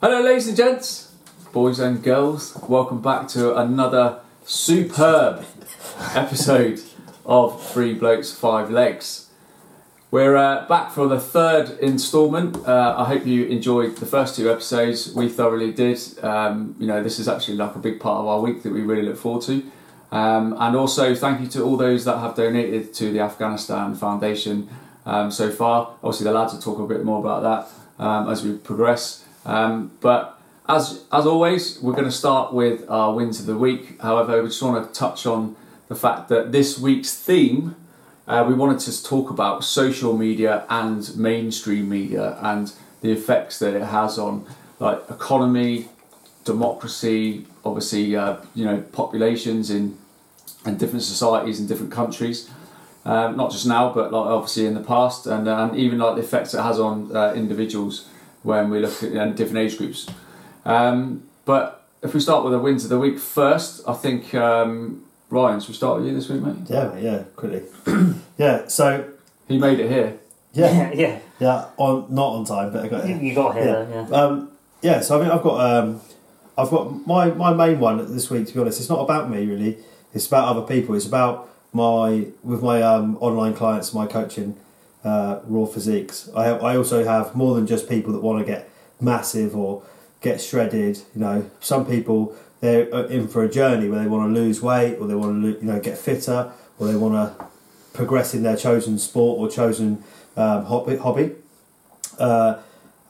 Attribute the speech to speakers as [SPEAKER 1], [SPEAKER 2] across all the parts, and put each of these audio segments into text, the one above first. [SPEAKER 1] Hello, ladies and gents, boys and girls. Welcome back to another superb episode of Three Blokes, Five Legs. We're uh, back for the third instalment. Uh, I hope you enjoyed the first two episodes. We thoroughly did. Um, you know, this is actually like a big part of our week that we really look forward to. Um, and also, thank you to all those that have donated to the Afghanistan Foundation um, so far. Obviously, the lads will talk a bit more about that um, as we progress. Um, but as as always, we're going to start with our wins of the week. However, we just want to touch on the fact that this week's theme uh, we wanted to talk about social media and mainstream media and the effects that it has on like economy, democracy, obviously uh, you know populations in and different societies in different countries. Um, not just now, but like obviously in the past, and, uh, and even like the effects it has on uh, individuals when we look at and different age groups. Um, but if we start with the wins of the week first, I think um, Ryan, should we start with you this week, mate?
[SPEAKER 2] Yeah, yeah, quickly. yeah, so
[SPEAKER 1] He made it here.
[SPEAKER 2] yeah,
[SPEAKER 3] yeah.
[SPEAKER 2] yeah, on not on time, but I got
[SPEAKER 3] yeah.
[SPEAKER 2] it.
[SPEAKER 3] You got here,
[SPEAKER 2] Yeah.
[SPEAKER 3] though, yeah.
[SPEAKER 2] Um, yeah, so I mean, I've got um, I've got my my main one this week. To be honest, it's not about me really. It's about other people. It's about my with my um, online clients, my coaching, uh, raw physiques. I have, I also have more than just people that want to get massive or get shredded. You know, some people they're uh, in for a journey where they want to lose weight or they want to lo- you know get fitter or they want to progress in their chosen sport or chosen um, hobby. hobby. Uh,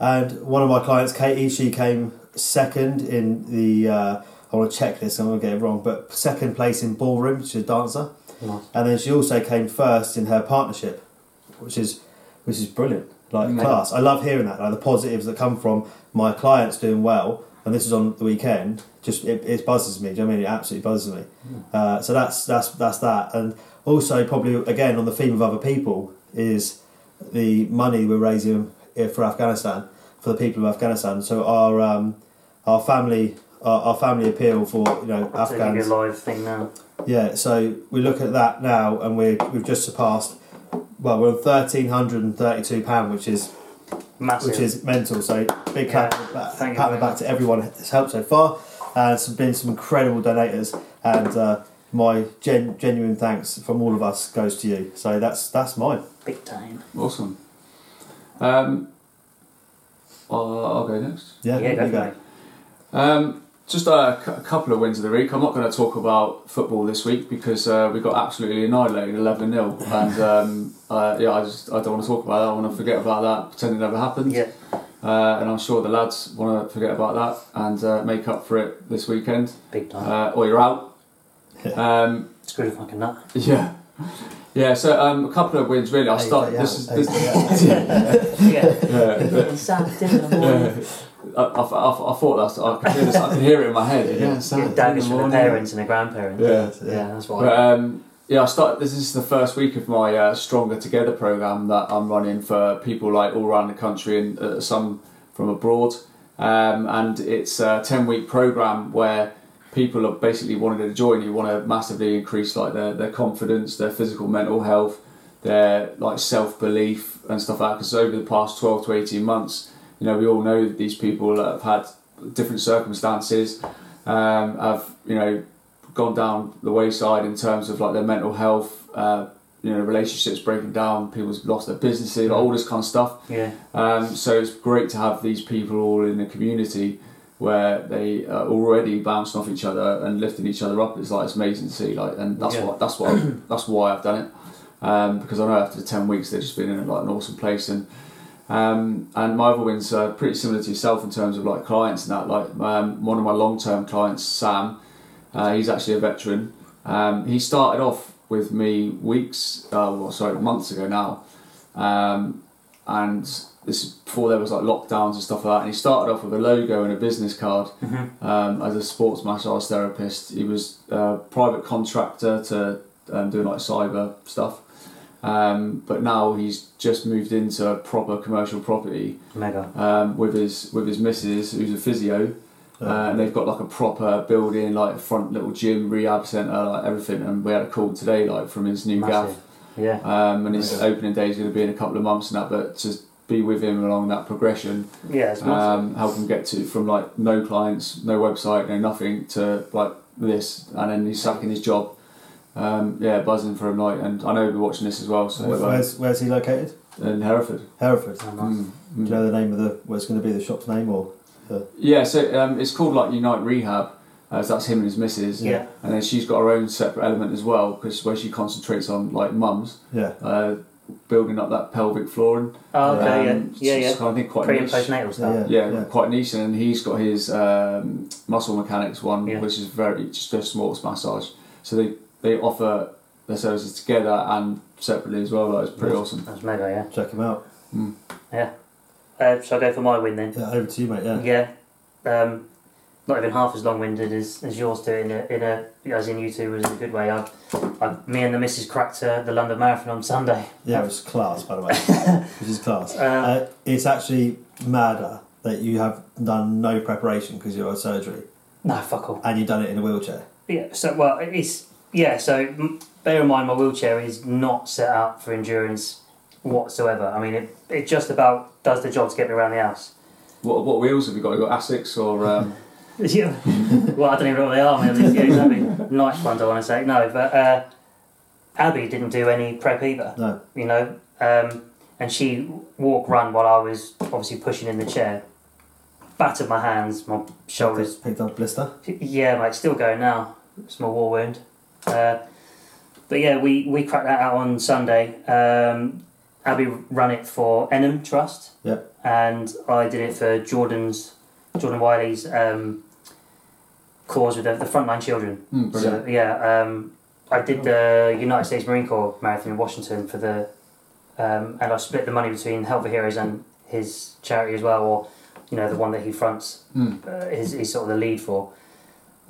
[SPEAKER 2] and one of my clients, Katie, she came second in the. Uh, I want to check this. I'm going to get it wrong, but second place in ballroom. She's a dancer,
[SPEAKER 3] Nice.
[SPEAKER 2] and then she also came first in her partnership, which is which is brilliant. Like
[SPEAKER 1] Amazing.
[SPEAKER 2] class, I love hearing that. Like the positives that come from my clients doing well, and this is on the weekend. Just it, it buzzes me. Do you know what I mean? It absolutely buzzes me.
[SPEAKER 3] Hmm.
[SPEAKER 2] Uh, so that's that's that's that, and also probably again on the theme of other people is the money we're raising here for Afghanistan for the people of Afghanistan. So our um, our family our, our family appeal for you know
[SPEAKER 3] I'll take a
[SPEAKER 2] Afghans.
[SPEAKER 3] live thing now.
[SPEAKER 2] Yeah, so we look at that now, and we're we've just surpassed. Well, we're on thirteen hundred and thirty-two pound, which is
[SPEAKER 3] Massive.
[SPEAKER 2] which is mental. So big clap,
[SPEAKER 3] Yeah,
[SPEAKER 2] back,
[SPEAKER 3] thank you
[SPEAKER 2] pat on the
[SPEAKER 3] very
[SPEAKER 2] back
[SPEAKER 3] much.
[SPEAKER 2] to everyone that's helped so far. Uh, it's been some incredible donators, and uh, my gen- genuine thanks from all of us goes to you. So that's that's mine.
[SPEAKER 3] big time.
[SPEAKER 1] Awesome. Um, I'll, I'll go next.
[SPEAKER 2] Yeah, there you go.
[SPEAKER 3] definitely.
[SPEAKER 1] Um, just a, c- a couple of wins of the week. I'm not going to talk about football this week because uh, we got absolutely annihilated 11 0. And um, uh, yeah, I just I don't want to talk about that. I want to forget about that, pretend it never happened.
[SPEAKER 3] Yeah.
[SPEAKER 1] Uh, and I'm sure the lads want to forget about that and uh, make up for it this weekend.
[SPEAKER 3] Big time.
[SPEAKER 1] Uh, or you're out. Um,
[SPEAKER 3] Screw the fucking nut.
[SPEAKER 1] Yeah. Yeah, so um, a couple of wins really. I'll
[SPEAKER 2] Hey,
[SPEAKER 1] start.
[SPEAKER 2] yeah,
[SPEAKER 1] This is,
[SPEAKER 2] hey,
[SPEAKER 1] this,
[SPEAKER 3] Yeah.
[SPEAKER 1] yeah,
[SPEAKER 3] Saturday in the morning.
[SPEAKER 1] yeah. I, I, I, I thought that's. I could, hear this, I could hear it in my head. Yeah,
[SPEAKER 3] Give daggers for the parents and the grandparents.
[SPEAKER 1] Yeah.
[SPEAKER 3] Yeah, that's why.
[SPEAKER 1] But um, yeah, I started. This is the first week of my uh, Stronger Together program that I'm running for people like all around the country and uh, some from abroad. Um, and it's a ten week program where people are basically wanting to join. You want to massively increase like their, their confidence, their physical, mental health, their like self belief and stuff like that. Because over the past twelve to eighteen months, you know, we all know that these people have had different circumstances. Um, have you know gone down the wayside in terms of like their mental health, uh, you know, relationships breaking down, people's lost their businesses, all this kind of stuff.
[SPEAKER 3] yeah.
[SPEAKER 1] Um, so it's great to have these people all in a community where they are already bouncing off each other and lifting each other up. It's like it's amazing to see. Like, and that's
[SPEAKER 3] Yeah.
[SPEAKER 1] what that's what that's why I've done it um, because I know after ten weeks they've just been in like an awesome place and. Um, and my other wins are pretty similar to yourself in terms of like clients and that. Like um, one of my long term clients, Sam, uh, he's actually a veteran. Um, he started off with me weeks, uh, well, sorry, months ago now, um, and this is before there was like lockdowns and stuff like that. And he started off with a logo and a business card
[SPEAKER 3] Mm-hmm.
[SPEAKER 1] um, as a sports massage therapist. He was a private contractor to um, doing like cyber stuff, um, but now he's just moved into a proper commercial property
[SPEAKER 3] Mega.
[SPEAKER 1] um, with his with his missus, who's a physio. Uh, and they've got like a proper building, like a front little gym, rehab centre, like everything. And we had a call today, like from his new gaff,
[SPEAKER 3] Massive. Yeah.
[SPEAKER 1] um, and his opening day is going to be in a couple of months and that. But to be with him along that progression,
[SPEAKER 3] Yeah, it's massive.
[SPEAKER 1] um, help him get to from like no clients, no website, no nothing to like this, and then he's sacking his job. Um, yeah, buzzing for him like, and I know you're watching this as well. So
[SPEAKER 2] Where-
[SPEAKER 1] uh,
[SPEAKER 2] where's, where's he located?
[SPEAKER 1] in Hereford.
[SPEAKER 2] Hereford.
[SPEAKER 3] Oh,
[SPEAKER 1] Mm,
[SPEAKER 3] nice.
[SPEAKER 2] Do
[SPEAKER 1] mm.
[SPEAKER 2] you know the name of the where it's going to be the shop's name or?
[SPEAKER 1] Yeah, so um, it's called like Unite Rehab, as that's him and his missus,
[SPEAKER 3] Yeah.
[SPEAKER 1] and then she's got her own separate element as well because where she concentrates on like mums,
[SPEAKER 2] Yeah,
[SPEAKER 1] uh, building up that pelvic floor and
[SPEAKER 3] Oh, okay,
[SPEAKER 1] um,
[SPEAKER 3] yeah. Yeah,
[SPEAKER 1] it's
[SPEAKER 3] yeah.
[SPEAKER 1] kind of, I think quite
[SPEAKER 3] Pre and
[SPEAKER 1] niche.
[SPEAKER 3] postnatal
[SPEAKER 2] yeah,
[SPEAKER 3] stuff.
[SPEAKER 1] Yeah, quite niche, and he's got his um, muscle mechanics one,
[SPEAKER 3] Yeah.
[SPEAKER 1] which is very just a sports massage. So they they offer their services together and separately as well. That is pretty awesome.
[SPEAKER 3] That's mega,
[SPEAKER 2] Check him out.
[SPEAKER 3] yeah. Yeah. Uh, shall I go for my win then?
[SPEAKER 2] Yeah, over to you, mate. Yeah.
[SPEAKER 3] Yeah. Um, not even half as long-winded as, as yours do in a, in a as in you two was in a good way. I, I, me and the missus cracked uh, the London Marathon on Sunday.
[SPEAKER 2] Yeah, it was class, by the way. Which is class. Uh, it's actually madder that you have done no preparation because you had surgery
[SPEAKER 3] No, fuck all.
[SPEAKER 2] and you've done it in a wheelchair.
[SPEAKER 3] Yeah. So well, it's yeah. So m- bear in mind, my wheelchair is not set up for endurance whatsoever. I mean, it it just about does the job to get me around the house.
[SPEAKER 1] What what wheels have you got? You got Asics or um,
[SPEAKER 3] Yeah. well, I don't even know what they are, man. These games, that'd be nice ones, I want to say. No, but uh, Abby didn't do any prep either,
[SPEAKER 2] No.
[SPEAKER 3] you know. Um, and she walk, run while I was obviously pushing in the chair. Battered my hands, my shoulders.
[SPEAKER 2] Picked- Picked up a blister.
[SPEAKER 3] Yeah, mate, still going now. It's my war wound. Uh, but yeah, we, we cracked that out on Sunday. Um, Abby ran it for Enham Trust.
[SPEAKER 2] Yep.
[SPEAKER 3] And I did it for Jordan's, Jordan Wiley's um, cause with the, the frontline children.
[SPEAKER 1] hmm, brilliant.
[SPEAKER 3] So, yeah, um, I did the United States Marine Corps Marathon in Washington for the, um, and I split the money between Help for Heroes and his charity as well, or you know the one that he fronts,
[SPEAKER 1] Hmm.
[SPEAKER 3] uh, he's, he's sort of the lead for.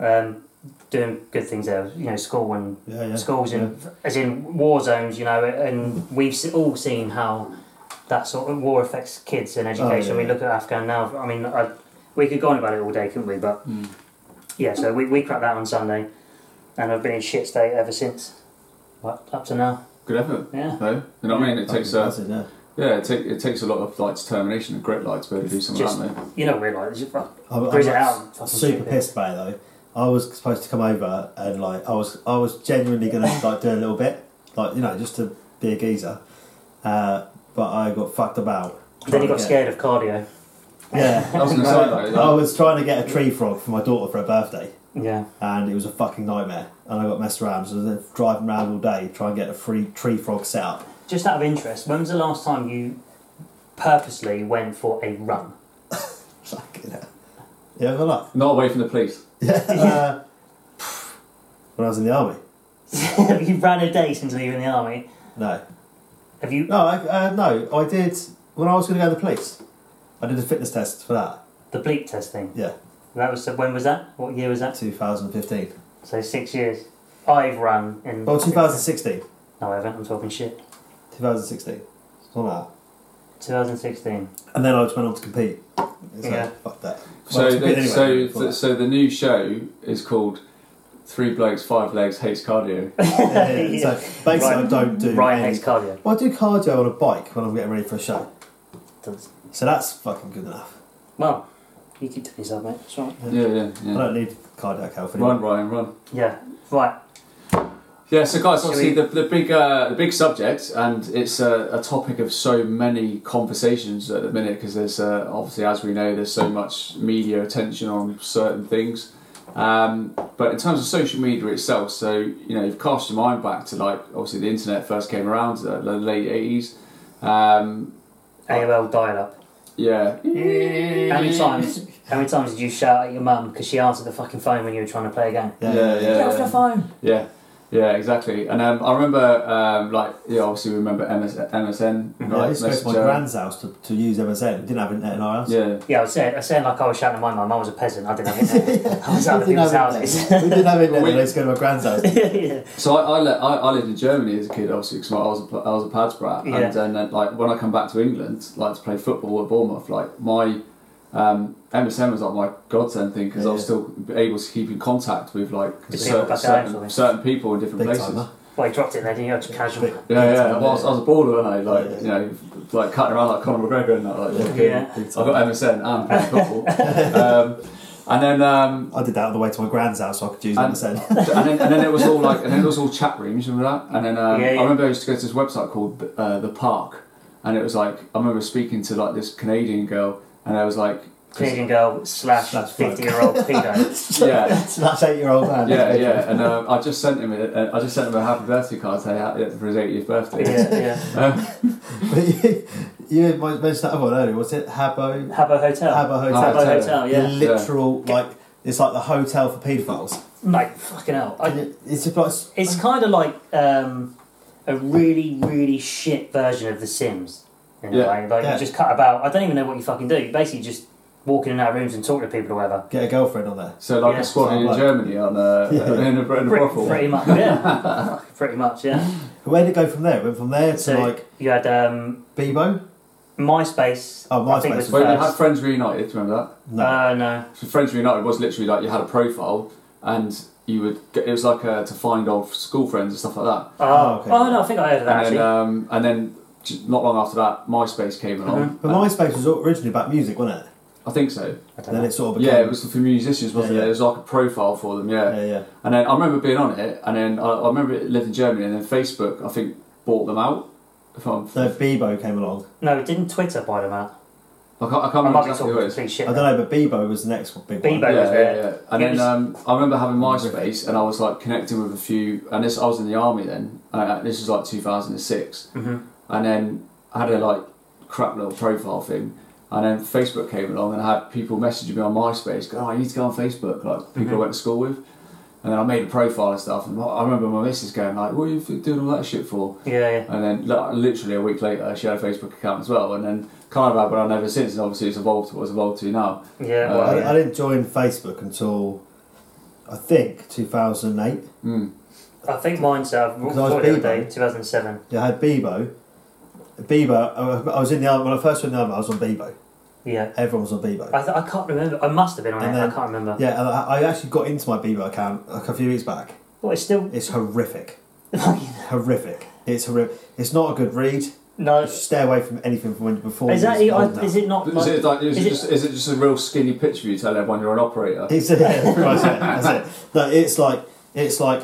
[SPEAKER 3] Um, doing good things there, you know, school and
[SPEAKER 2] Yeah, yeah.
[SPEAKER 3] schools in as in war zones, you know, and we've se- all seen how that sort of war affects kids in education.
[SPEAKER 2] Oh, yeah,
[SPEAKER 3] We
[SPEAKER 2] yeah.
[SPEAKER 3] look at Afghan now. I mean, I, we could go on about it all day, couldn't we? But
[SPEAKER 1] Hmm.
[SPEAKER 3] yeah, so we, we cracked that on Sunday, and I've been in shit state ever since. What, up to now?
[SPEAKER 1] Good effort.
[SPEAKER 3] Yeah.
[SPEAKER 1] No, you know what I mean. It takes uh, a
[SPEAKER 2] That's it, Oh, yeah.
[SPEAKER 1] yeah, it, take, it takes a lot of like determination and grit, like to be able to do something
[SPEAKER 3] Just-
[SPEAKER 1] like that.
[SPEAKER 3] You don't realise. you fuck-
[SPEAKER 2] I'm, I'm
[SPEAKER 3] Breathe it
[SPEAKER 2] like
[SPEAKER 3] out, fucking
[SPEAKER 2] Super
[SPEAKER 3] stupid.
[SPEAKER 2] pissed by it though. I was supposed to come over and like I was I was genuinely gonna like do a little bit, like you know, just to be a geezer. Uh, but I got fucked about.
[SPEAKER 3] Then you
[SPEAKER 2] trying
[SPEAKER 3] got
[SPEAKER 2] to get-
[SPEAKER 3] scared of cardio.
[SPEAKER 1] I
[SPEAKER 2] Yeah.
[SPEAKER 1] was going to say
[SPEAKER 2] I
[SPEAKER 1] though,
[SPEAKER 2] was trying to get a tree frog for my daughter for her birthday,
[SPEAKER 3] Yeah.
[SPEAKER 2] and it was a fucking nightmare. And I got messed around, so I was then driving around all day trying to get a free tree frog set up.
[SPEAKER 3] Just out of interest, when was the last time you purposely went for a run?
[SPEAKER 2] Fucking hell. Yeah, good luck.
[SPEAKER 1] not away from the police.
[SPEAKER 2] Yeah. Uh, when I was in the army.
[SPEAKER 3] Have you ran a day since leaving the army?
[SPEAKER 2] No.
[SPEAKER 3] Have you?
[SPEAKER 2] No, I, uh, no, I did when I was going to go to the police. I did a fitness test for that.
[SPEAKER 3] The bleep test thing.
[SPEAKER 2] Yeah,
[SPEAKER 3] That was when was that? What year was that?
[SPEAKER 2] 2015.
[SPEAKER 3] So six years. I've run in.
[SPEAKER 2] Well, 2016.
[SPEAKER 3] No, I haven't. I'm talking shit.
[SPEAKER 2] 2016. Something like that.
[SPEAKER 3] 2016.
[SPEAKER 2] And then I just went on to compete. So,
[SPEAKER 3] Yeah.
[SPEAKER 2] Fuck that.
[SPEAKER 1] So,
[SPEAKER 2] Well, to
[SPEAKER 1] the,
[SPEAKER 2] compete anyway,
[SPEAKER 1] so,
[SPEAKER 2] for
[SPEAKER 1] th-
[SPEAKER 2] that.
[SPEAKER 1] so the new show is called Three Blokes, Five Legs, Hates Cardio.
[SPEAKER 2] yeah, yeah, yeah. So basically, I
[SPEAKER 3] Right.
[SPEAKER 2] don't do.
[SPEAKER 3] Ryan
[SPEAKER 2] any-
[SPEAKER 3] hates cardio.
[SPEAKER 2] Well, I do cardio on a bike when I'm getting ready for a show.
[SPEAKER 3] Does-
[SPEAKER 2] So that's fucking good enough.
[SPEAKER 3] Well, you keep telling yourself, mate. That's right.
[SPEAKER 1] yeah, yeah, yeah.
[SPEAKER 2] I don't need cardiac health anymore.
[SPEAKER 1] Run, Ryan, run.
[SPEAKER 3] Yeah. Right.
[SPEAKER 1] Yeah, so guys, obviously
[SPEAKER 3] we-
[SPEAKER 1] the, the big uh, the big subject, and it's a, a topic of so many conversations at the minute because there's uh, obviously, as we know, there's so much media attention on certain things. Um, but in terms of social media itself, so you know, you've cast your mind back to like obviously the internet first came around, the, the late '80s. Um,
[SPEAKER 3] AOL dial-up.
[SPEAKER 1] yeah,
[SPEAKER 3] How many times? How many times did you shout at your mum because she answered the fucking phone when you were trying to play a game?
[SPEAKER 1] Yeah, yeah, yeah.
[SPEAKER 3] phone.
[SPEAKER 1] Yeah, yeah, exactly. And um, I remember, um, like, yeah, obviously we remember MS- MSN.
[SPEAKER 2] Yeah,
[SPEAKER 1] like,
[SPEAKER 2] I used to go to my
[SPEAKER 1] Messenger.
[SPEAKER 2] grand's house to, to use MSN. We didn't have internet in our house.
[SPEAKER 1] uh, Yeah,
[SPEAKER 3] Yeah, I was saying, I was saying like I was shouting at my mum. I was a peasant. I didn't have internet. I was out
[SPEAKER 2] We didn't
[SPEAKER 3] of people's
[SPEAKER 2] have
[SPEAKER 3] houses.
[SPEAKER 2] internet. we didn't have internet.
[SPEAKER 1] We-
[SPEAKER 2] when I used to go to my grand's house.
[SPEAKER 3] yeah.
[SPEAKER 1] so I I, le- I I lived in Germany as a kid, obviously, because I was a, I was a pads brat,
[SPEAKER 3] Yeah.
[SPEAKER 1] and then uh, like when I come back to England, like to play football at Bournemouth, like my um, MSN was like my godsend thing because I was
[SPEAKER 2] Yeah.
[SPEAKER 1] still able to keep in contact with like
[SPEAKER 3] The people
[SPEAKER 1] certain,
[SPEAKER 3] back home,
[SPEAKER 1] certain,
[SPEAKER 3] sorry.
[SPEAKER 1] certain people in different
[SPEAKER 2] Big
[SPEAKER 1] places.
[SPEAKER 2] timer.
[SPEAKER 3] Well, he dropped it there, didn't he? Just casual.
[SPEAKER 2] Big-
[SPEAKER 1] Yeah,
[SPEAKER 2] big
[SPEAKER 1] yeah.
[SPEAKER 2] time,
[SPEAKER 1] Well, I was, I was a baller, weren't I? Like,
[SPEAKER 2] Yeah.
[SPEAKER 1] you know, like cutting around like Conor McGregor and that. Like, fucking-
[SPEAKER 3] Yeah.
[SPEAKER 2] Big
[SPEAKER 1] I
[SPEAKER 2] time.
[SPEAKER 1] got MSN and playing football. um, and then, um,
[SPEAKER 2] I did that on the way to my grand's house, so I could use
[SPEAKER 1] And-
[SPEAKER 2] it instead.
[SPEAKER 1] and then, and then it was all like, and then it was all chat rooms, remember that? And then um,
[SPEAKER 3] Yeah, yeah.
[SPEAKER 1] I remember I used to go to this website called uh, the Park, and it was like I remember speaking to like this Canadian girl, and I was like,
[SPEAKER 3] Canadian girl slash
[SPEAKER 2] Slash bloke.
[SPEAKER 3] fifty year old pedo.
[SPEAKER 1] yeah,
[SPEAKER 2] That's eight year old man.
[SPEAKER 1] yeah, yeah, and um, I just sent him, a, I just sent him a happy birthday card saying ha- for his 80th birthday.
[SPEAKER 3] yeah, yeah.
[SPEAKER 1] Um,
[SPEAKER 2] But you, you had mentioned that other one earlier. Was it Habbo? Habbo
[SPEAKER 3] Habbo Hotel.
[SPEAKER 2] Hotel.
[SPEAKER 1] Habbo
[SPEAKER 3] Habbo
[SPEAKER 1] Hotel.
[SPEAKER 3] Hotel.
[SPEAKER 2] The
[SPEAKER 3] Oh, Yeah.
[SPEAKER 2] literal like it's like the hotel for paedophiles.
[SPEAKER 3] Mate, fucking hell. I,
[SPEAKER 2] And it- it's just like
[SPEAKER 3] It's kind of like um, a really, really shit version of The Sims. In
[SPEAKER 1] Yeah.
[SPEAKER 3] a way. Like,
[SPEAKER 2] Yeah.
[SPEAKER 3] you just cut about. I don't even know what you fucking do. You basically just walk in and out of rooms and talk to people or whatever.
[SPEAKER 2] get a girlfriend on there.
[SPEAKER 1] so like
[SPEAKER 3] Yeah.
[SPEAKER 1] a squad in
[SPEAKER 2] Sound like-
[SPEAKER 1] Germany on uh,
[SPEAKER 2] Yeah.
[SPEAKER 1] in a, in a
[SPEAKER 3] Pretty,
[SPEAKER 1] brothel.
[SPEAKER 3] pretty much, yeah. pretty much, yeah.
[SPEAKER 2] Where did it go from there? It went from there to
[SPEAKER 3] So
[SPEAKER 2] like
[SPEAKER 3] you had um,
[SPEAKER 2] Bebo.
[SPEAKER 3] MySpace.
[SPEAKER 2] Oh,
[SPEAKER 3] I think
[SPEAKER 2] MySpace
[SPEAKER 3] was
[SPEAKER 2] was
[SPEAKER 1] But you had
[SPEAKER 3] first.
[SPEAKER 1] Friends Reunited, remember that?
[SPEAKER 2] No,
[SPEAKER 3] Uh, no.
[SPEAKER 1] So Friends Reunited was literally like you had a profile and you would get, it was like uh to find old school friends and stuff like that.
[SPEAKER 3] Oh,
[SPEAKER 2] okay.
[SPEAKER 3] oh, no, I think I heard of that
[SPEAKER 1] And
[SPEAKER 3] actually.
[SPEAKER 1] then, um, and then j- not long after that, MySpace came along.
[SPEAKER 2] Uh-huh. but MySpace was originally about music, wasn't it?
[SPEAKER 1] I think so.
[SPEAKER 3] I don't
[SPEAKER 2] And then
[SPEAKER 3] know.
[SPEAKER 2] it sort of became,
[SPEAKER 1] Yeah, it was for musicians, wasn't
[SPEAKER 2] Yeah,
[SPEAKER 1] it?
[SPEAKER 2] yeah.
[SPEAKER 1] It was like a profile for them, yeah.
[SPEAKER 2] yeah, yeah.
[SPEAKER 1] And then I remember being on it, and then I, I remember it lived in Germany, and then Facebook, I think, bought them out. If I'm,
[SPEAKER 2] So Bebo came along.
[SPEAKER 3] No, didn't Twitter buy them out?
[SPEAKER 1] I can't, I can't
[SPEAKER 3] I
[SPEAKER 1] remember
[SPEAKER 3] might be
[SPEAKER 1] exactly
[SPEAKER 3] talking
[SPEAKER 1] who it is.
[SPEAKER 3] complete
[SPEAKER 2] I
[SPEAKER 3] shit.
[SPEAKER 2] don't know, but Bebo was the next one, big
[SPEAKER 3] Bebo.
[SPEAKER 2] one.
[SPEAKER 1] Yeah,
[SPEAKER 3] was
[SPEAKER 1] yeah,
[SPEAKER 3] there.
[SPEAKER 1] yeah. And
[SPEAKER 3] It
[SPEAKER 1] then
[SPEAKER 3] was-
[SPEAKER 1] um, I remember having MySpace, and I was like connecting with a few. And this, I was in the army then. Uh, this was like 2006,
[SPEAKER 3] Mhm.
[SPEAKER 1] and then I had a like crap little profile thing. And then Facebook came along, and I had people messaging me on MySpace. Going, oh, you need to go on Facebook. Like people I
[SPEAKER 3] Mhm.
[SPEAKER 1] went to school with. And then I made a profile and stuff. And I- I remember my missus going like, "What are you doing all that shit for?"
[SPEAKER 3] Yeah, yeah.
[SPEAKER 1] And then li- literally a week later, she had a Facebook account as well. And then kind of had one ever since. And obviously, it's evolved to what it's evolved to now.
[SPEAKER 3] Yeah,
[SPEAKER 1] Uh,
[SPEAKER 3] well,
[SPEAKER 2] I,
[SPEAKER 3] yeah.
[SPEAKER 2] I didn't join Facebook until I think 2008.
[SPEAKER 1] Mm.
[SPEAKER 3] I think mine's uh, I
[SPEAKER 2] I was
[SPEAKER 3] saw it the other
[SPEAKER 2] Bebo.
[SPEAKER 3] day, 2007.
[SPEAKER 2] Yeah, I had Bebo. Bebo, I- I was in the army, when I first went in the army, I was on Bebo.
[SPEAKER 3] Yeah.
[SPEAKER 2] Everyone was on Bebo.
[SPEAKER 3] I, th- I can't remember. I must have been on
[SPEAKER 2] And
[SPEAKER 3] it.
[SPEAKER 2] then-
[SPEAKER 3] I can't remember.
[SPEAKER 2] Yeah, and I, I actually got into my Bebo account like a few weeks back.
[SPEAKER 3] Well, it's still.
[SPEAKER 2] It's horrific. horrific. It's horrific. It's not a good read.
[SPEAKER 3] No.
[SPEAKER 2] Stay away from anything from when you before.
[SPEAKER 3] Is that.
[SPEAKER 2] it's
[SPEAKER 3] I,
[SPEAKER 2] old now.
[SPEAKER 3] is it not.
[SPEAKER 1] Is it, like, is,
[SPEAKER 3] Is
[SPEAKER 1] it
[SPEAKER 3] it-
[SPEAKER 1] just, is it just a real skinny picture of you telling everyone you're an operator?
[SPEAKER 2] It's, yeah, pretty much it. That's it. No, it's like it's like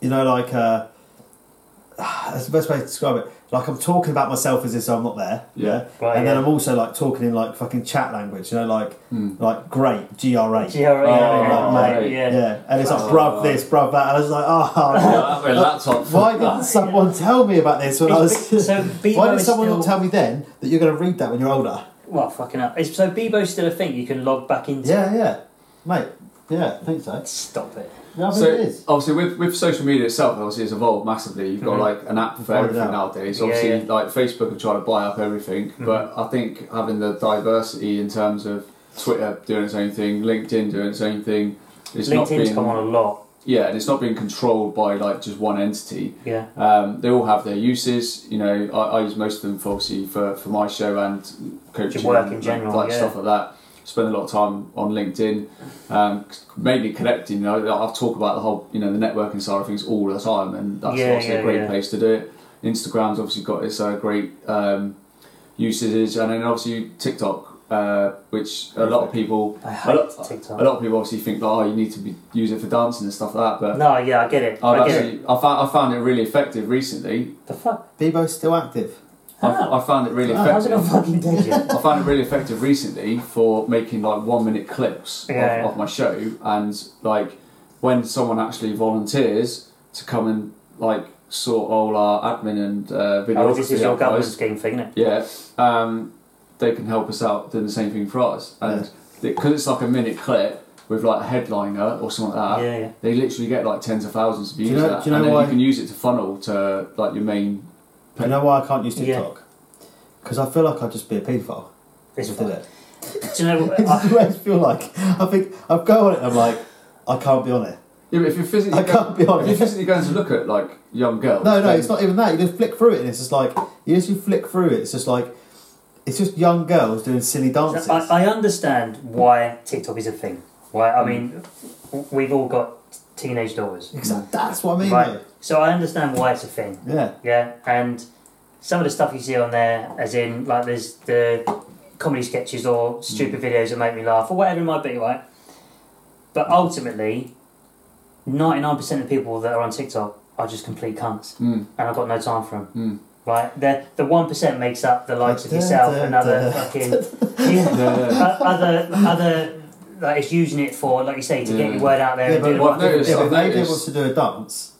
[SPEAKER 2] you know, like uh, that's the best way to describe it. Like I'm talking about myself as if I'm not there.
[SPEAKER 1] Yeah.
[SPEAKER 3] Right,
[SPEAKER 2] and then
[SPEAKER 3] yeah. Hmm.
[SPEAKER 2] I'm also like talking in like fucking chat language. You know, like like great G R A.
[SPEAKER 3] Yeah, right,
[SPEAKER 1] Oh,
[SPEAKER 3] yeah,
[SPEAKER 2] right,
[SPEAKER 3] right,
[SPEAKER 1] right.
[SPEAKER 3] yeah.
[SPEAKER 2] Yeah, and it's like
[SPEAKER 1] Oh.
[SPEAKER 2] bruv this, bruv that, and I was like, oh,
[SPEAKER 1] Well, that- well, that's on-
[SPEAKER 2] why didn't someone tell me about this when I
[SPEAKER 3] It's Be-
[SPEAKER 2] was?
[SPEAKER 3] so
[SPEAKER 2] Why
[SPEAKER 3] Bebo
[SPEAKER 2] did
[SPEAKER 3] is
[SPEAKER 2] someone
[SPEAKER 3] still
[SPEAKER 2] not tell me then that you're going to read that when you're older?
[SPEAKER 3] well, fucking up. Is, so Bebo's still a thing you can log back into.
[SPEAKER 2] Yeah, yeah, mate. Yeah, I think so.
[SPEAKER 3] Stop it.
[SPEAKER 2] Yeah, I think
[SPEAKER 1] So
[SPEAKER 2] it is.
[SPEAKER 1] obviously, with, with social media itself, obviously it's evolved massively. You've got
[SPEAKER 3] Mhm.
[SPEAKER 1] like an app for
[SPEAKER 2] Mm-hmm. Without a
[SPEAKER 1] everything
[SPEAKER 2] doubt. Mm-hmm.
[SPEAKER 1] nowadays.
[SPEAKER 3] Yeah,
[SPEAKER 1] Obviously,
[SPEAKER 3] yeah.
[SPEAKER 1] like Facebook are trying to buy up everything, but I think having the diversity in terms of Twitter doing its own thing, LinkedIn doing its own thing, it's not
[SPEAKER 3] LinkedIn's
[SPEAKER 1] being
[SPEAKER 3] come on a lot.
[SPEAKER 1] yeah, and it's not being controlled by like just one entity.
[SPEAKER 3] Yeah.
[SPEAKER 1] Um, they all have their uses. You know, I, I use most of them for obviously for, for my show and coaching,
[SPEAKER 3] Your work in
[SPEAKER 1] and,
[SPEAKER 3] general,
[SPEAKER 1] like
[SPEAKER 3] yeah.
[SPEAKER 1] stuff like that. Spend a lot of time on LinkedIn, um, c- mainly connecting. You know, I talk about the whole you know the networking side of things all the time, and that's
[SPEAKER 3] Yeah,
[SPEAKER 1] obviously a
[SPEAKER 3] yeah,
[SPEAKER 1] great
[SPEAKER 3] yeah.
[SPEAKER 1] place to do it. Instagram's obviously got its uh, great um, usages, and then obviously TikTok, uh, which a lot of people.
[SPEAKER 3] I
[SPEAKER 1] A lot,
[SPEAKER 3] hate TikTok.
[SPEAKER 1] a lot of people obviously think, oh, you need to be, use it for dancing and stuff like that, but
[SPEAKER 3] No, yeah, I get it.
[SPEAKER 1] I've
[SPEAKER 3] I get it.
[SPEAKER 1] actually, I found, I found it really effective recently.
[SPEAKER 3] The fuck?
[SPEAKER 2] Bebo's still active. Oh.
[SPEAKER 3] How?
[SPEAKER 1] I, I found it really
[SPEAKER 2] How?
[SPEAKER 3] How's it
[SPEAKER 1] effective.
[SPEAKER 3] gonna fucking dead you?
[SPEAKER 1] I found it really effective recently for making like one minute clips
[SPEAKER 3] Yeah.
[SPEAKER 1] of, of my show, and like when someone actually volunteers to come and like sort all our admin and uh, video.
[SPEAKER 3] Oh, this is your government scheme thing, isn't it?
[SPEAKER 1] Yeah, um, they can help us out doing the same thing for us, and because it's like a minute clip with like a headliner or something like
[SPEAKER 2] Ah.
[SPEAKER 1] that.
[SPEAKER 3] Yeah, yeah.
[SPEAKER 1] They literally get like tens of thousands of
[SPEAKER 2] you
[SPEAKER 1] views.
[SPEAKER 2] know-
[SPEAKER 1] of that,
[SPEAKER 2] do you know
[SPEAKER 1] and then
[SPEAKER 2] why-
[SPEAKER 1] you can use it to funnel to like your main.
[SPEAKER 2] You know why I can't use
[SPEAKER 3] Yeah.
[SPEAKER 2] TikTok? Because I feel like I'd just be a paedophile.
[SPEAKER 3] It's
[SPEAKER 2] if I did
[SPEAKER 3] fine.
[SPEAKER 2] it.
[SPEAKER 3] Do you know what?
[SPEAKER 2] It's
[SPEAKER 3] I-
[SPEAKER 2] the way I feel like. I think I go on it and I'm like, I can't be on it.
[SPEAKER 1] Yeah, but if you're physically,
[SPEAKER 2] I can't be
[SPEAKER 1] if you're
[SPEAKER 2] honest.
[SPEAKER 1] physically going to look at like young girls,
[SPEAKER 2] No, no,
[SPEAKER 1] then-
[SPEAKER 2] it's not even that. You just flick through it and it's just like, you just you flick through it, it's just like, it's just young girls doing silly dances.
[SPEAKER 3] I, I understand why TikTok is a thing. Why? I mean, w- we've all got teenage daughters.
[SPEAKER 2] Exactly. That's what I mean.
[SPEAKER 3] Right.
[SPEAKER 2] though.
[SPEAKER 3] So I understand why it's a thing.
[SPEAKER 2] Yeah.
[SPEAKER 3] Yeah, and some of the stuff you see on there, as in like there's the comedy sketches or stupid
[SPEAKER 2] Mm.
[SPEAKER 3] videos that make me laugh or whatever it might be, right? But ultimately, ninety nine percent of people that are on TikTok are just complete cunts,
[SPEAKER 1] Mm,
[SPEAKER 3] and I've got no time for them.
[SPEAKER 1] mm.
[SPEAKER 3] Right? The the one percent makes up the likes of yourself and other fucking yeah,
[SPEAKER 1] Yeah, yeah.
[SPEAKER 3] o- other other like it's using it for like you say to get
[SPEAKER 1] Yeah.
[SPEAKER 3] your word out there
[SPEAKER 2] Yeah,
[SPEAKER 3] and do
[SPEAKER 2] but
[SPEAKER 3] the
[SPEAKER 1] what
[SPEAKER 3] right
[SPEAKER 2] what,
[SPEAKER 1] I've
[SPEAKER 3] thing.
[SPEAKER 1] noticed-
[SPEAKER 2] yeah, but
[SPEAKER 1] I've
[SPEAKER 2] if Adrian
[SPEAKER 1] noticed-
[SPEAKER 2] wants to do a dance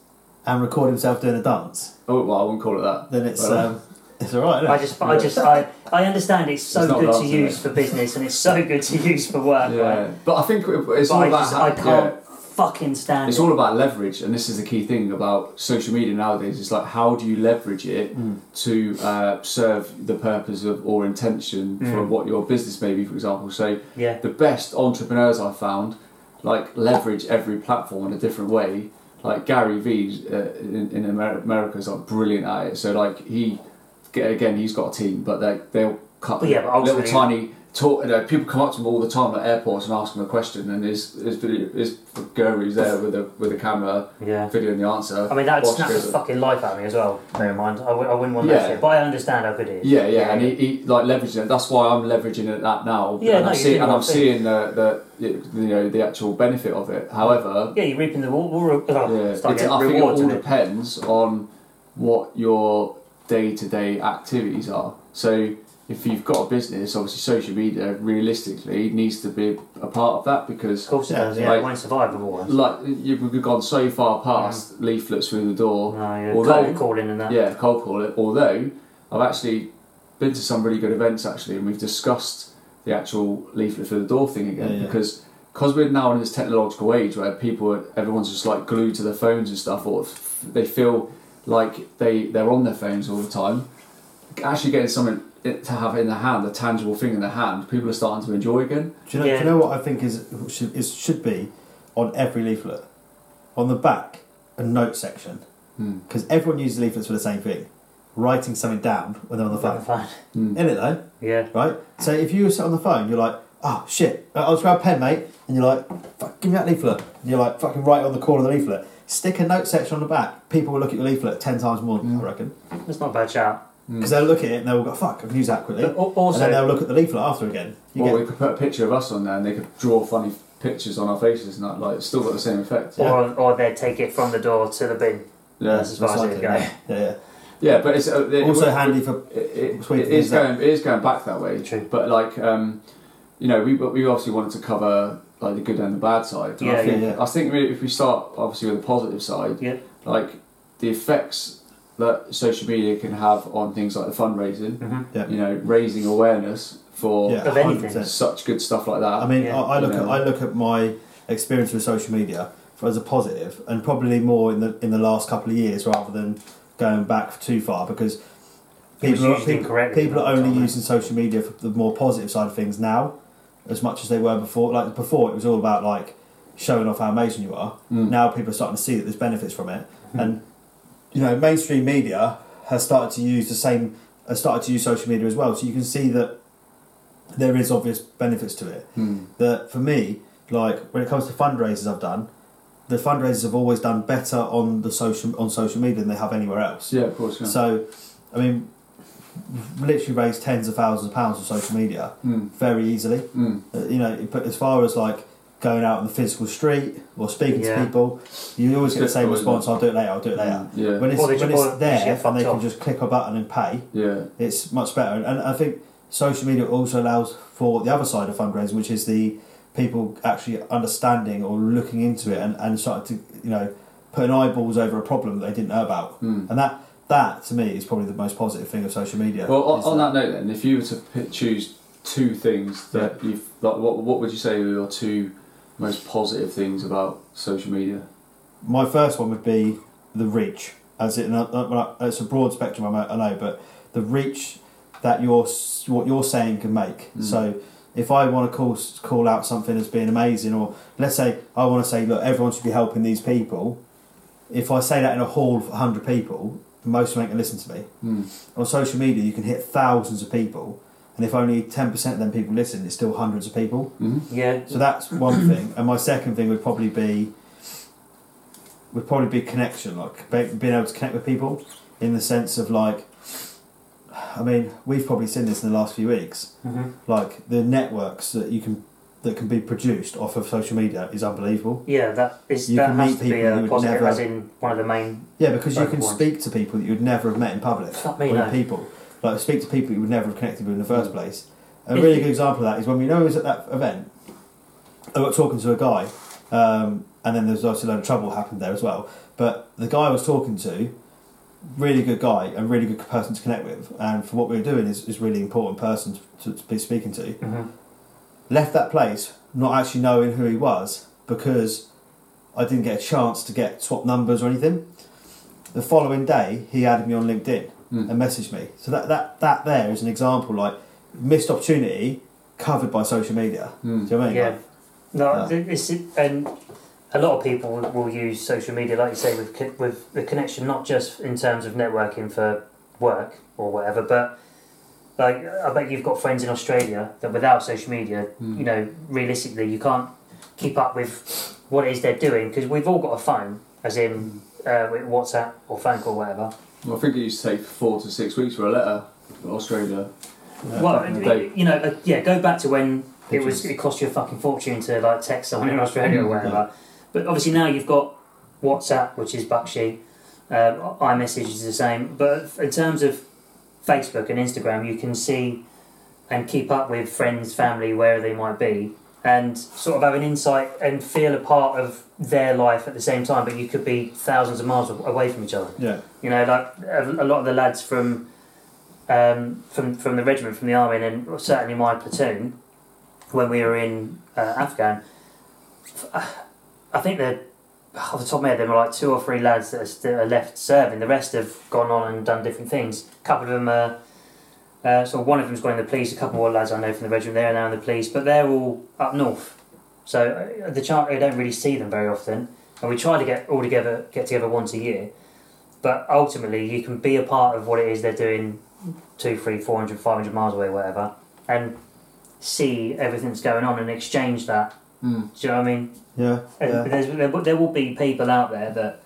[SPEAKER 2] and record himself doing a dance,
[SPEAKER 1] Oh, well, I wouldn't call it that.
[SPEAKER 2] then it's
[SPEAKER 1] Well,
[SPEAKER 2] um, it's all right. Isn't
[SPEAKER 3] I
[SPEAKER 2] it?
[SPEAKER 3] just, I just, I, I understand it's so
[SPEAKER 1] It's not
[SPEAKER 3] good to
[SPEAKER 1] laughing,
[SPEAKER 3] use
[SPEAKER 1] is
[SPEAKER 3] for business and it's so good to use for work, right?
[SPEAKER 1] Yeah, but I think it- it's
[SPEAKER 3] But
[SPEAKER 1] all
[SPEAKER 3] I
[SPEAKER 1] about
[SPEAKER 3] just,
[SPEAKER 1] how-
[SPEAKER 3] I
[SPEAKER 1] yeah.
[SPEAKER 3] can't fucking stand
[SPEAKER 1] It's
[SPEAKER 3] it.
[SPEAKER 1] all about leverage, and this is the key thing about social media nowadays. It's like how do you leverage it
[SPEAKER 2] Hmm.
[SPEAKER 1] to uh, serve the purpose of or intention for
[SPEAKER 3] Mm.
[SPEAKER 1] what your business may be, for example. So
[SPEAKER 3] yeah,
[SPEAKER 1] the best entrepreneurs I've found like leverage every platform in a different way. Like Gary Vee uh, in, in Amer- America is like brilliant at it. So like he again he's got a team, but they they'll cut
[SPEAKER 3] But yeah, but
[SPEAKER 1] little
[SPEAKER 3] ultimately-
[SPEAKER 1] tiny. Talk, you know, people come up to him all the time at airports and ask him a question, and his his, video, his Gary's there with a with a camera,
[SPEAKER 3] yeah.
[SPEAKER 1] videoing the answer.
[SPEAKER 3] I mean, that would
[SPEAKER 1] Watch
[SPEAKER 3] snap the
[SPEAKER 1] goes-
[SPEAKER 3] fucking life out of me as well. Bear in mind, I, w- I wouldn't want
[SPEAKER 1] Yeah.
[SPEAKER 3] that shit. But I understand how good it is.
[SPEAKER 1] Yeah, yeah, and he, he like leveraging it. That's why I'm leveraging it that now.
[SPEAKER 3] Yeah,
[SPEAKER 1] and
[SPEAKER 3] no,
[SPEAKER 1] I'm
[SPEAKER 3] you're
[SPEAKER 1] seeing,
[SPEAKER 3] doing
[SPEAKER 1] and
[SPEAKER 3] the
[SPEAKER 1] I'm
[SPEAKER 3] right
[SPEAKER 1] seeing the, the you know the actual benefit of it. However,
[SPEAKER 3] yeah, you're reaping the war. war
[SPEAKER 1] yeah,
[SPEAKER 3] oh,
[SPEAKER 1] it's,
[SPEAKER 3] start
[SPEAKER 1] I
[SPEAKER 3] getting
[SPEAKER 1] think it
[SPEAKER 3] rewards
[SPEAKER 1] all
[SPEAKER 3] in it.
[SPEAKER 1] depends on what your day-to-day activities are. So if you've got a business, obviously social media realistically needs to be a part of that because
[SPEAKER 3] Of course it
[SPEAKER 2] Yeah,
[SPEAKER 3] does. Yeah,
[SPEAKER 1] like-
[SPEAKER 3] it won't survive the war. No,
[SPEAKER 1] like you- we've gone so far past leaflets through the door.
[SPEAKER 3] yeah,
[SPEAKER 1] Although-
[SPEAKER 3] cold calling and that.
[SPEAKER 1] Yeah, cold call it. Although I've actually been to some really good events actually, and we've discussed the actual leaflet for the door thing again
[SPEAKER 2] Yeah, yeah.
[SPEAKER 1] because because we're now in this technological age where people, are, everyone's just like glued to their phones and stuff, or f- they feel like they they're on their phones all the time. Actually, getting something it- to have in the hand, a tangible thing in the hand, people are starting to enjoy again.
[SPEAKER 2] Do you, know, do
[SPEAKER 3] Yeah.
[SPEAKER 2] you know what I think is should, is should be on every leaflet? On the back, a note section.
[SPEAKER 1] Hmm.
[SPEAKER 2] Because everyone uses leaflets for the same thing writing something down when they're on the phone.
[SPEAKER 3] Fine.
[SPEAKER 1] Mm.
[SPEAKER 2] In it though,
[SPEAKER 3] Yeah.
[SPEAKER 2] right? So if you were sitting on the phone, you're like, oh shit, I'll just grab a pen, mate. And you're like, fuck, give me that leaflet. And you're like, fucking write on the corner of the leaflet. Stick a note section on the back. People will look at your leaflet 10 times more, I reckon.
[SPEAKER 3] That's not a bad shout.
[SPEAKER 2] Because they'll look at it and they'll go, fuck, I can use that quickly.
[SPEAKER 3] But al-
[SPEAKER 2] and then
[SPEAKER 3] also,
[SPEAKER 2] they'll look at the leaflet after again. You
[SPEAKER 1] Or
[SPEAKER 2] get-
[SPEAKER 1] we could put a picture of us on there, and they could draw funny pictures on our faces, and that like it's still got the same effect.
[SPEAKER 2] Yeah.
[SPEAKER 3] or, or they'd take it from the door to the bin.
[SPEAKER 1] Yeah.
[SPEAKER 3] That's as far as it would go.
[SPEAKER 2] yeah, yeah.
[SPEAKER 1] Yeah, but it's uh, it-
[SPEAKER 2] Also
[SPEAKER 1] it-
[SPEAKER 2] handy for
[SPEAKER 1] It, it,
[SPEAKER 2] Sweet
[SPEAKER 1] it is
[SPEAKER 2] things up.
[SPEAKER 1] going. It is going back that way.
[SPEAKER 3] True.
[SPEAKER 1] But like, um, you know, we we obviously wanted to cover like the good and the bad side. And I
[SPEAKER 3] Yeah,
[SPEAKER 1] think,
[SPEAKER 2] yeah, yeah.
[SPEAKER 1] I think we- if we start obviously with the positive side,
[SPEAKER 3] Yeah.
[SPEAKER 1] like the effects that social media can have on things like the fundraising.
[SPEAKER 3] hmm
[SPEAKER 2] Yeah.
[SPEAKER 1] You know, raising awareness for
[SPEAKER 2] yeah,
[SPEAKER 3] Of anything.
[SPEAKER 2] 100%.
[SPEAKER 1] such good stuff like that.
[SPEAKER 2] I mean,
[SPEAKER 3] Yeah.
[SPEAKER 2] I, I look
[SPEAKER 1] Yeah.
[SPEAKER 2] at I look at my experience with social media for, as a positive, and probably more in the in the last couple of years rather than going back too far because
[SPEAKER 3] It was
[SPEAKER 2] people are,
[SPEAKER 3] used
[SPEAKER 2] people,
[SPEAKER 3] incorrectly
[SPEAKER 2] people are
[SPEAKER 3] at the
[SPEAKER 2] only
[SPEAKER 3] time,
[SPEAKER 2] using social media for the more positive side of things now, as much as they were before. Like before, it was all about like showing off how amazing you are.
[SPEAKER 1] Mm. Mm-hmm.
[SPEAKER 2] Now people are starting to see that there's benefits from it, and you know, mainstream media has started to use the same has started to use social media as well. So you can see that there is obvious benefits to it
[SPEAKER 1] Hmm.
[SPEAKER 2] that for me, like when it comes to fundraisers I've done, the fundraisers have always done better on the social on social media than they have anywhere else.
[SPEAKER 1] yeah, of course. Yeah.
[SPEAKER 2] So, I mean, we've literally raised tens of thousands of pounds on social media
[SPEAKER 1] Mm,
[SPEAKER 2] very easily.
[SPEAKER 1] mm,
[SPEAKER 2] Uh, You know, but as far as like going out on the physical street or speaking to
[SPEAKER 3] Yeah.
[SPEAKER 2] people, you always get the same
[SPEAKER 1] Difficult,
[SPEAKER 2] response. I'll do it later. I'll do it later.
[SPEAKER 1] yeah,
[SPEAKER 2] When it's,
[SPEAKER 3] Or they
[SPEAKER 2] when
[SPEAKER 3] just-
[SPEAKER 2] it's
[SPEAKER 3] or
[SPEAKER 2] there
[SPEAKER 3] just get
[SPEAKER 2] and they
[SPEAKER 3] fucked
[SPEAKER 2] can
[SPEAKER 3] off.
[SPEAKER 2] just click a button and pay,
[SPEAKER 1] yeah,
[SPEAKER 2] it's much better. And, and I think social media also allows for the other side of fundraising, which is the people actually understanding or looking into it and, and starting to, you know, putting eyeballs over a problem that they didn't know about.
[SPEAKER 1] Mm.
[SPEAKER 2] And that, that to me is probably the most positive thing of social media.
[SPEAKER 1] Well, on,
[SPEAKER 2] is
[SPEAKER 1] on that note, then, if you were to pick, choose two things that you've, like, what, what would you say are your two most positive things about social media?
[SPEAKER 2] My first one would be the reach, as it and I- I- it's a broad spectrum. I know- I know, but the reach that your s- what you're saying can make.
[SPEAKER 1] Mm.
[SPEAKER 2] So if I want to call s- call out something as being amazing, or let's say I want to say, look, everyone should be helping these people. If I say that in a hall of hundred people, most of them ain't gonna listen to me.
[SPEAKER 1] Mm.
[SPEAKER 2] On social media, you can hit thousands of people, and if only ten percent of them people listen, it's still hundreds of people.
[SPEAKER 1] hmm
[SPEAKER 3] Yeah.
[SPEAKER 2] So that's one thing. And my second thing would probably be would probably be connection, like be- being able to connect with people in the sense of like, I mean, we've probably seen this in the last few weeks.
[SPEAKER 3] Mm-hmm.
[SPEAKER 2] Like the networks that you can that can be produced off of social media is unbelievable.
[SPEAKER 3] Yeah, that is
[SPEAKER 2] You
[SPEAKER 3] that
[SPEAKER 2] can
[SPEAKER 3] has
[SPEAKER 2] meet
[SPEAKER 3] to be
[SPEAKER 2] people you
[SPEAKER 3] a
[SPEAKER 2] would
[SPEAKER 3] positive,
[SPEAKER 2] never-
[SPEAKER 3] as in one of the main.
[SPEAKER 2] Yeah, because you
[SPEAKER 3] Both
[SPEAKER 2] can
[SPEAKER 3] ones.
[SPEAKER 2] speak to people that you'd never have met in public.
[SPEAKER 3] Fuck me, Mm.
[SPEAKER 2] or in
[SPEAKER 3] no.
[SPEAKER 2] people. Like speak to people you would never have connected with in the first place. A
[SPEAKER 3] If
[SPEAKER 2] really
[SPEAKER 3] you-
[SPEAKER 2] good example of that is when we know I was at that event. I got talking to a guy, um, and then there was obviously a lot of trouble happened there as well. But the guy I was talking to, really good guy, a really good person to connect with, and for what we were doing is is really important person to, to be speaking to
[SPEAKER 3] Mm-hmm.
[SPEAKER 2] left that place not actually knowing who he was because I didn't get a chance to get swap numbers or anything. The following day, he added me on LinkedIn
[SPEAKER 1] Mm.
[SPEAKER 2] and messaged me. So that, that that there is an example like missed opportunity covered by social media.
[SPEAKER 1] Mm.
[SPEAKER 2] Do you know what I mean?
[SPEAKER 3] Yeah. No,
[SPEAKER 2] Yeah.
[SPEAKER 3] th- it's and a lot of people will- will use social media, like you say, with co- with the connection, not just in terms of networking for work or whatever, but like I bet you've got friends in Australia that without social media,
[SPEAKER 1] Mm.
[SPEAKER 3] you know, realistically, you can't keep up with what it is they're doing because we've all got a phone, as in uh, with WhatsApp or phone call, whatever.
[SPEAKER 1] Well, I think it used to take four to six weeks for a letter from Australia.
[SPEAKER 2] Yeah,
[SPEAKER 3] well,
[SPEAKER 1] back in the
[SPEAKER 3] y- you know, uh, yeah, go back to when it was
[SPEAKER 2] Pictures.
[SPEAKER 3] it cost you a fucking fortune to like text someone in Australia or
[SPEAKER 1] Yeah.
[SPEAKER 3] wherever. But obviously now you've got WhatsApp, which is Bakshi. Uh, iMessage is the same, but in terms of Facebook and Instagram, you can see and keep up with friends, family, wherever they might be, and sort of have an insight and feel a part of their life at the same time. But you could be thousands of miles away from each other.
[SPEAKER 2] Yeah.
[SPEAKER 3] You know, like a, a lot of the lads from um, from from the regiment, from the army, and then certainly my platoon, when we were in uh, Afghan, f- uh, I think the off the top of my head, there were like two or three lads that are, still, are left serving. The rest have gone on and done different things. A couple of them are. Uh, so one of them's gone in the police. A couple more lads I know from the regiment, they're now in the police, but they're all up north. So uh, the chart, I don't really see them very often. And we try to get all together, get together once a year but ultimately you can be a part of what it is they're doing two, three, four hundred, five hundred miles away, whatever, and see everything that's going on and exchange that.
[SPEAKER 1] Mm.
[SPEAKER 3] Do you know what I mean?
[SPEAKER 2] Yeah.
[SPEAKER 3] And
[SPEAKER 2] yeah.
[SPEAKER 3] There's, there, will- there will be people out there that,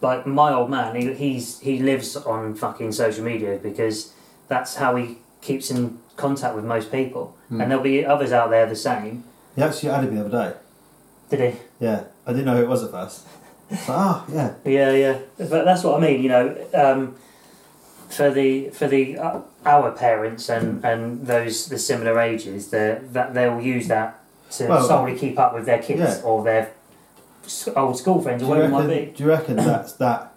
[SPEAKER 3] like my old man, he, he's he lives on fucking social media because that's how he keeps in contact with most people,
[SPEAKER 1] Mm.
[SPEAKER 3] and there'll be others out there the same.
[SPEAKER 2] He actually added me the other day.
[SPEAKER 3] Did
[SPEAKER 2] Yeah. I didn't know who it was at first. It's like, Ah, yeah.
[SPEAKER 3] he? Yeah, yeah. But that's what I mean. You know, um, for the for the uh, our parents and and those the similar ages they that they'll use that to
[SPEAKER 2] Well,
[SPEAKER 3] solely keep up with their kids
[SPEAKER 2] yeah.
[SPEAKER 3] or their s- old school friends
[SPEAKER 2] Do
[SPEAKER 3] or
[SPEAKER 2] you,
[SPEAKER 3] whatever it might
[SPEAKER 2] reckon,
[SPEAKER 3] be
[SPEAKER 2] do you reckon that that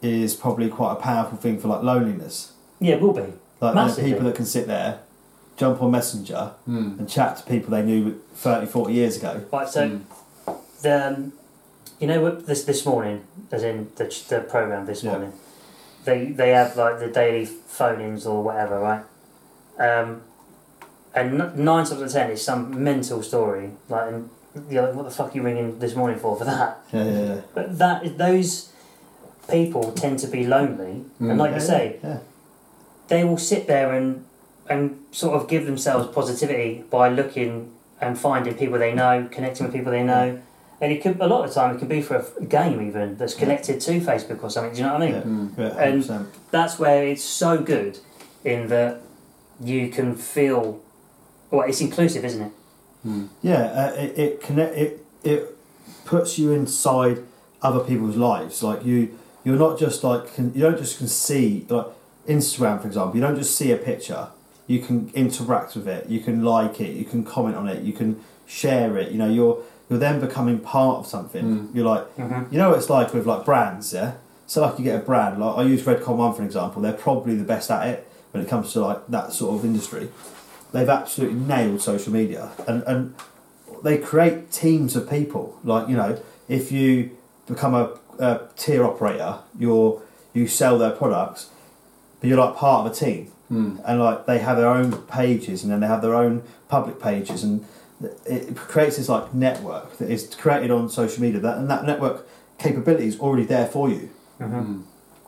[SPEAKER 2] is probably quite a powerful thing for like loneliness?
[SPEAKER 3] yeah it will be
[SPEAKER 2] Like there are
[SPEAKER 3] Massively.
[SPEAKER 2] people that can sit there, jump on Messenger,
[SPEAKER 1] Mm.
[SPEAKER 2] and chat to people they knew 30, 40 years ago.
[SPEAKER 3] right so
[SPEAKER 1] Mm.
[SPEAKER 3] the um, you know what this this morning as in the ch- the program this
[SPEAKER 2] Yeah.
[SPEAKER 3] morning they they have like the daily phone-ins or whatever right um and n- nine times out of ten is some mental story like and you're like what the fuck are you ringing this morning for for that
[SPEAKER 2] Yeah, yeah, yeah.
[SPEAKER 3] But that those people tend to be lonely,
[SPEAKER 1] Mm.
[SPEAKER 3] and like
[SPEAKER 2] yeah,
[SPEAKER 3] you say,
[SPEAKER 2] yeah.
[SPEAKER 3] they will sit there and and sort of give themselves positivity by looking and finding people they know, connecting with people they know, and it could a lot of the time it can be for a f- game even that's connected to Facebook or something. Do you know what I mean?
[SPEAKER 2] Yeah.
[SPEAKER 1] Mm.
[SPEAKER 2] Yeah,
[SPEAKER 3] And-
[SPEAKER 2] 100%.
[SPEAKER 3] that's where it's so good in that you can feel. Well, it's inclusive, isn't it?
[SPEAKER 1] Mm.
[SPEAKER 2] yeah uh, it, it connect it it puts you inside other people's lives. Like you, you're not just like can, you don't just can see like Instagram for example. You don't just see a picture. You can interact with it. You can like it. You can comment on it. You can share it. You know, you're you're then becoming part of something.
[SPEAKER 1] Mm.
[SPEAKER 2] You're like.
[SPEAKER 3] Mm-hmm.
[SPEAKER 2] You know what it's like with like brands, yeah. So like you get a brand, like I use Redcon One for an example. They're probably the best at it when it comes to like that sort of industry. They've absolutely nailed social media, and and they create teams of people. Like you know, if you become a, a tier operator, you're you sell their products, but you're like part of a team
[SPEAKER 1] Mm.
[SPEAKER 2] and like they have their own pages and then they have their own public pages and it creates this like network that is created on social media that and that network capability is already there for you
[SPEAKER 3] Mm-hmm.
[SPEAKER 1] Mm.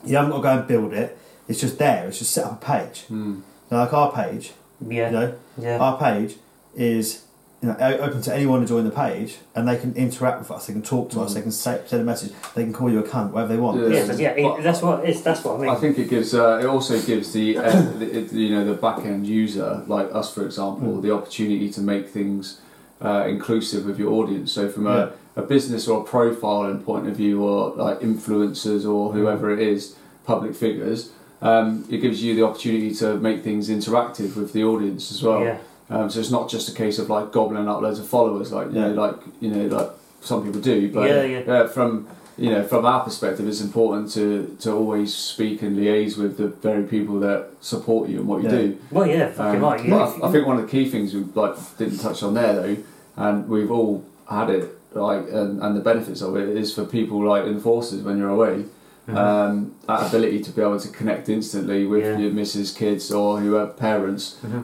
[SPEAKER 2] you haven't got to go and build it it's just there it's just set up a page
[SPEAKER 1] Mm.
[SPEAKER 2] now, like our page
[SPEAKER 3] Yeah.
[SPEAKER 2] you know
[SPEAKER 3] Yeah.
[SPEAKER 2] our page is you know, o- open to anyone to join the page, and they can interact with us. They can talk to us. They can say, send a message. They can call you a cunt, whatever they want.
[SPEAKER 1] Yeah.
[SPEAKER 3] Mm. Yeah, but yeah, it, that's what it's. That's what I mean.
[SPEAKER 1] I think it gives. Uh, it also gives the, uh, the it- you know the back end user like us, for example, the opportunity to make things uh, inclusive with your audience. So from a, a business or a profiling point of view, or like influencers or whoever it is, public figures, um, it gives you the opportunity to make things interactive with the audience as well.
[SPEAKER 3] yeah,
[SPEAKER 1] Um, so it's not just a case of like gobbling up loads of followers, like you know,
[SPEAKER 2] Yeah.
[SPEAKER 1] like you know, like some people do. But
[SPEAKER 3] Yeah, yeah.
[SPEAKER 1] uh, from you know, from our perspective, it's important to to always speak and liaise with the very people that support you and what you
[SPEAKER 2] Yeah.
[SPEAKER 1] do.
[SPEAKER 3] well, yeah, fucking
[SPEAKER 1] Um,
[SPEAKER 3] right.
[SPEAKER 1] but
[SPEAKER 3] Yeah,
[SPEAKER 1] I, I think one of the key things we like didn't touch on there though, and we've all had it like, and, and the benefits of it is for people like enforcers when you're away. Um, that ability to be able to connect instantly with
[SPEAKER 3] Yeah.
[SPEAKER 1] your missus, kids, or whoever parents,
[SPEAKER 3] Mhm.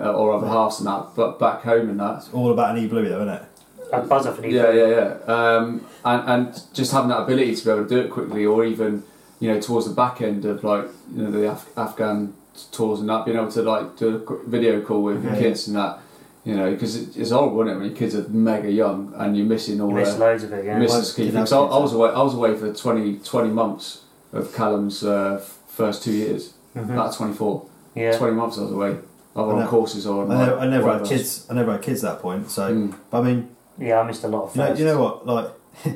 [SPEAKER 1] um, or other halves and that. But back home and that,
[SPEAKER 2] It's all about an e bluey, though, isn't it?
[SPEAKER 3] I'd buzz off an
[SPEAKER 1] yeah,
[SPEAKER 3] email.
[SPEAKER 1] yeah, yeah. Um, and and just having that ability to be able to do it quickly, or even you know towards the back end of like you know the Af- Afghan tours and that, being able to like do a quick video call with your
[SPEAKER 2] Yeah.
[SPEAKER 1] kids and that, you know, because it, it's horrible, isn't it, when your kids are mega young and you're missing all
[SPEAKER 3] You miss
[SPEAKER 1] the
[SPEAKER 3] loads of it.
[SPEAKER 1] you
[SPEAKER 3] Yeah,
[SPEAKER 1] miss
[SPEAKER 2] Well,
[SPEAKER 1] the key
[SPEAKER 2] did
[SPEAKER 1] things. I,
[SPEAKER 2] have kids,
[SPEAKER 1] I was away. I was away for 20, 20 months of Callum's uh, f- first two years.
[SPEAKER 3] Mhm.
[SPEAKER 1] About twenty four.
[SPEAKER 3] yeah.
[SPEAKER 1] 20 months I was away. Either
[SPEAKER 2] I
[SPEAKER 1] on
[SPEAKER 2] know.
[SPEAKER 1] courses or on
[SPEAKER 2] I never,
[SPEAKER 1] like,
[SPEAKER 2] I never had
[SPEAKER 1] whatever.
[SPEAKER 2] kids. I never had kids at that point. So,
[SPEAKER 1] Mm.
[SPEAKER 2] but I mean,
[SPEAKER 3] yeah, I missed a lot of
[SPEAKER 2] you know,
[SPEAKER 3] firsts.
[SPEAKER 2] you know what? Like,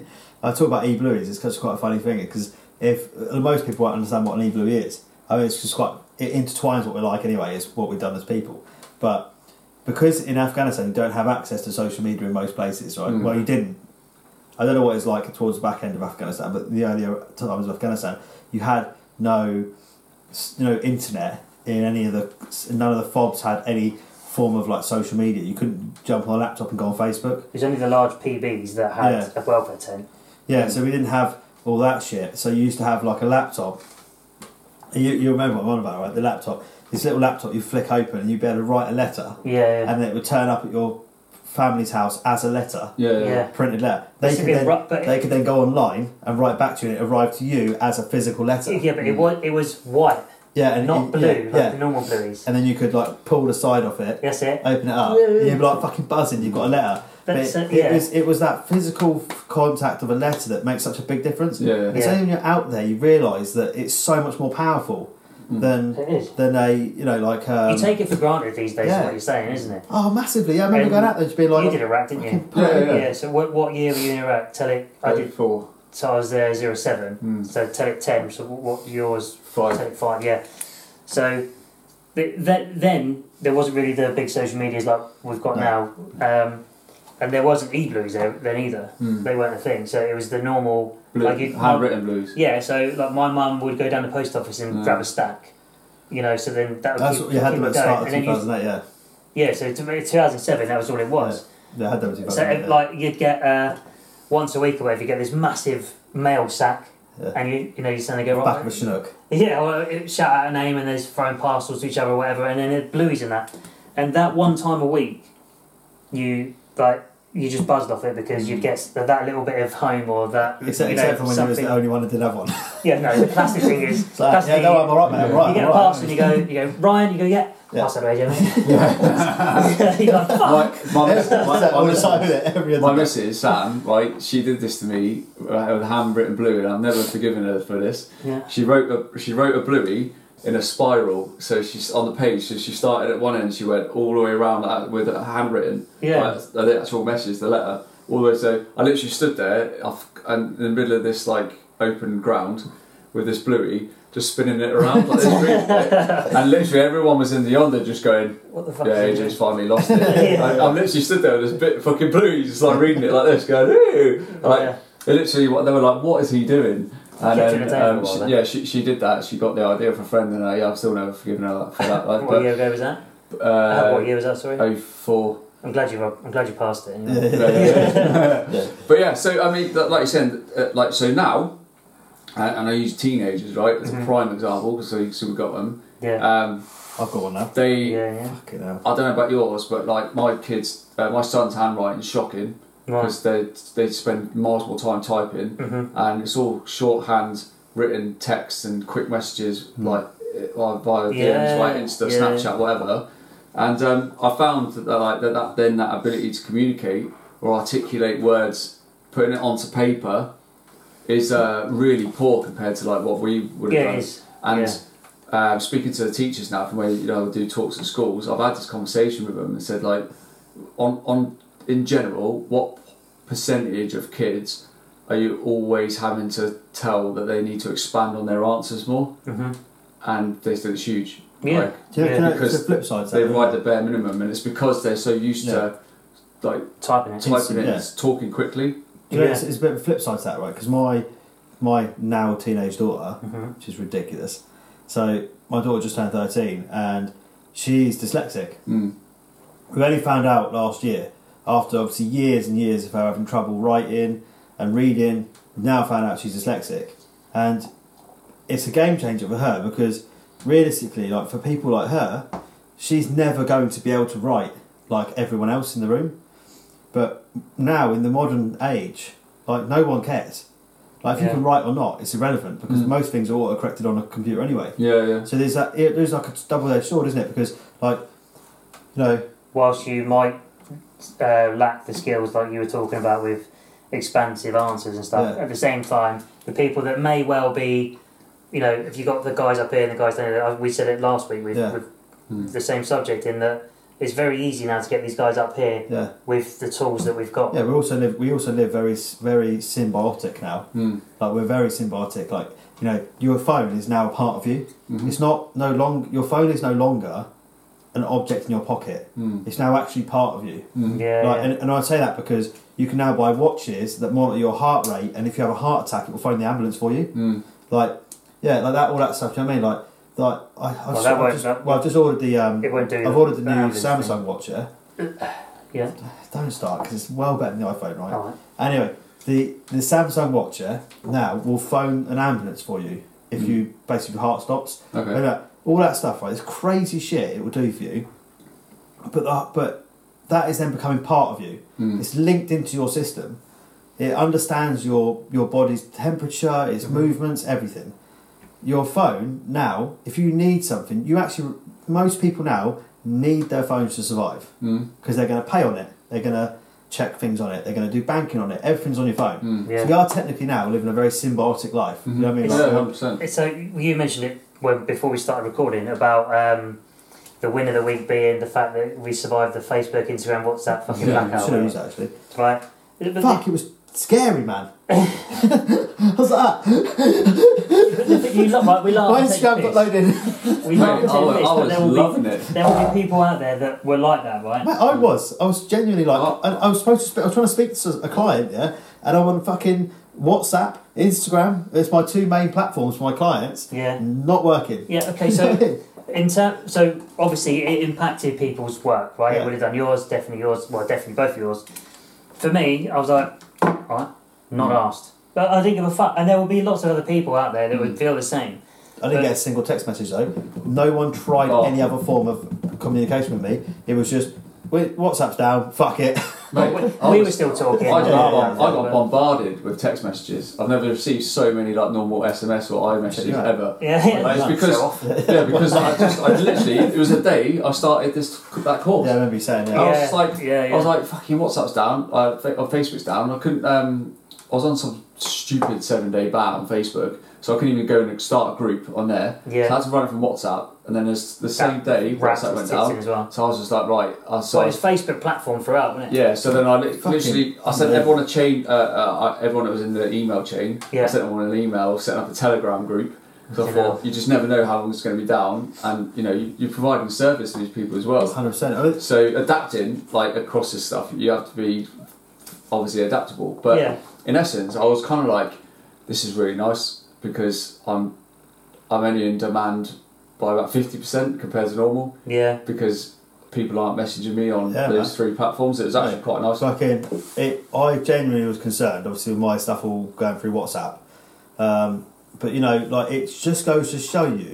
[SPEAKER 2] I talk about e blueys. It's just quite a funny thing because if uh, most people won't understand what an e bluey is, I mean, it's just quite it intertwines what we're like anyway. It's what we've done as people, but because in Afghanistan you don't have access to social media in most places, right?
[SPEAKER 1] Mm.
[SPEAKER 2] Well, you didn't. I don't know what it's like towards the back end of Afghanistan, but the earlier times of Afghanistan, you had no s- no internet in any of the s- none of the fobs had any form of like social media. You couldn't jump on a laptop and go on Facebook.
[SPEAKER 3] It was only the large PBs that had
[SPEAKER 2] Yeah.
[SPEAKER 3] a welfare tent.
[SPEAKER 2] Yeah, so we didn't have all that shit. So you used to have like a laptop. You, you remember what I'm on about, right? The laptop. This little laptop you flick open and you'd be able to write a letter
[SPEAKER 3] Yeah, yeah.
[SPEAKER 2] and then it would turn up at your family's house as a letter,
[SPEAKER 1] Yeah, yeah.
[SPEAKER 3] yeah.
[SPEAKER 2] printed letter. They
[SPEAKER 3] It's a
[SPEAKER 2] could,
[SPEAKER 3] bit
[SPEAKER 2] then,
[SPEAKER 3] rough, but-
[SPEAKER 2] they could then go online and write back to you and it arrived to you as a physical letter.
[SPEAKER 3] Yeah, but it was it was white,
[SPEAKER 2] Yeah, and
[SPEAKER 3] not
[SPEAKER 2] it-
[SPEAKER 3] blue,
[SPEAKER 2] Yeah,
[SPEAKER 3] like
[SPEAKER 2] yeah.
[SPEAKER 3] the normal blueies.
[SPEAKER 2] And then you could like pull the side off it,
[SPEAKER 3] That's it.
[SPEAKER 2] open it up,
[SPEAKER 3] Yeah, yeah.
[SPEAKER 2] and you'd be like fucking buzzing, you've got a letter. But
[SPEAKER 3] That's
[SPEAKER 2] it,
[SPEAKER 3] it, yeah.
[SPEAKER 2] it, was, it was that physical f- contact of a letter that makes such a big difference.
[SPEAKER 1] Yeah,
[SPEAKER 2] It's
[SPEAKER 3] Yeah.
[SPEAKER 2] only when you're out there you realise that it's so much more powerful
[SPEAKER 1] Hmm.
[SPEAKER 2] than
[SPEAKER 3] It is.
[SPEAKER 2] than a you know like um,
[SPEAKER 3] you take it for granted these days, is
[SPEAKER 2] yeah.
[SPEAKER 3] what you're saying, isn't it?
[SPEAKER 2] oh massively. Yeah, I remember
[SPEAKER 3] Um,
[SPEAKER 2] going out there just being
[SPEAKER 3] you
[SPEAKER 2] like,
[SPEAKER 3] did a rack, didn't you?
[SPEAKER 1] Yeah, yeah,
[SPEAKER 3] Yeah.
[SPEAKER 1] yeah. Uh,
[SPEAKER 3] so what, what year were you in Iraq? Tell it. I did.
[SPEAKER 1] Four,
[SPEAKER 3] So I was there zero seven.
[SPEAKER 2] Hmm.
[SPEAKER 1] Mm.
[SPEAKER 3] So tell it ten. So what, what yours?
[SPEAKER 1] five.
[SPEAKER 3] Tell it five. Yeah. So th- th- then there wasn't really the big social medias like we've got
[SPEAKER 2] No.
[SPEAKER 3] now, um, and there wasn't e blues there then either.
[SPEAKER 2] Hmm.
[SPEAKER 1] Mm.
[SPEAKER 3] They weren't a thing. So it was the normal.
[SPEAKER 1] Blue,
[SPEAKER 3] Like you-
[SPEAKER 1] handwritten blues.
[SPEAKER 3] Yeah. So like my mum would go down the post office and
[SPEAKER 1] Mm.
[SPEAKER 3] grab a stack. You know. So then that would
[SPEAKER 2] that's
[SPEAKER 3] keep,
[SPEAKER 2] what you had
[SPEAKER 3] keep
[SPEAKER 2] them at
[SPEAKER 3] it
[SPEAKER 2] the
[SPEAKER 3] going.
[SPEAKER 2] start of
[SPEAKER 3] And then you-
[SPEAKER 2] 2008. Yeah,
[SPEAKER 3] yeah. So to me, 2007. That was all it was.
[SPEAKER 2] they had them in 2008.
[SPEAKER 3] So it,
[SPEAKER 2] yeah.
[SPEAKER 3] like you'd get uh, once a week or whatever, you get this massive mail sack,
[SPEAKER 2] Yeah.
[SPEAKER 3] and you you know you suddenly go
[SPEAKER 2] back of a
[SPEAKER 3] right,
[SPEAKER 2] Chinook.
[SPEAKER 3] yeah, or it- shout out a name, and there's throwing parcels to each other or whatever, and then it blueies in that, and that one time a week, you like you just buzzed off it because you'd get that, that little bit of home or that
[SPEAKER 2] Except,
[SPEAKER 3] you know,
[SPEAKER 2] except for when you was
[SPEAKER 3] something.
[SPEAKER 2] the only one that did have one.
[SPEAKER 3] yeah, no, the classic thing is
[SPEAKER 2] It's like,
[SPEAKER 3] that's
[SPEAKER 2] yeah,
[SPEAKER 3] the-
[SPEAKER 2] no, I'm alright, mate. I'm
[SPEAKER 1] you
[SPEAKER 2] right.
[SPEAKER 3] you get
[SPEAKER 2] I'm
[SPEAKER 3] a
[SPEAKER 2] all right.
[SPEAKER 3] parcel and you go you go Ryan, you go yeah,
[SPEAKER 2] Yeah.
[SPEAKER 3] pass that radio, mate. You're like, "Fuck."
[SPEAKER 1] My, my,
[SPEAKER 2] It's
[SPEAKER 1] my,
[SPEAKER 2] like
[SPEAKER 1] my,
[SPEAKER 2] all the
[SPEAKER 1] missus-
[SPEAKER 2] time with it, every
[SPEAKER 1] my
[SPEAKER 2] other day.
[SPEAKER 1] missus, Sam, right, she did this to me uh, with handwritten blue, and I've never forgiven her for this.
[SPEAKER 3] yeah,
[SPEAKER 1] She wrote a, she wrote a bluey in a spiral, so she's on the page, so she started at one end, she went all the way around that with a handwritten,
[SPEAKER 3] Yeah.
[SPEAKER 1] like, the actual message, the letter, all the way. So I literally stood there off, and in the middle of this like open ground with this bluey. Just spinning it around like this, and literally everyone was in the yonder just going,
[SPEAKER 3] what the fuck?
[SPEAKER 1] Yeah, he
[SPEAKER 3] is it?
[SPEAKER 1] just finally lost it.
[SPEAKER 3] Yeah.
[SPEAKER 1] I, I'm literally stood there with this bit fucking blue, just like reading it like this, going, ooh. And, Like,
[SPEAKER 3] Oh, Yeah.
[SPEAKER 1] they Literally, what they were like, what is he doing? And
[SPEAKER 3] Kept you
[SPEAKER 1] then,
[SPEAKER 3] entertained
[SPEAKER 1] um,
[SPEAKER 3] for a while
[SPEAKER 1] she,
[SPEAKER 3] then.
[SPEAKER 1] yeah, she, she did that. She got the idea from a friend, and uh, yeah, I've still never forgiven her for that. Like,
[SPEAKER 3] What year ago was that?
[SPEAKER 1] but,
[SPEAKER 3] Uh, what
[SPEAKER 1] uh,
[SPEAKER 3] year was that? Sorry,
[SPEAKER 1] oh four.
[SPEAKER 3] I'm glad you. I'm glad you passed it. Anyway.
[SPEAKER 1] Yeah, yeah, yeah.
[SPEAKER 2] Yeah.
[SPEAKER 1] But yeah, so I mean, th- like you said, uh, like so now, uh, and, and I use teenagers right as a
[SPEAKER 3] Mhm.
[SPEAKER 1] prime example because so, so we got them.
[SPEAKER 3] Yeah,
[SPEAKER 1] Um,
[SPEAKER 2] I've got one now.
[SPEAKER 1] they,
[SPEAKER 3] yeah, yeah.
[SPEAKER 2] Fucking hell.
[SPEAKER 1] I don't know about yours, but like my kids, uh, my son's handwriting's shocking.
[SPEAKER 3] Right.
[SPEAKER 1] because they they spend multiple time typing,
[SPEAKER 3] Mhm.
[SPEAKER 1] and it's all shorthand written texts and quick messages like uh, via DMs,
[SPEAKER 3] Yeah,
[SPEAKER 1] like Insta,
[SPEAKER 3] yeah.
[SPEAKER 1] Snapchat, whatever. And um, I found that, like that, that then that ability to communicate or articulate words, putting it onto paper, is uh, really poor compared to like what we would have
[SPEAKER 3] Yeah, it
[SPEAKER 1] done.
[SPEAKER 3] is.
[SPEAKER 1] And um, speaking to the teachers now, from where you know I do talks at schools, I've had this conversation with them and said like, on on in general, what percentage of kids are you always having to tell that they need to expand on their answers more?
[SPEAKER 3] Mhm.
[SPEAKER 1] And they said it's huge.
[SPEAKER 3] Yeah.
[SPEAKER 1] Like,
[SPEAKER 2] Do you
[SPEAKER 3] Yeah,
[SPEAKER 2] know, yeah,
[SPEAKER 1] because
[SPEAKER 2] the flip side. to
[SPEAKER 1] they
[SPEAKER 2] that, isn't
[SPEAKER 1] ride
[SPEAKER 2] it?
[SPEAKER 1] the bare minimum, and it's because they're so used to like
[SPEAKER 3] Typing it.
[SPEAKER 1] typing it,
[SPEAKER 2] yeah.
[SPEAKER 1] and talking quickly.
[SPEAKER 2] Do you know,
[SPEAKER 3] Yeah.
[SPEAKER 2] it's, it's a bit of a flip side to that, right? Because my my now teenage daughter,
[SPEAKER 3] Mhm.
[SPEAKER 2] which is ridiculous. So my daughter just turned thirteen, and she's dyslexic.
[SPEAKER 1] Mm.
[SPEAKER 2] We only found out last year, after obviously years and years of her having trouble writing and reading. We've now found out she's dyslexic, and it's a game changer for her because realistically, like for people like her, she's never going to be able to write like everyone else in the room. But now in the modern age, like no one cares. Like if
[SPEAKER 3] Yeah.
[SPEAKER 2] you can write or not, it's irrelevant because
[SPEAKER 1] Mm.
[SPEAKER 2] most things are autocorrected on a computer anyway.
[SPEAKER 1] Yeah, yeah.
[SPEAKER 2] So there's that it- there's like a double-edged sword, isn't it? Because like you know,
[SPEAKER 3] Whilst you might uh, lack the skills like you were talking about with expansive answers and stuff,
[SPEAKER 2] Yeah.
[SPEAKER 3] at the same time, the people that may well be, you know, if you got the guys up here and the guys down here, uh, we said it last week with,
[SPEAKER 2] Yeah.
[SPEAKER 3] with
[SPEAKER 1] Mm.
[SPEAKER 3] the same subject in that it's very easy now to get these guys up here
[SPEAKER 2] yeah,
[SPEAKER 3] with the tools that we've got.
[SPEAKER 2] yeah. We also live we also live very s- very symbiotic now.
[SPEAKER 1] Mm.
[SPEAKER 2] Like we're very symbiotic. Like you know, your phone is now a part of you.
[SPEAKER 1] Mhm.
[SPEAKER 3] Mm-hmm.
[SPEAKER 2] It's not no long. Your phone is no longer an object in your pocket.
[SPEAKER 1] Mm.
[SPEAKER 2] It's now actually part of you.
[SPEAKER 1] Mm.
[SPEAKER 3] Yeah,
[SPEAKER 2] Like, and, and I say that because you can now buy watches that monitor your heart rate, and if you have a heart attack, it will phone the ambulance for you.
[SPEAKER 1] Mm.
[SPEAKER 2] Like, yeah, like that, all that stuff. Do you know what I mean? Like, like I, I
[SPEAKER 3] Well,
[SPEAKER 2] just,
[SPEAKER 3] that
[SPEAKER 2] I
[SPEAKER 3] won't-
[SPEAKER 2] just,
[SPEAKER 3] that-
[SPEAKER 2] well, I've just ordered the. Um,
[SPEAKER 3] it won't do.
[SPEAKER 2] I've ordered the new
[SPEAKER 3] ambulance
[SPEAKER 2] Samsung
[SPEAKER 3] thing.
[SPEAKER 2] watch. Yeah,
[SPEAKER 3] Yeah.
[SPEAKER 2] don't start because it's well better than the iPhone, right?
[SPEAKER 3] All right.
[SPEAKER 2] Anyway, the the Samsung watch yeah, now will phone an ambulance for you if
[SPEAKER 1] Mm.
[SPEAKER 2] you basically if your heart stops.
[SPEAKER 1] Okay.
[SPEAKER 2] Look at that. all that stuff, right? It's crazy shit it will do for you. But that, but that is then becoming part of you.
[SPEAKER 1] Mm.
[SPEAKER 2] It's linked into your system. It understands your your body's temperature, its
[SPEAKER 1] Mm-hmm.
[SPEAKER 2] movements, everything. Your phone now, if you need something, you actually most people now need their phones to survive
[SPEAKER 1] Mm.
[SPEAKER 2] because they're going to pay on it. They're going to check things on it. They're going to do banking on it. Everything's on your phone.
[SPEAKER 1] Mm. Mm-hmm.
[SPEAKER 3] Yeah.
[SPEAKER 2] So we are technically now living a very symbiotic life. You know what I mean?
[SPEAKER 1] Yeah,
[SPEAKER 2] Like, um,
[SPEAKER 1] hundred percent.
[SPEAKER 3] So you mentioned it when before we started recording about um, the win of the week being the fact that we survived the Facebook, Instagram, WhatsApp fucking
[SPEAKER 1] Yeah,
[SPEAKER 2] I
[SPEAKER 3] blackout.
[SPEAKER 2] should have used that actually.
[SPEAKER 3] Right. But the-
[SPEAKER 2] Fuck, it was scary, man. I was like, ah,
[SPEAKER 3] but the thing- you look like we laugh.
[SPEAKER 2] my
[SPEAKER 3] and take
[SPEAKER 2] Instagram
[SPEAKER 3] the
[SPEAKER 2] got
[SPEAKER 3] piss.
[SPEAKER 2] loaded.
[SPEAKER 3] We
[SPEAKER 1] Mate,
[SPEAKER 3] laugh and
[SPEAKER 1] I
[SPEAKER 3] take the
[SPEAKER 1] was,
[SPEAKER 3] piss,
[SPEAKER 1] I
[SPEAKER 3] but
[SPEAKER 1] was
[SPEAKER 3] there will be
[SPEAKER 1] loving it.
[SPEAKER 3] there will be people out there that were like that, right?
[SPEAKER 2] Mate, I was. I was genuinely like,
[SPEAKER 1] Oh.
[SPEAKER 2] I, I was supposed to. Speak, I was trying to speak to a client, yeah, and I'm on fucking WhatsApp, Instagram. It's my two main platforms for my clients.
[SPEAKER 3] Yeah.
[SPEAKER 2] Not working.
[SPEAKER 3] Yeah. Okay. So In ter- so obviously it impacted people's work, right?
[SPEAKER 2] Yeah.
[SPEAKER 3] It would have done yours, definitely yours, well, definitely both yours. For me, I was like, alright, not
[SPEAKER 1] Mm.
[SPEAKER 3] asked. But I didn't give a fuck, and there will be lots of other people out there that
[SPEAKER 1] Mm.
[SPEAKER 3] would feel the same.
[SPEAKER 2] I didn't get a single text message though. No one tried
[SPEAKER 1] Oh.
[SPEAKER 2] any other form of communication with me. It was just, "Wait, WhatsApp's down. Fuck it.
[SPEAKER 1] Mate, I
[SPEAKER 3] we
[SPEAKER 1] was-
[SPEAKER 3] were still talking.
[SPEAKER 1] I got,
[SPEAKER 2] Yeah, yeah,
[SPEAKER 1] I got
[SPEAKER 3] yeah.
[SPEAKER 1] bombarded with text messages. I've never received so many like normal SMS or iMessages
[SPEAKER 2] Yeah.
[SPEAKER 1] ever.
[SPEAKER 3] yeah, yeah.
[SPEAKER 1] Like, it's because
[SPEAKER 4] often.
[SPEAKER 1] yeah, because I just I literally it was a day I started this that course.
[SPEAKER 2] Yeah, I remember you saying
[SPEAKER 1] I
[SPEAKER 2] that.
[SPEAKER 1] was just like-
[SPEAKER 3] yeah, yeah.
[SPEAKER 1] I was like, fucking WhatsApp's down, uh, Fa- or Facebook's down. I couldn't. Um, I was on some stupid seven day ban on Facebook, so I couldn't even go and start a group on there.
[SPEAKER 3] Yeah.
[SPEAKER 1] So I had to run it from WhatsApp, and then as the same day
[SPEAKER 3] Rats
[SPEAKER 1] WhatsApp
[SPEAKER 3] was
[SPEAKER 1] went
[SPEAKER 3] ticked in
[SPEAKER 1] down.
[SPEAKER 3] as well.
[SPEAKER 1] So I was just like, right, I
[SPEAKER 3] So
[SPEAKER 1] so
[SPEAKER 3] it's Facebook platform throughout, wasn't it?
[SPEAKER 1] Yeah, so then I li-
[SPEAKER 2] Fucking
[SPEAKER 1] literally I sent
[SPEAKER 2] unbelievable.
[SPEAKER 1] everyone a chain, uh, uh, I- everyone that was in the email chain.
[SPEAKER 3] Yeah.
[SPEAKER 1] I sent everyone an email, set up a Telegram group. Because I
[SPEAKER 3] Fucking
[SPEAKER 1] thought you just never know how long it's going to be down, and you know you, you're providing service to these people as well.
[SPEAKER 2] Hundred percent.
[SPEAKER 1] So adapting like across this stuff, you have to be obviously adaptable. But
[SPEAKER 3] Yeah.
[SPEAKER 1] in essence, I was kind of like, this is really nice because I'm I'm only in demand by about fifty percent compared to normal
[SPEAKER 3] Yeah.
[SPEAKER 1] because people aren't messaging me on
[SPEAKER 2] Yeah,
[SPEAKER 1] those three platforms. It was actually
[SPEAKER 2] Right.
[SPEAKER 1] quite nice.
[SPEAKER 2] Fucking, it. I genuinely was concerned, obviously, with my stuff all going through WhatsApp. Um, but you know, like it just goes to show you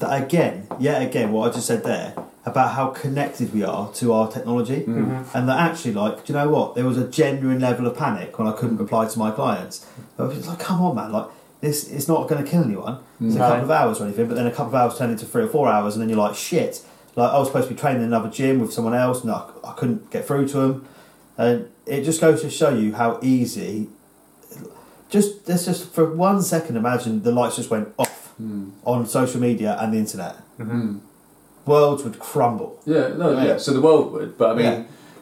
[SPEAKER 2] that again, yet again, what I just said there about how connected we are to our technology,
[SPEAKER 1] Mm.
[SPEAKER 3] Mm-hmm.
[SPEAKER 2] and that actually, like, do you know what? There was a genuine level of panic when I couldn't reply to my clients. I was like, come on, man, like. This it's not going to kill anyone. It's a
[SPEAKER 3] No.
[SPEAKER 2] couple of hours or anything, but then a couple of hours turn into three or four hours, and then you're like, shit, Like I was supposed to be training in another gym with someone else, and I, I couldn't get through to them. And it just goes to show you how easy. Just let's just for one second imagine the lights just went off
[SPEAKER 1] Mm.
[SPEAKER 2] on social media and the internet.
[SPEAKER 1] Mm.
[SPEAKER 2] Worlds would crumble.
[SPEAKER 1] Yeah, no, yeah.
[SPEAKER 2] Yeah.
[SPEAKER 1] So the world would, but I mean,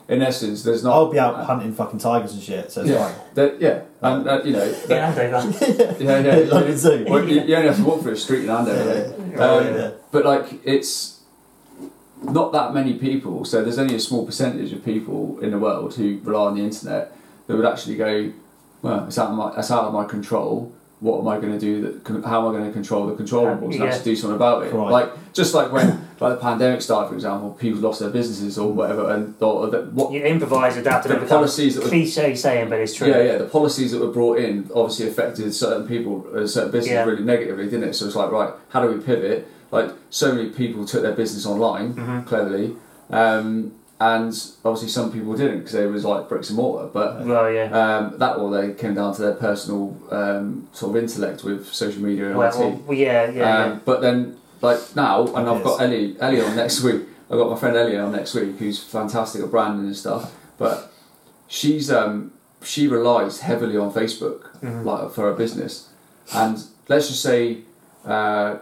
[SPEAKER 2] Yeah.
[SPEAKER 1] in essence, there's not.
[SPEAKER 2] I'll be out hunting fucking tigers and shit. So it's
[SPEAKER 1] Yeah,
[SPEAKER 2] fine.
[SPEAKER 1] that, yeah, and that, you know, that-
[SPEAKER 3] Yeah, Andover.
[SPEAKER 1] yeah, yeah,
[SPEAKER 2] Like a zoo.
[SPEAKER 1] Well, you, you only have to walk through a street in Andover.
[SPEAKER 2] Yeah.
[SPEAKER 1] really.
[SPEAKER 3] Oh,
[SPEAKER 1] Um,
[SPEAKER 2] yeah.
[SPEAKER 1] But like, it's not that many people. So there's only a small percentage of people in the world who rely on the internet that would actually go, "Well, it's out of my, it's out of my control. What am I going to do? That con- how am I going to control the controllables and
[SPEAKER 3] Yeah.
[SPEAKER 1] actually do something about it?
[SPEAKER 2] Right.
[SPEAKER 1] Like just like when like the pandemic started, for example, people lost their businesses or whatever, and or that what
[SPEAKER 3] You improvise, adapt, and
[SPEAKER 1] the
[SPEAKER 3] it becomes
[SPEAKER 1] policies that were
[SPEAKER 3] cliche saying, but it's true.
[SPEAKER 1] yeah, yeah. The policies that were brought in obviously affected certain people, uh, certain businesses
[SPEAKER 3] Yeah.
[SPEAKER 1] really negatively, didn't it? So it's like, right, how do we pivot? Like, so many people took their business online,
[SPEAKER 3] Mhm.
[SPEAKER 1] cleverly, um, and obviously some people didn't because they was like bricks and mortar. But
[SPEAKER 3] Well, yeah.
[SPEAKER 1] um, that all they came down to their personal um, sort of intellect with social media and IT.
[SPEAKER 3] well, well, yeah, yeah, yeah.
[SPEAKER 1] Um, But then, like now, and I've got
[SPEAKER 2] Yes.
[SPEAKER 1] Ellie, Ellie on next week. I've got my friend Ellie on next week, who's fantastic at branding and stuff. But she's um, she relies heavily on Facebook,
[SPEAKER 3] Mhm.
[SPEAKER 1] like for her business. And let's just say uh,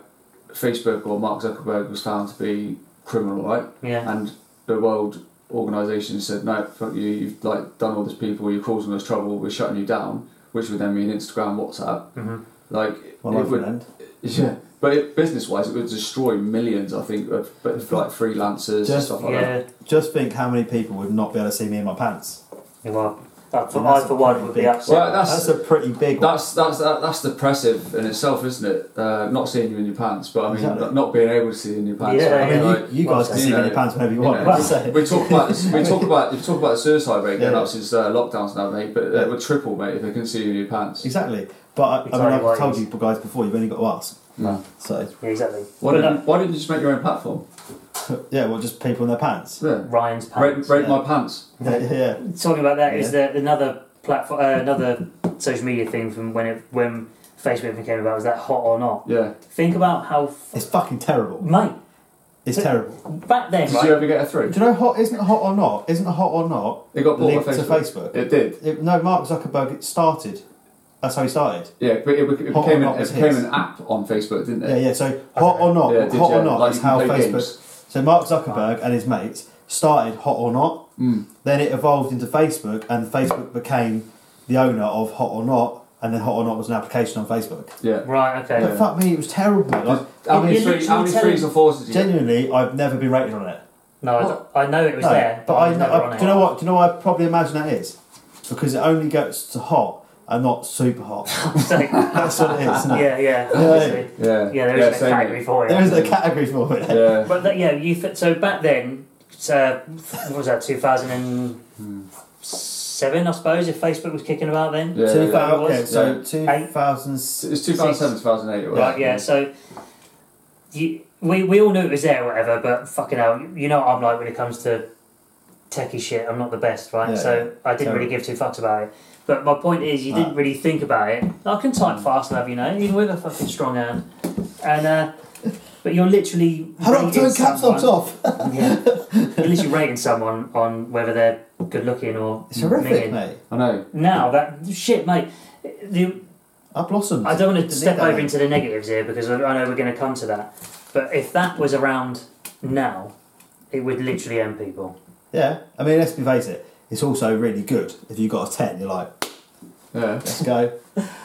[SPEAKER 1] Facebook or Mark Zuckerberg was found to be criminal, right?
[SPEAKER 3] yeah.
[SPEAKER 1] and the World Organization said, "No, fuck you. You've like done all this people. You're causing us trouble. We're shutting you down," which would then mean Instagram, WhatsApp.
[SPEAKER 3] Mhm.
[SPEAKER 1] Like
[SPEAKER 2] My
[SPEAKER 1] it
[SPEAKER 2] life
[SPEAKER 1] would,
[SPEAKER 2] would end.
[SPEAKER 1] yeah. But it, business-wise, it would destroy millions. I think of but of, like freelancers and
[SPEAKER 2] Just-
[SPEAKER 1] stuff like that.
[SPEAKER 3] yeah.
[SPEAKER 2] Just think how many people would not be able to see me in my pants.
[SPEAKER 3] Well, that, for,
[SPEAKER 2] And that's
[SPEAKER 3] I, for
[SPEAKER 2] a
[SPEAKER 3] one,
[SPEAKER 2] pretty
[SPEAKER 3] would be
[SPEAKER 2] big-
[SPEAKER 3] upset.
[SPEAKER 1] Well, that's-
[SPEAKER 2] That's a pretty big one.
[SPEAKER 1] That's that's that, that's depressive in itself, isn't it? Uh, not seeing you in your pants, but I mean,
[SPEAKER 2] Exactly.
[SPEAKER 1] not, not being able to see you in your pants.
[SPEAKER 3] Yeah,
[SPEAKER 1] I
[SPEAKER 2] I
[SPEAKER 1] mean,
[SPEAKER 2] mean,
[SPEAKER 1] like,
[SPEAKER 2] you, you guys can
[SPEAKER 1] you
[SPEAKER 2] see me in
[SPEAKER 1] know,
[SPEAKER 2] your pants whenever you
[SPEAKER 1] you
[SPEAKER 2] want.
[SPEAKER 1] know.
[SPEAKER 2] I'm just saying.
[SPEAKER 1] we talk about this, we talk about you talk about the suicide rate going
[SPEAKER 2] Yeah.
[SPEAKER 1] up since uh, lockdowns now, mate. But it would triple, mate, if they couldn't see you in your pants.
[SPEAKER 2] Exactly. But I, I
[SPEAKER 3] Exactly
[SPEAKER 2] mean, I've
[SPEAKER 3] what it
[SPEAKER 2] told
[SPEAKER 3] is.
[SPEAKER 2] you guys before, you've only got to ask.
[SPEAKER 1] No.
[SPEAKER 2] So,
[SPEAKER 3] Yeah, exactly.
[SPEAKER 1] Why
[SPEAKER 3] But,
[SPEAKER 1] didn't,
[SPEAKER 3] um,
[SPEAKER 1] why didn't you just make your own platform?
[SPEAKER 2] yeah, well, just people in their pants.
[SPEAKER 1] Yeah.
[SPEAKER 3] Ryan's pants.
[SPEAKER 1] Rate, rate
[SPEAKER 2] yeah.
[SPEAKER 1] my pants.
[SPEAKER 2] Yeah, yeah.
[SPEAKER 3] talking about that is
[SPEAKER 2] Yeah.
[SPEAKER 3] that another platform, uh, another social media thing from when it when Facebook came about was that hot or not.
[SPEAKER 1] Yeah.
[SPEAKER 3] Think about how, f-
[SPEAKER 2] It's fucking terrible.
[SPEAKER 3] mate,
[SPEAKER 2] It's terrible.
[SPEAKER 3] back then,
[SPEAKER 1] Did
[SPEAKER 3] right?
[SPEAKER 1] you ever get a three?
[SPEAKER 2] Do you know hot? Isn't it hot or not? Isn't it hot or not?
[SPEAKER 1] It got bought
[SPEAKER 2] linked
[SPEAKER 1] by
[SPEAKER 2] to
[SPEAKER 1] Facebook.
[SPEAKER 2] Facebook.
[SPEAKER 1] It did.
[SPEAKER 2] It- no, Mark Zuckerberg started. That's how he started.
[SPEAKER 1] Yeah, but it, bec- it
[SPEAKER 2] Hot or
[SPEAKER 1] became,
[SPEAKER 2] Not
[SPEAKER 1] an, it
[SPEAKER 2] was
[SPEAKER 1] became
[SPEAKER 2] his.
[SPEAKER 1] an app on Facebook, didn't
[SPEAKER 2] Yeah,
[SPEAKER 1] it?
[SPEAKER 2] yeah. So hot or not,
[SPEAKER 1] Yeah, did
[SPEAKER 2] hot
[SPEAKER 1] you?
[SPEAKER 2] or not
[SPEAKER 1] Like,
[SPEAKER 2] is
[SPEAKER 1] you can
[SPEAKER 2] how
[SPEAKER 1] play
[SPEAKER 2] Facebook.
[SPEAKER 1] games.
[SPEAKER 2] So Mark Zuckerberg and his mates started hot or not.
[SPEAKER 1] Mm.
[SPEAKER 2] Then it evolved into Facebook, and Facebook became the owner of hot or not, and then hot or not was an application on Facebook.
[SPEAKER 1] Yeah.
[SPEAKER 3] Right, okay.
[SPEAKER 1] Yeah.
[SPEAKER 2] But fuck me, it was terrible. Like,
[SPEAKER 1] How many,
[SPEAKER 3] You're
[SPEAKER 1] three, how
[SPEAKER 3] literally
[SPEAKER 1] many threes or fours did you get?
[SPEAKER 2] genuinely, I've never been rated on it.
[SPEAKER 3] No, I d- I, know it was
[SPEAKER 2] No,
[SPEAKER 3] there,
[SPEAKER 2] but
[SPEAKER 3] I
[SPEAKER 2] I,
[SPEAKER 3] was
[SPEAKER 2] know,
[SPEAKER 3] never on
[SPEAKER 2] I,
[SPEAKER 3] it.
[SPEAKER 2] do you know what? Do you know what I probably imagine that is because it only goes to hot and not super hot.
[SPEAKER 3] So,
[SPEAKER 2] That's what it is. Isn't it?
[SPEAKER 3] yeah, yeah, obviously.
[SPEAKER 1] Yeah.
[SPEAKER 3] Yeah, there isn't a
[SPEAKER 1] same
[SPEAKER 3] category
[SPEAKER 1] here.
[SPEAKER 3] for it.
[SPEAKER 2] There isn't a category for it.
[SPEAKER 1] Yeah.
[SPEAKER 3] But that, yeah, you th- so back then, so what was that, 2007, I suppose, if Facebook was kicking about then?
[SPEAKER 1] Yeah.
[SPEAKER 2] Two
[SPEAKER 1] yeah.
[SPEAKER 3] that-
[SPEAKER 2] thou-
[SPEAKER 3] was-
[SPEAKER 2] yeah, so
[SPEAKER 1] yeah.
[SPEAKER 2] two thousand
[SPEAKER 1] It
[SPEAKER 2] six.
[SPEAKER 1] was 2007, 2008. it was.
[SPEAKER 3] Right, yeah, so you, we, we all knew it was there or whatever, but fucking hell, you know what I'm like when it comes to techie shit, I'm not the best, right?
[SPEAKER 2] Yeah,
[SPEAKER 3] so I didn't
[SPEAKER 2] Terrible.
[SPEAKER 3] really give two fucks about it. But my point is, you didn't
[SPEAKER 2] Ah.
[SPEAKER 3] really think about it. I can
[SPEAKER 2] Mm.
[SPEAKER 3] type fast enough, you know, even with a fucking strong hand. And, uh, but you're literally.
[SPEAKER 2] Hold on,
[SPEAKER 3] rating
[SPEAKER 2] turn caps
[SPEAKER 3] someone-
[SPEAKER 2] locks off.
[SPEAKER 3] yeah. You're literally rating someone on whether they're good looking or
[SPEAKER 1] Mm,
[SPEAKER 2] It's horrific,
[SPEAKER 3] minging.
[SPEAKER 2] mate.
[SPEAKER 1] I know.
[SPEAKER 3] Now that shit, mate. The,
[SPEAKER 2] I blossomed.
[SPEAKER 3] I don't want
[SPEAKER 2] Delete
[SPEAKER 3] to step
[SPEAKER 2] that,
[SPEAKER 3] over
[SPEAKER 2] mate.
[SPEAKER 3] into the negatives here because I I know we're going to come to that. But if that was around now, it would literally end people.
[SPEAKER 2] Yeah, I mean, let's be face it. It's also really good if you got a ten. You're like,
[SPEAKER 1] Yeah.
[SPEAKER 2] let's go.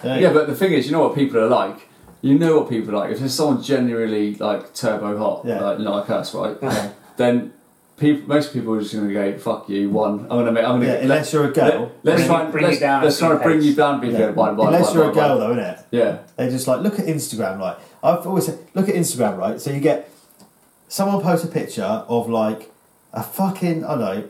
[SPEAKER 2] Yeah,
[SPEAKER 1] Yeah, but the thing is, you know what people are like. You know what people are like. If there's someone genuinely like turbo hot,
[SPEAKER 2] Yeah.
[SPEAKER 1] like, like us, right?
[SPEAKER 2] Yeah.
[SPEAKER 1] Then people, most people are just going to go, "Fuck you, one." I'm going to make. I'm going
[SPEAKER 2] Yeah,
[SPEAKER 1] to.
[SPEAKER 2] unless you're a girl.
[SPEAKER 1] Let, us
[SPEAKER 3] Bring-
[SPEAKER 1] try and
[SPEAKER 3] bring
[SPEAKER 1] let's,
[SPEAKER 3] you down
[SPEAKER 1] Let's
[SPEAKER 3] a
[SPEAKER 1] try
[SPEAKER 3] few
[SPEAKER 1] and bring you
[SPEAKER 3] pegs.
[SPEAKER 1] down, people.
[SPEAKER 2] Yeah.
[SPEAKER 1] One, one,
[SPEAKER 2] unless
[SPEAKER 1] one,
[SPEAKER 2] you're
[SPEAKER 1] one,
[SPEAKER 2] a girl,
[SPEAKER 1] one.
[SPEAKER 2] though, isn't it?
[SPEAKER 1] Yeah.
[SPEAKER 2] They're just like, look at Instagram. Like I've always said, look at Instagram. Right, so you get someone posts a picture of like a fucking I don't know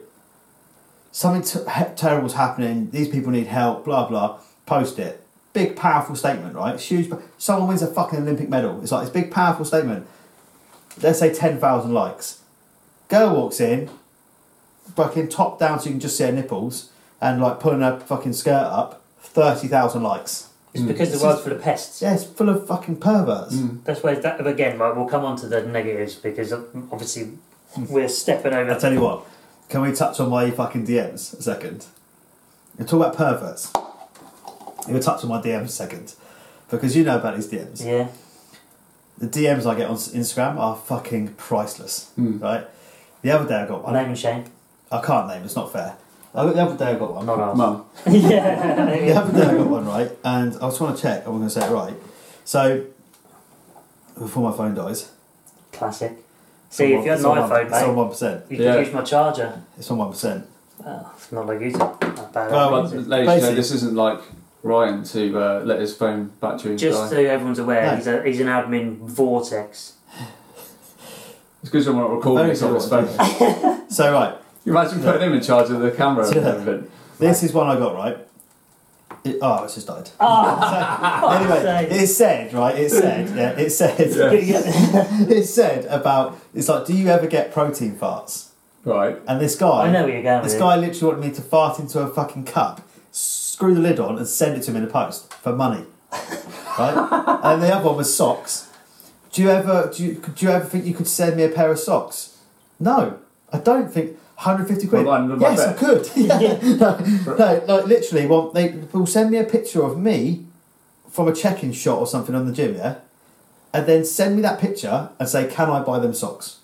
[SPEAKER 2] something t- he- terrible's happening. These people need help. Blah blah. Post it. Big powerful statement, right? It's huge. po- Someone wins a fucking Olympic medal. It's like this big powerful statement. Let's say ten thousand likes. Girl walks in, fucking top down so you can just see her nipples, and like pulling her fucking skirt up. Thirty thousand likes.
[SPEAKER 3] It's because
[SPEAKER 2] Mm. This
[SPEAKER 3] the world's full of pests.
[SPEAKER 2] Yeah, it's full of fucking perverts.
[SPEAKER 3] Mm. That's where that again, right? We'll come on to the negatives because um, obviously
[SPEAKER 2] Mm.
[SPEAKER 3] We're stepping over.
[SPEAKER 2] I tell you what, can we touch on my fucking DMs a second? You talk about perverts. You touch on my DMs a second, because you know about these DMs.
[SPEAKER 3] yeah.
[SPEAKER 2] The DMs I get on Instagram are fucking priceless,
[SPEAKER 3] Mm.
[SPEAKER 2] right? The other day I got one.
[SPEAKER 3] Name and shame.
[SPEAKER 2] I can't name. It's not fair. I got, the other day I got one.
[SPEAKER 3] Not ours.
[SPEAKER 1] Mum.
[SPEAKER 3] yeah.
[SPEAKER 2] The other day I got one right, and I just want to check. I'm going to say it right. So before my phone dies,
[SPEAKER 3] Classic. See, if you had an
[SPEAKER 2] it's on one-
[SPEAKER 3] iPhone,
[SPEAKER 2] it's on
[SPEAKER 3] mate,
[SPEAKER 2] one percent.
[SPEAKER 3] you
[SPEAKER 1] Yeah.
[SPEAKER 3] could use my charger.
[SPEAKER 2] It's on one percent.
[SPEAKER 3] Oh, it's not like you do. Not bad
[SPEAKER 2] Well,
[SPEAKER 1] Oh, Well,
[SPEAKER 3] is it?
[SPEAKER 1] ladies, you know,
[SPEAKER 2] Basically-
[SPEAKER 1] this isn't like Ryan to uh, let his phone battery
[SPEAKER 3] Just
[SPEAKER 1] die.
[SPEAKER 3] so everyone's aware,
[SPEAKER 2] No.
[SPEAKER 3] he's, a, he's an admin vortex.
[SPEAKER 1] It's because I'm not recording this on his phone.
[SPEAKER 2] So right,
[SPEAKER 1] You imagine putting him in charge of the camera and
[SPEAKER 2] Yeah.
[SPEAKER 1] everything.
[SPEAKER 2] This is one I got right. It, oh, it's just died.
[SPEAKER 3] Ah,
[SPEAKER 2] anyway, it said right. It said yeah. It said it said about it's like, do you ever get protein farts?
[SPEAKER 1] Right.
[SPEAKER 2] And this guy,
[SPEAKER 3] I know where you're going with
[SPEAKER 2] This
[SPEAKER 3] it.
[SPEAKER 2] guy literally wanted me to fart into a fucking cup, screw the lid on, and send it to him in a post for money. right. And the other one was socks. Do you ever do you, do you ever think you could send me a pair of socks? No, I don't think. 150 quid.
[SPEAKER 1] Well, mine- my
[SPEAKER 2] yes, I
[SPEAKER 1] bet.
[SPEAKER 2] could. Yeah. no, no, like literally, well, they will send me a picture of me from a check-in shot or something on the gym, yeah, and then send me that picture and say, "Can I buy them socks?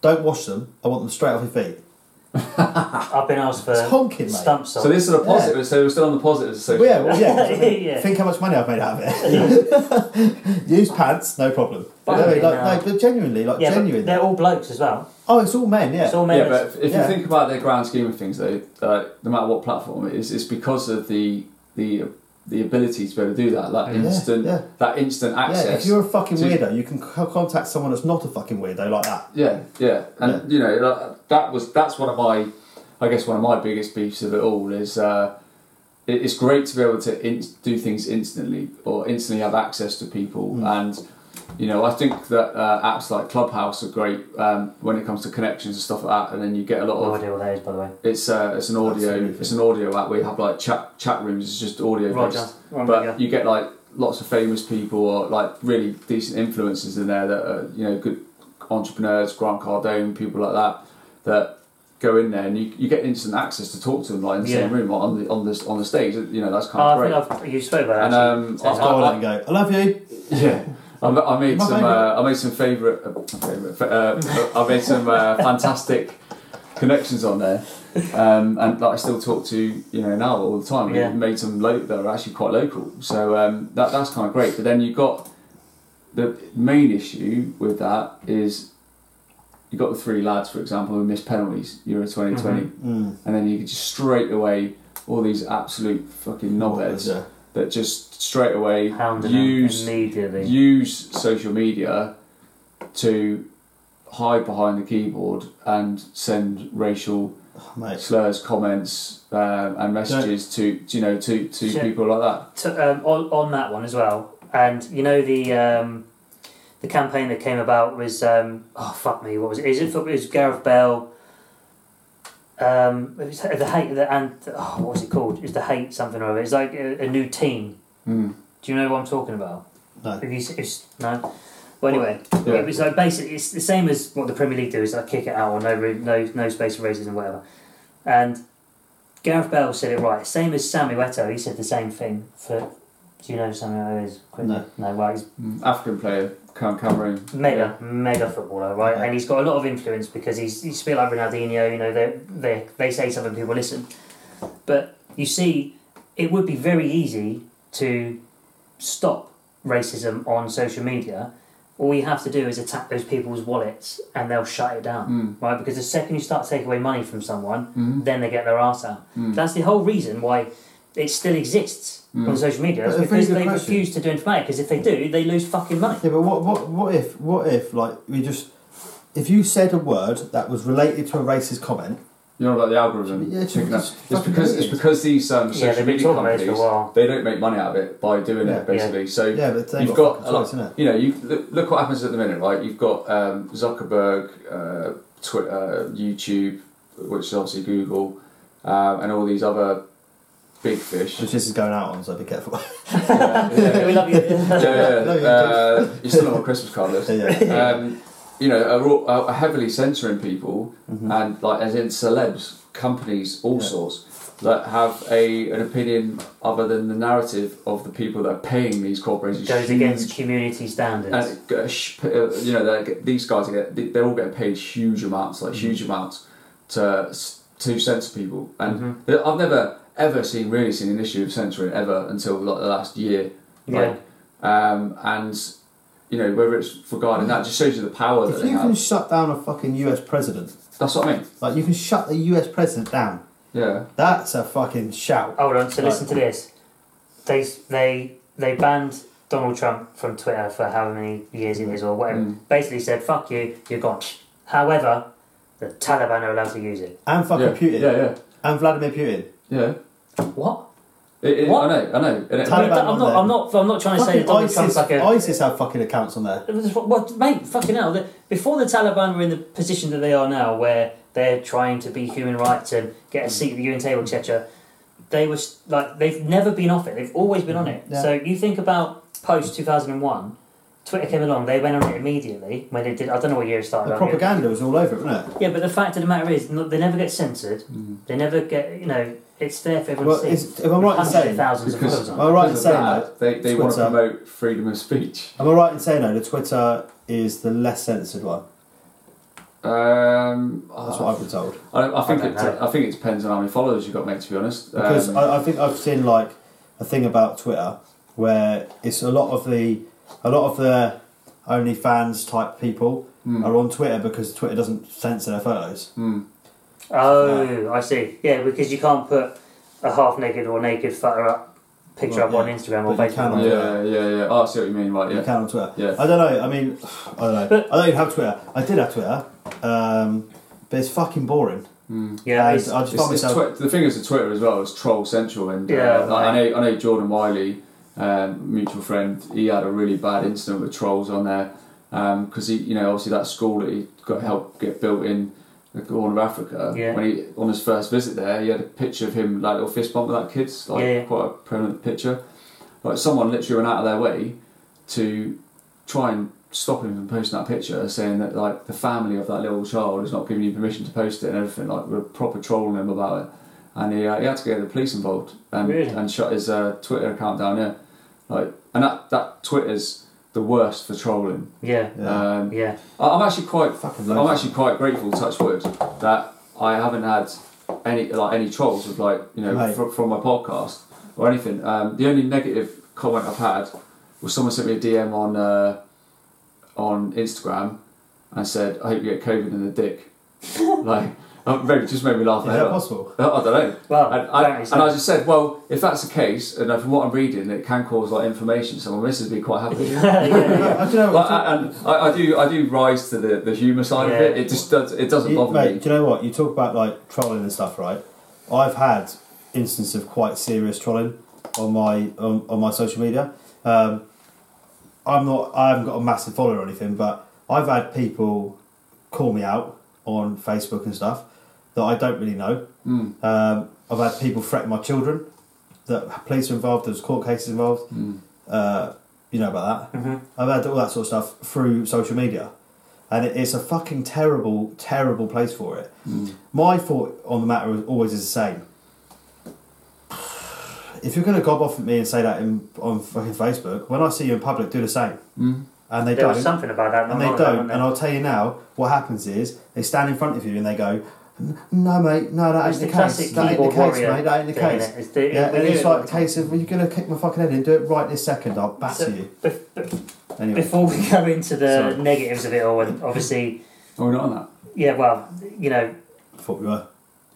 [SPEAKER 2] Don't wash them. I want them straight off your feet."
[SPEAKER 3] I've been asked for
[SPEAKER 2] It's honking, mate.
[SPEAKER 3] stump socks.
[SPEAKER 1] So this is a positive. So we're still on the positive
[SPEAKER 2] Well,
[SPEAKER 1] social.
[SPEAKER 2] yeah, well, yeah. 'cause I think,
[SPEAKER 3] Yeah.
[SPEAKER 2] think how much money I've made out of it. Use pants, no problem.
[SPEAKER 3] But
[SPEAKER 2] no,
[SPEAKER 3] I
[SPEAKER 2] like,
[SPEAKER 3] mean, uh,
[SPEAKER 2] no, but genuinely, like
[SPEAKER 3] yeah, but
[SPEAKER 2] genuinely.
[SPEAKER 3] they're all blokes as well.
[SPEAKER 2] Oh, it's all men, yeah.
[SPEAKER 3] It's all men.
[SPEAKER 1] Yeah, but if, if
[SPEAKER 2] Yeah.
[SPEAKER 1] you think about the grand scheme of things, though, like, no matter what platform it is, it's because of the the the ability to be able to do that, that
[SPEAKER 2] Yeah,
[SPEAKER 1] instant,
[SPEAKER 2] yeah.
[SPEAKER 1] that instant access.
[SPEAKER 2] yeah, if you're a fucking
[SPEAKER 1] to-
[SPEAKER 2] weirdo, you can co- contact someone that's not a fucking weirdo like that.
[SPEAKER 1] Yeah, yeah, and
[SPEAKER 2] Yeah.
[SPEAKER 1] you know that, that was that's one of my, I guess one of my biggest beefs of it all is uh, it, it's great to be able to in- do things instantly or instantly have access to people,
[SPEAKER 2] Mm.
[SPEAKER 1] and you know I think that uh, apps like Clubhouse are great um, when it comes to connections and stuff like that, and then you get a lot
[SPEAKER 3] No
[SPEAKER 1] of
[SPEAKER 3] idea what that is, by the way.
[SPEAKER 1] it's uh, it's an audio
[SPEAKER 2] Absolutely.
[SPEAKER 1] it's an audio app where you have like chat chat rooms. It's just audio
[SPEAKER 3] Roger.
[SPEAKER 1] based,
[SPEAKER 3] Ron
[SPEAKER 1] but
[SPEAKER 3] Bigger.
[SPEAKER 1] you get like lots of famous people or like really decent influencers in there that are you know good entrepreneurs, Grant Cardone, people like that that go in there and you, you get instant access to talk to them like in the
[SPEAKER 3] Yeah.
[SPEAKER 1] same room or on the on this on the stage. You know that's
[SPEAKER 3] Oh,
[SPEAKER 1] kind of great.
[SPEAKER 3] I think I've, you spoke about
[SPEAKER 1] and um, I,
[SPEAKER 3] that. actually.
[SPEAKER 2] Let's go
[SPEAKER 1] I-
[SPEAKER 2] on and go, I love you.
[SPEAKER 1] yeah. I, ma- I made
[SPEAKER 2] My
[SPEAKER 1] some.
[SPEAKER 2] favourite.
[SPEAKER 1] Uh, I made some favorite. Uh, favorite uh, I made some uh, fantastic connections on there, um, and that I still talk to you know now all the time. We
[SPEAKER 3] Yeah.
[SPEAKER 1] made some lo- that are actually quite local, so um, that that's kind of great. But then you've got the main issue with that is you got the three lads, for example, who missed penalties Euro twenty
[SPEAKER 3] Mm-hmm.
[SPEAKER 2] Mm.
[SPEAKER 1] and then you could just straight away all these absolute fucking knobheads
[SPEAKER 2] Yeah.
[SPEAKER 1] that just straight away
[SPEAKER 3] Hounding them
[SPEAKER 1] use
[SPEAKER 3] immediately.
[SPEAKER 1] use social media to hide behind the keyboard and send racial
[SPEAKER 2] Oh, mate.
[SPEAKER 1] slurs, comments, um, and messages to you know to, to
[SPEAKER 3] Sure.
[SPEAKER 1] people like that.
[SPEAKER 3] to, um, on, on that one as well, and you know the um, the campaign that came about was um, oh fuck me, what was it? Is it, for- it was Gareth Bell? Um, it was the hate the and oh, what was it called? It's the hate something or other. It's like a, a new team.
[SPEAKER 1] Mm.
[SPEAKER 3] Do you know what I'm talking about?
[SPEAKER 2] No.
[SPEAKER 3] Have you se- it's, no. Well, anyway, it was like basically it's the same as what the Premier League do is like kick it out or no room, no no space for racism, whatever. And Gareth Bell said it right. Same as Sammy Weto, he said the same thing for. Do you know who Sammy Weto is? quickly?
[SPEAKER 2] No.
[SPEAKER 3] No, right. He's
[SPEAKER 1] Mm, African player Cam Cameroon.
[SPEAKER 3] mega, mega footballer, right?
[SPEAKER 2] Yeah.
[SPEAKER 3] And he's got a lot of influence because he's he's a bit like Ronaldinho. You know, they they they say something, people listen. But you see, it would be very easy to stop racism on social media. All you have to do is attack those people's wallets, and they'll shut it down,
[SPEAKER 1] Mm.
[SPEAKER 3] right? Because the second you start taking away money from someone,
[SPEAKER 1] Mm.
[SPEAKER 3] then they get their arse out.
[SPEAKER 1] Mm.
[SPEAKER 3] That's the whole reason why it still exists on social media.
[SPEAKER 2] That's
[SPEAKER 3] It's
[SPEAKER 2] a very
[SPEAKER 3] because
[SPEAKER 2] good
[SPEAKER 3] they
[SPEAKER 2] question.
[SPEAKER 3] refuse to do information. Because if they do, they lose fucking money.
[SPEAKER 2] Yeah, but what, what, what if, what if, like, we just, if you said a word that was related to a racist comment,
[SPEAKER 1] You know, like the algorithm.
[SPEAKER 2] Yeah, it's-
[SPEAKER 1] picking up-
[SPEAKER 2] it's
[SPEAKER 1] it's
[SPEAKER 2] fucking
[SPEAKER 1] because it's
[SPEAKER 2] brilliant.
[SPEAKER 1] because these um,
[SPEAKER 3] Yeah,
[SPEAKER 1] social
[SPEAKER 3] they've been
[SPEAKER 1] media
[SPEAKER 3] talking about
[SPEAKER 1] companies
[SPEAKER 3] this for a while.
[SPEAKER 1] they don't make money out of it by doing
[SPEAKER 2] Yeah.
[SPEAKER 1] it basically. So
[SPEAKER 2] yeah, but they
[SPEAKER 1] you've
[SPEAKER 2] ain't
[SPEAKER 1] got,
[SPEAKER 2] got,
[SPEAKER 1] a
[SPEAKER 2] fucking
[SPEAKER 1] lot,
[SPEAKER 2] choice, innit?
[SPEAKER 1] you know, you look, look what happens at the minute, right? You've got um, Zuckerberg, uh, Twitter, YouTube, which is obviously Google, um, and all these other big fish.
[SPEAKER 2] Which this is going out on, so be careful.
[SPEAKER 1] yeah, yeah,
[SPEAKER 3] we love you.
[SPEAKER 1] yeah, yeah,
[SPEAKER 2] No, you
[SPEAKER 1] uh, you're still on a Christmas card list.
[SPEAKER 2] yeah.
[SPEAKER 1] Um, you know, are, all, are heavily censoring people
[SPEAKER 3] Mm-hmm.
[SPEAKER 1] and like as in celebs, companies, all
[SPEAKER 2] Yeah.
[SPEAKER 1] sorts that have a an opinion other than the narrative of the people that are paying these corporations.
[SPEAKER 3] goes
[SPEAKER 1] huge-
[SPEAKER 3] against community standards.
[SPEAKER 1] and it go- sh- uh, you know they're get- these guys are get they- they're all getting paid huge amounts, like huge
[SPEAKER 2] Mm-hmm.
[SPEAKER 1] amounts, to s- to censor people. And
[SPEAKER 2] Mm-hmm.
[SPEAKER 1] th- I've never ever seen really seen an issue of censoring ever until like the last year.
[SPEAKER 3] yeah.
[SPEAKER 1] Like, um, and you know whether it's regarding that just shows you the power that
[SPEAKER 2] If
[SPEAKER 1] they
[SPEAKER 2] you can
[SPEAKER 1] have.
[SPEAKER 2] shut down a fucking US president,
[SPEAKER 1] That's what I mean.
[SPEAKER 2] like you can shut the US president down,
[SPEAKER 1] Yeah.
[SPEAKER 2] that's a fucking shout.
[SPEAKER 3] Hold on. So
[SPEAKER 2] Right.
[SPEAKER 3] listen to this. They they they banned Donald Trump from Twitter for how many years it is or whatever.
[SPEAKER 1] Mm.
[SPEAKER 3] Basically said, "Fuck you, you're gone." However, the Taliban are allowed to use it.
[SPEAKER 2] And fucking
[SPEAKER 1] yeah.
[SPEAKER 2] Putin.
[SPEAKER 1] Yeah, yeah,
[SPEAKER 2] And Vladimir Putin.
[SPEAKER 1] yeah.
[SPEAKER 3] What?
[SPEAKER 1] It, it,
[SPEAKER 3] What?
[SPEAKER 1] I know, I know. And it-
[SPEAKER 2] Taliban
[SPEAKER 3] I'm not. I'm
[SPEAKER 2] on there.
[SPEAKER 3] not. I'm not, I'm not trying to say
[SPEAKER 2] Fucking
[SPEAKER 3] that Donald
[SPEAKER 2] ISIS,
[SPEAKER 3] Trump's like a.
[SPEAKER 2] ISIS have fucking accounts on there.
[SPEAKER 3] It was- Well, mate, fucking hell. the- Before the Taliban were in the position that they are now, where they're trying to be human rights and get a seat at the UN table, etc., they were s- like they've never been off it. They've always been on it.
[SPEAKER 2] Yeah.
[SPEAKER 3] So you think about post two thousand and one, Twitter came along. They went on it immediately when they did. I don't know what year it started.
[SPEAKER 2] The
[SPEAKER 3] I don't know.
[SPEAKER 2] propaganda was all over it, wasn't it?
[SPEAKER 3] Yeah, but the fact of the matter is, no- they never get censored. They never get. You know, it's there for everyone
[SPEAKER 2] Mm. Well,
[SPEAKER 3] to see.
[SPEAKER 2] is, am I right in
[SPEAKER 3] Hundreds of
[SPEAKER 2] saying? Am
[SPEAKER 3] thousands of
[SPEAKER 1] Because-
[SPEAKER 3] photos on it.
[SPEAKER 2] I right in
[SPEAKER 1] because
[SPEAKER 2] saying
[SPEAKER 1] of
[SPEAKER 2] that?
[SPEAKER 1] that, they, they want to
[SPEAKER 2] Twitter.
[SPEAKER 1] promote freedom of speech.
[SPEAKER 2] Am I right in saying though that Twitter is the less censored one?
[SPEAKER 1] Um,
[SPEAKER 2] That's
[SPEAKER 1] I-
[SPEAKER 2] what I've been told.
[SPEAKER 1] I, I think
[SPEAKER 3] I
[SPEAKER 1] it,
[SPEAKER 3] don't know.
[SPEAKER 1] I think it depends on how many followers you've got, mate. To be honest,
[SPEAKER 2] Because
[SPEAKER 1] Um,
[SPEAKER 2] I, I think I've seen like a thing about Twitter where it's a lot of the a lot of the OnlyFans type people
[SPEAKER 1] mm,
[SPEAKER 2] are on Twitter because Twitter doesn't censor their photos.
[SPEAKER 1] mm,
[SPEAKER 3] Oh, I see. Yeah, because you can't put a half naked or naked photo up, picture
[SPEAKER 2] Well,
[SPEAKER 3] up
[SPEAKER 2] yeah,
[SPEAKER 3] on Instagram or
[SPEAKER 2] but you
[SPEAKER 3] Facebook.
[SPEAKER 2] can-
[SPEAKER 1] yeah, yeah, yeah. Oh, I see what you mean. Right,
[SPEAKER 2] You
[SPEAKER 1] yeah,
[SPEAKER 2] can on Twitter.
[SPEAKER 1] Yeah.
[SPEAKER 2] I don't know. I mean, I don't know.
[SPEAKER 3] But-
[SPEAKER 2] I don't even have Twitter. I did have Twitter, um, but it's fucking boring.
[SPEAKER 1] mm.
[SPEAKER 3] Yeah,
[SPEAKER 2] And
[SPEAKER 3] it's,
[SPEAKER 2] I just
[SPEAKER 1] It's,
[SPEAKER 2] found
[SPEAKER 1] it's
[SPEAKER 2] myself.
[SPEAKER 1] twi- the thing is, the Twitter as well is troll central, and uh,
[SPEAKER 3] Yeah,
[SPEAKER 1] like, I know, I know Jordan Wiley, um, mutual friend. He had a really bad incident with trolls on there because he, you know, obviously that school that he got help get built in the corner of Africa.
[SPEAKER 3] Yeah.
[SPEAKER 1] When he on his first visit there, he had a picture of him like little fist bump with that kid's like
[SPEAKER 3] Yeah, yeah.
[SPEAKER 1] quite a prominent picture. Like someone literally went out of their way to try and stop him from posting that picture, saying that like the family of that little child is not giving you permission to post it and everything. Like we're proper trolling him about it, and he, uh, he had to get the police involved and
[SPEAKER 3] Really?
[SPEAKER 1] and shut his uh, Twitter account down. Yeah, like and that that Twitter's the worst for trolling.
[SPEAKER 3] yeah,
[SPEAKER 2] Yeah.
[SPEAKER 1] Um,
[SPEAKER 3] yeah.
[SPEAKER 1] I- I'm actually quite
[SPEAKER 2] fucking
[SPEAKER 1] I'm
[SPEAKER 2] loads.
[SPEAKER 1] actually quite grateful, touch wood, that I haven't had any like any trolls of like you know
[SPEAKER 2] Right.
[SPEAKER 1] fr- from my podcast or anything. Um, the only negative comment I've had was someone sent me a DM on uh, on Instagram and said, "I hope you get COVID in the dick." like, um, really, just made me laugh.
[SPEAKER 2] Is
[SPEAKER 1] out
[SPEAKER 2] that
[SPEAKER 1] loud.
[SPEAKER 2] possible?
[SPEAKER 1] I don't know.
[SPEAKER 3] Well,
[SPEAKER 1] And I,
[SPEAKER 3] apparently
[SPEAKER 1] and
[SPEAKER 3] so.
[SPEAKER 1] I just said, well, if that's the case, and from what I'm reading, it can cause like inflammation. So my missus would be quite happy.
[SPEAKER 3] yeah, yeah.
[SPEAKER 2] I don't know.
[SPEAKER 1] Like, I, and I, I do, I do rise to the, the humour side
[SPEAKER 3] Yeah.
[SPEAKER 1] of it. It just does, it doesn't
[SPEAKER 2] You-
[SPEAKER 1] bother
[SPEAKER 2] mate,
[SPEAKER 1] me.
[SPEAKER 2] do you know what? You talk about like trolling and stuff, right? I've had instances of quite serious trolling on my on, on my social media. Um, I'm not. I haven't got a massive follower or anything, but I've had people call me out on Facebook and stuff that I don't really know.
[SPEAKER 1] Mm,
[SPEAKER 2] Um, I've had people threaten my children. That police are involved. There's court cases involved.
[SPEAKER 1] mm,
[SPEAKER 2] Uh, you know about that.
[SPEAKER 3] Mhm.
[SPEAKER 2] I've had all that sort of stuff through social media, and it, it's a fucking terrible, terrible place for it.
[SPEAKER 1] mm.
[SPEAKER 2] My thought on the matter is always is the same. If you're going to gob off at me and say that in, on fucking Facebook, when I see you in public, do the same.
[SPEAKER 1] Mm.
[SPEAKER 2] And they
[SPEAKER 3] There was
[SPEAKER 2] don't.
[SPEAKER 3] something about
[SPEAKER 2] and
[SPEAKER 3] that. not
[SPEAKER 2] they
[SPEAKER 3] long ago,
[SPEAKER 2] don't.
[SPEAKER 3] wasn't
[SPEAKER 2] And I'll tell you now, what happens is they stand in front of you and they go, "N- "No, mate, no, that
[SPEAKER 3] It's
[SPEAKER 2] ain't the,
[SPEAKER 3] the
[SPEAKER 2] case.
[SPEAKER 3] classic
[SPEAKER 2] That ain't the
[SPEAKER 3] keyboard
[SPEAKER 2] case,
[SPEAKER 3] warrior
[SPEAKER 2] mate. That ain't the
[SPEAKER 3] thing,
[SPEAKER 2] case."
[SPEAKER 3] innit? It's the-
[SPEAKER 2] yeah,
[SPEAKER 3] we
[SPEAKER 2] and
[SPEAKER 3] do
[SPEAKER 2] it's
[SPEAKER 3] it
[SPEAKER 2] like
[SPEAKER 3] all
[SPEAKER 2] the case of, "Well, you're going to kick my fucking head in. Do it right this second. I'll batter
[SPEAKER 3] So-
[SPEAKER 2] you."
[SPEAKER 3] Bef- bef-
[SPEAKER 2] Anyway,
[SPEAKER 3] Before we go into the
[SPEAKER 1] Sorry.
[SPEAKER 3] negatives of it all, and obviously,
[SPEAKER 1] Oh, we're not on that.
[SPEAKER 3] yeah, well, you know,
[SPEAKER 2] thought we were.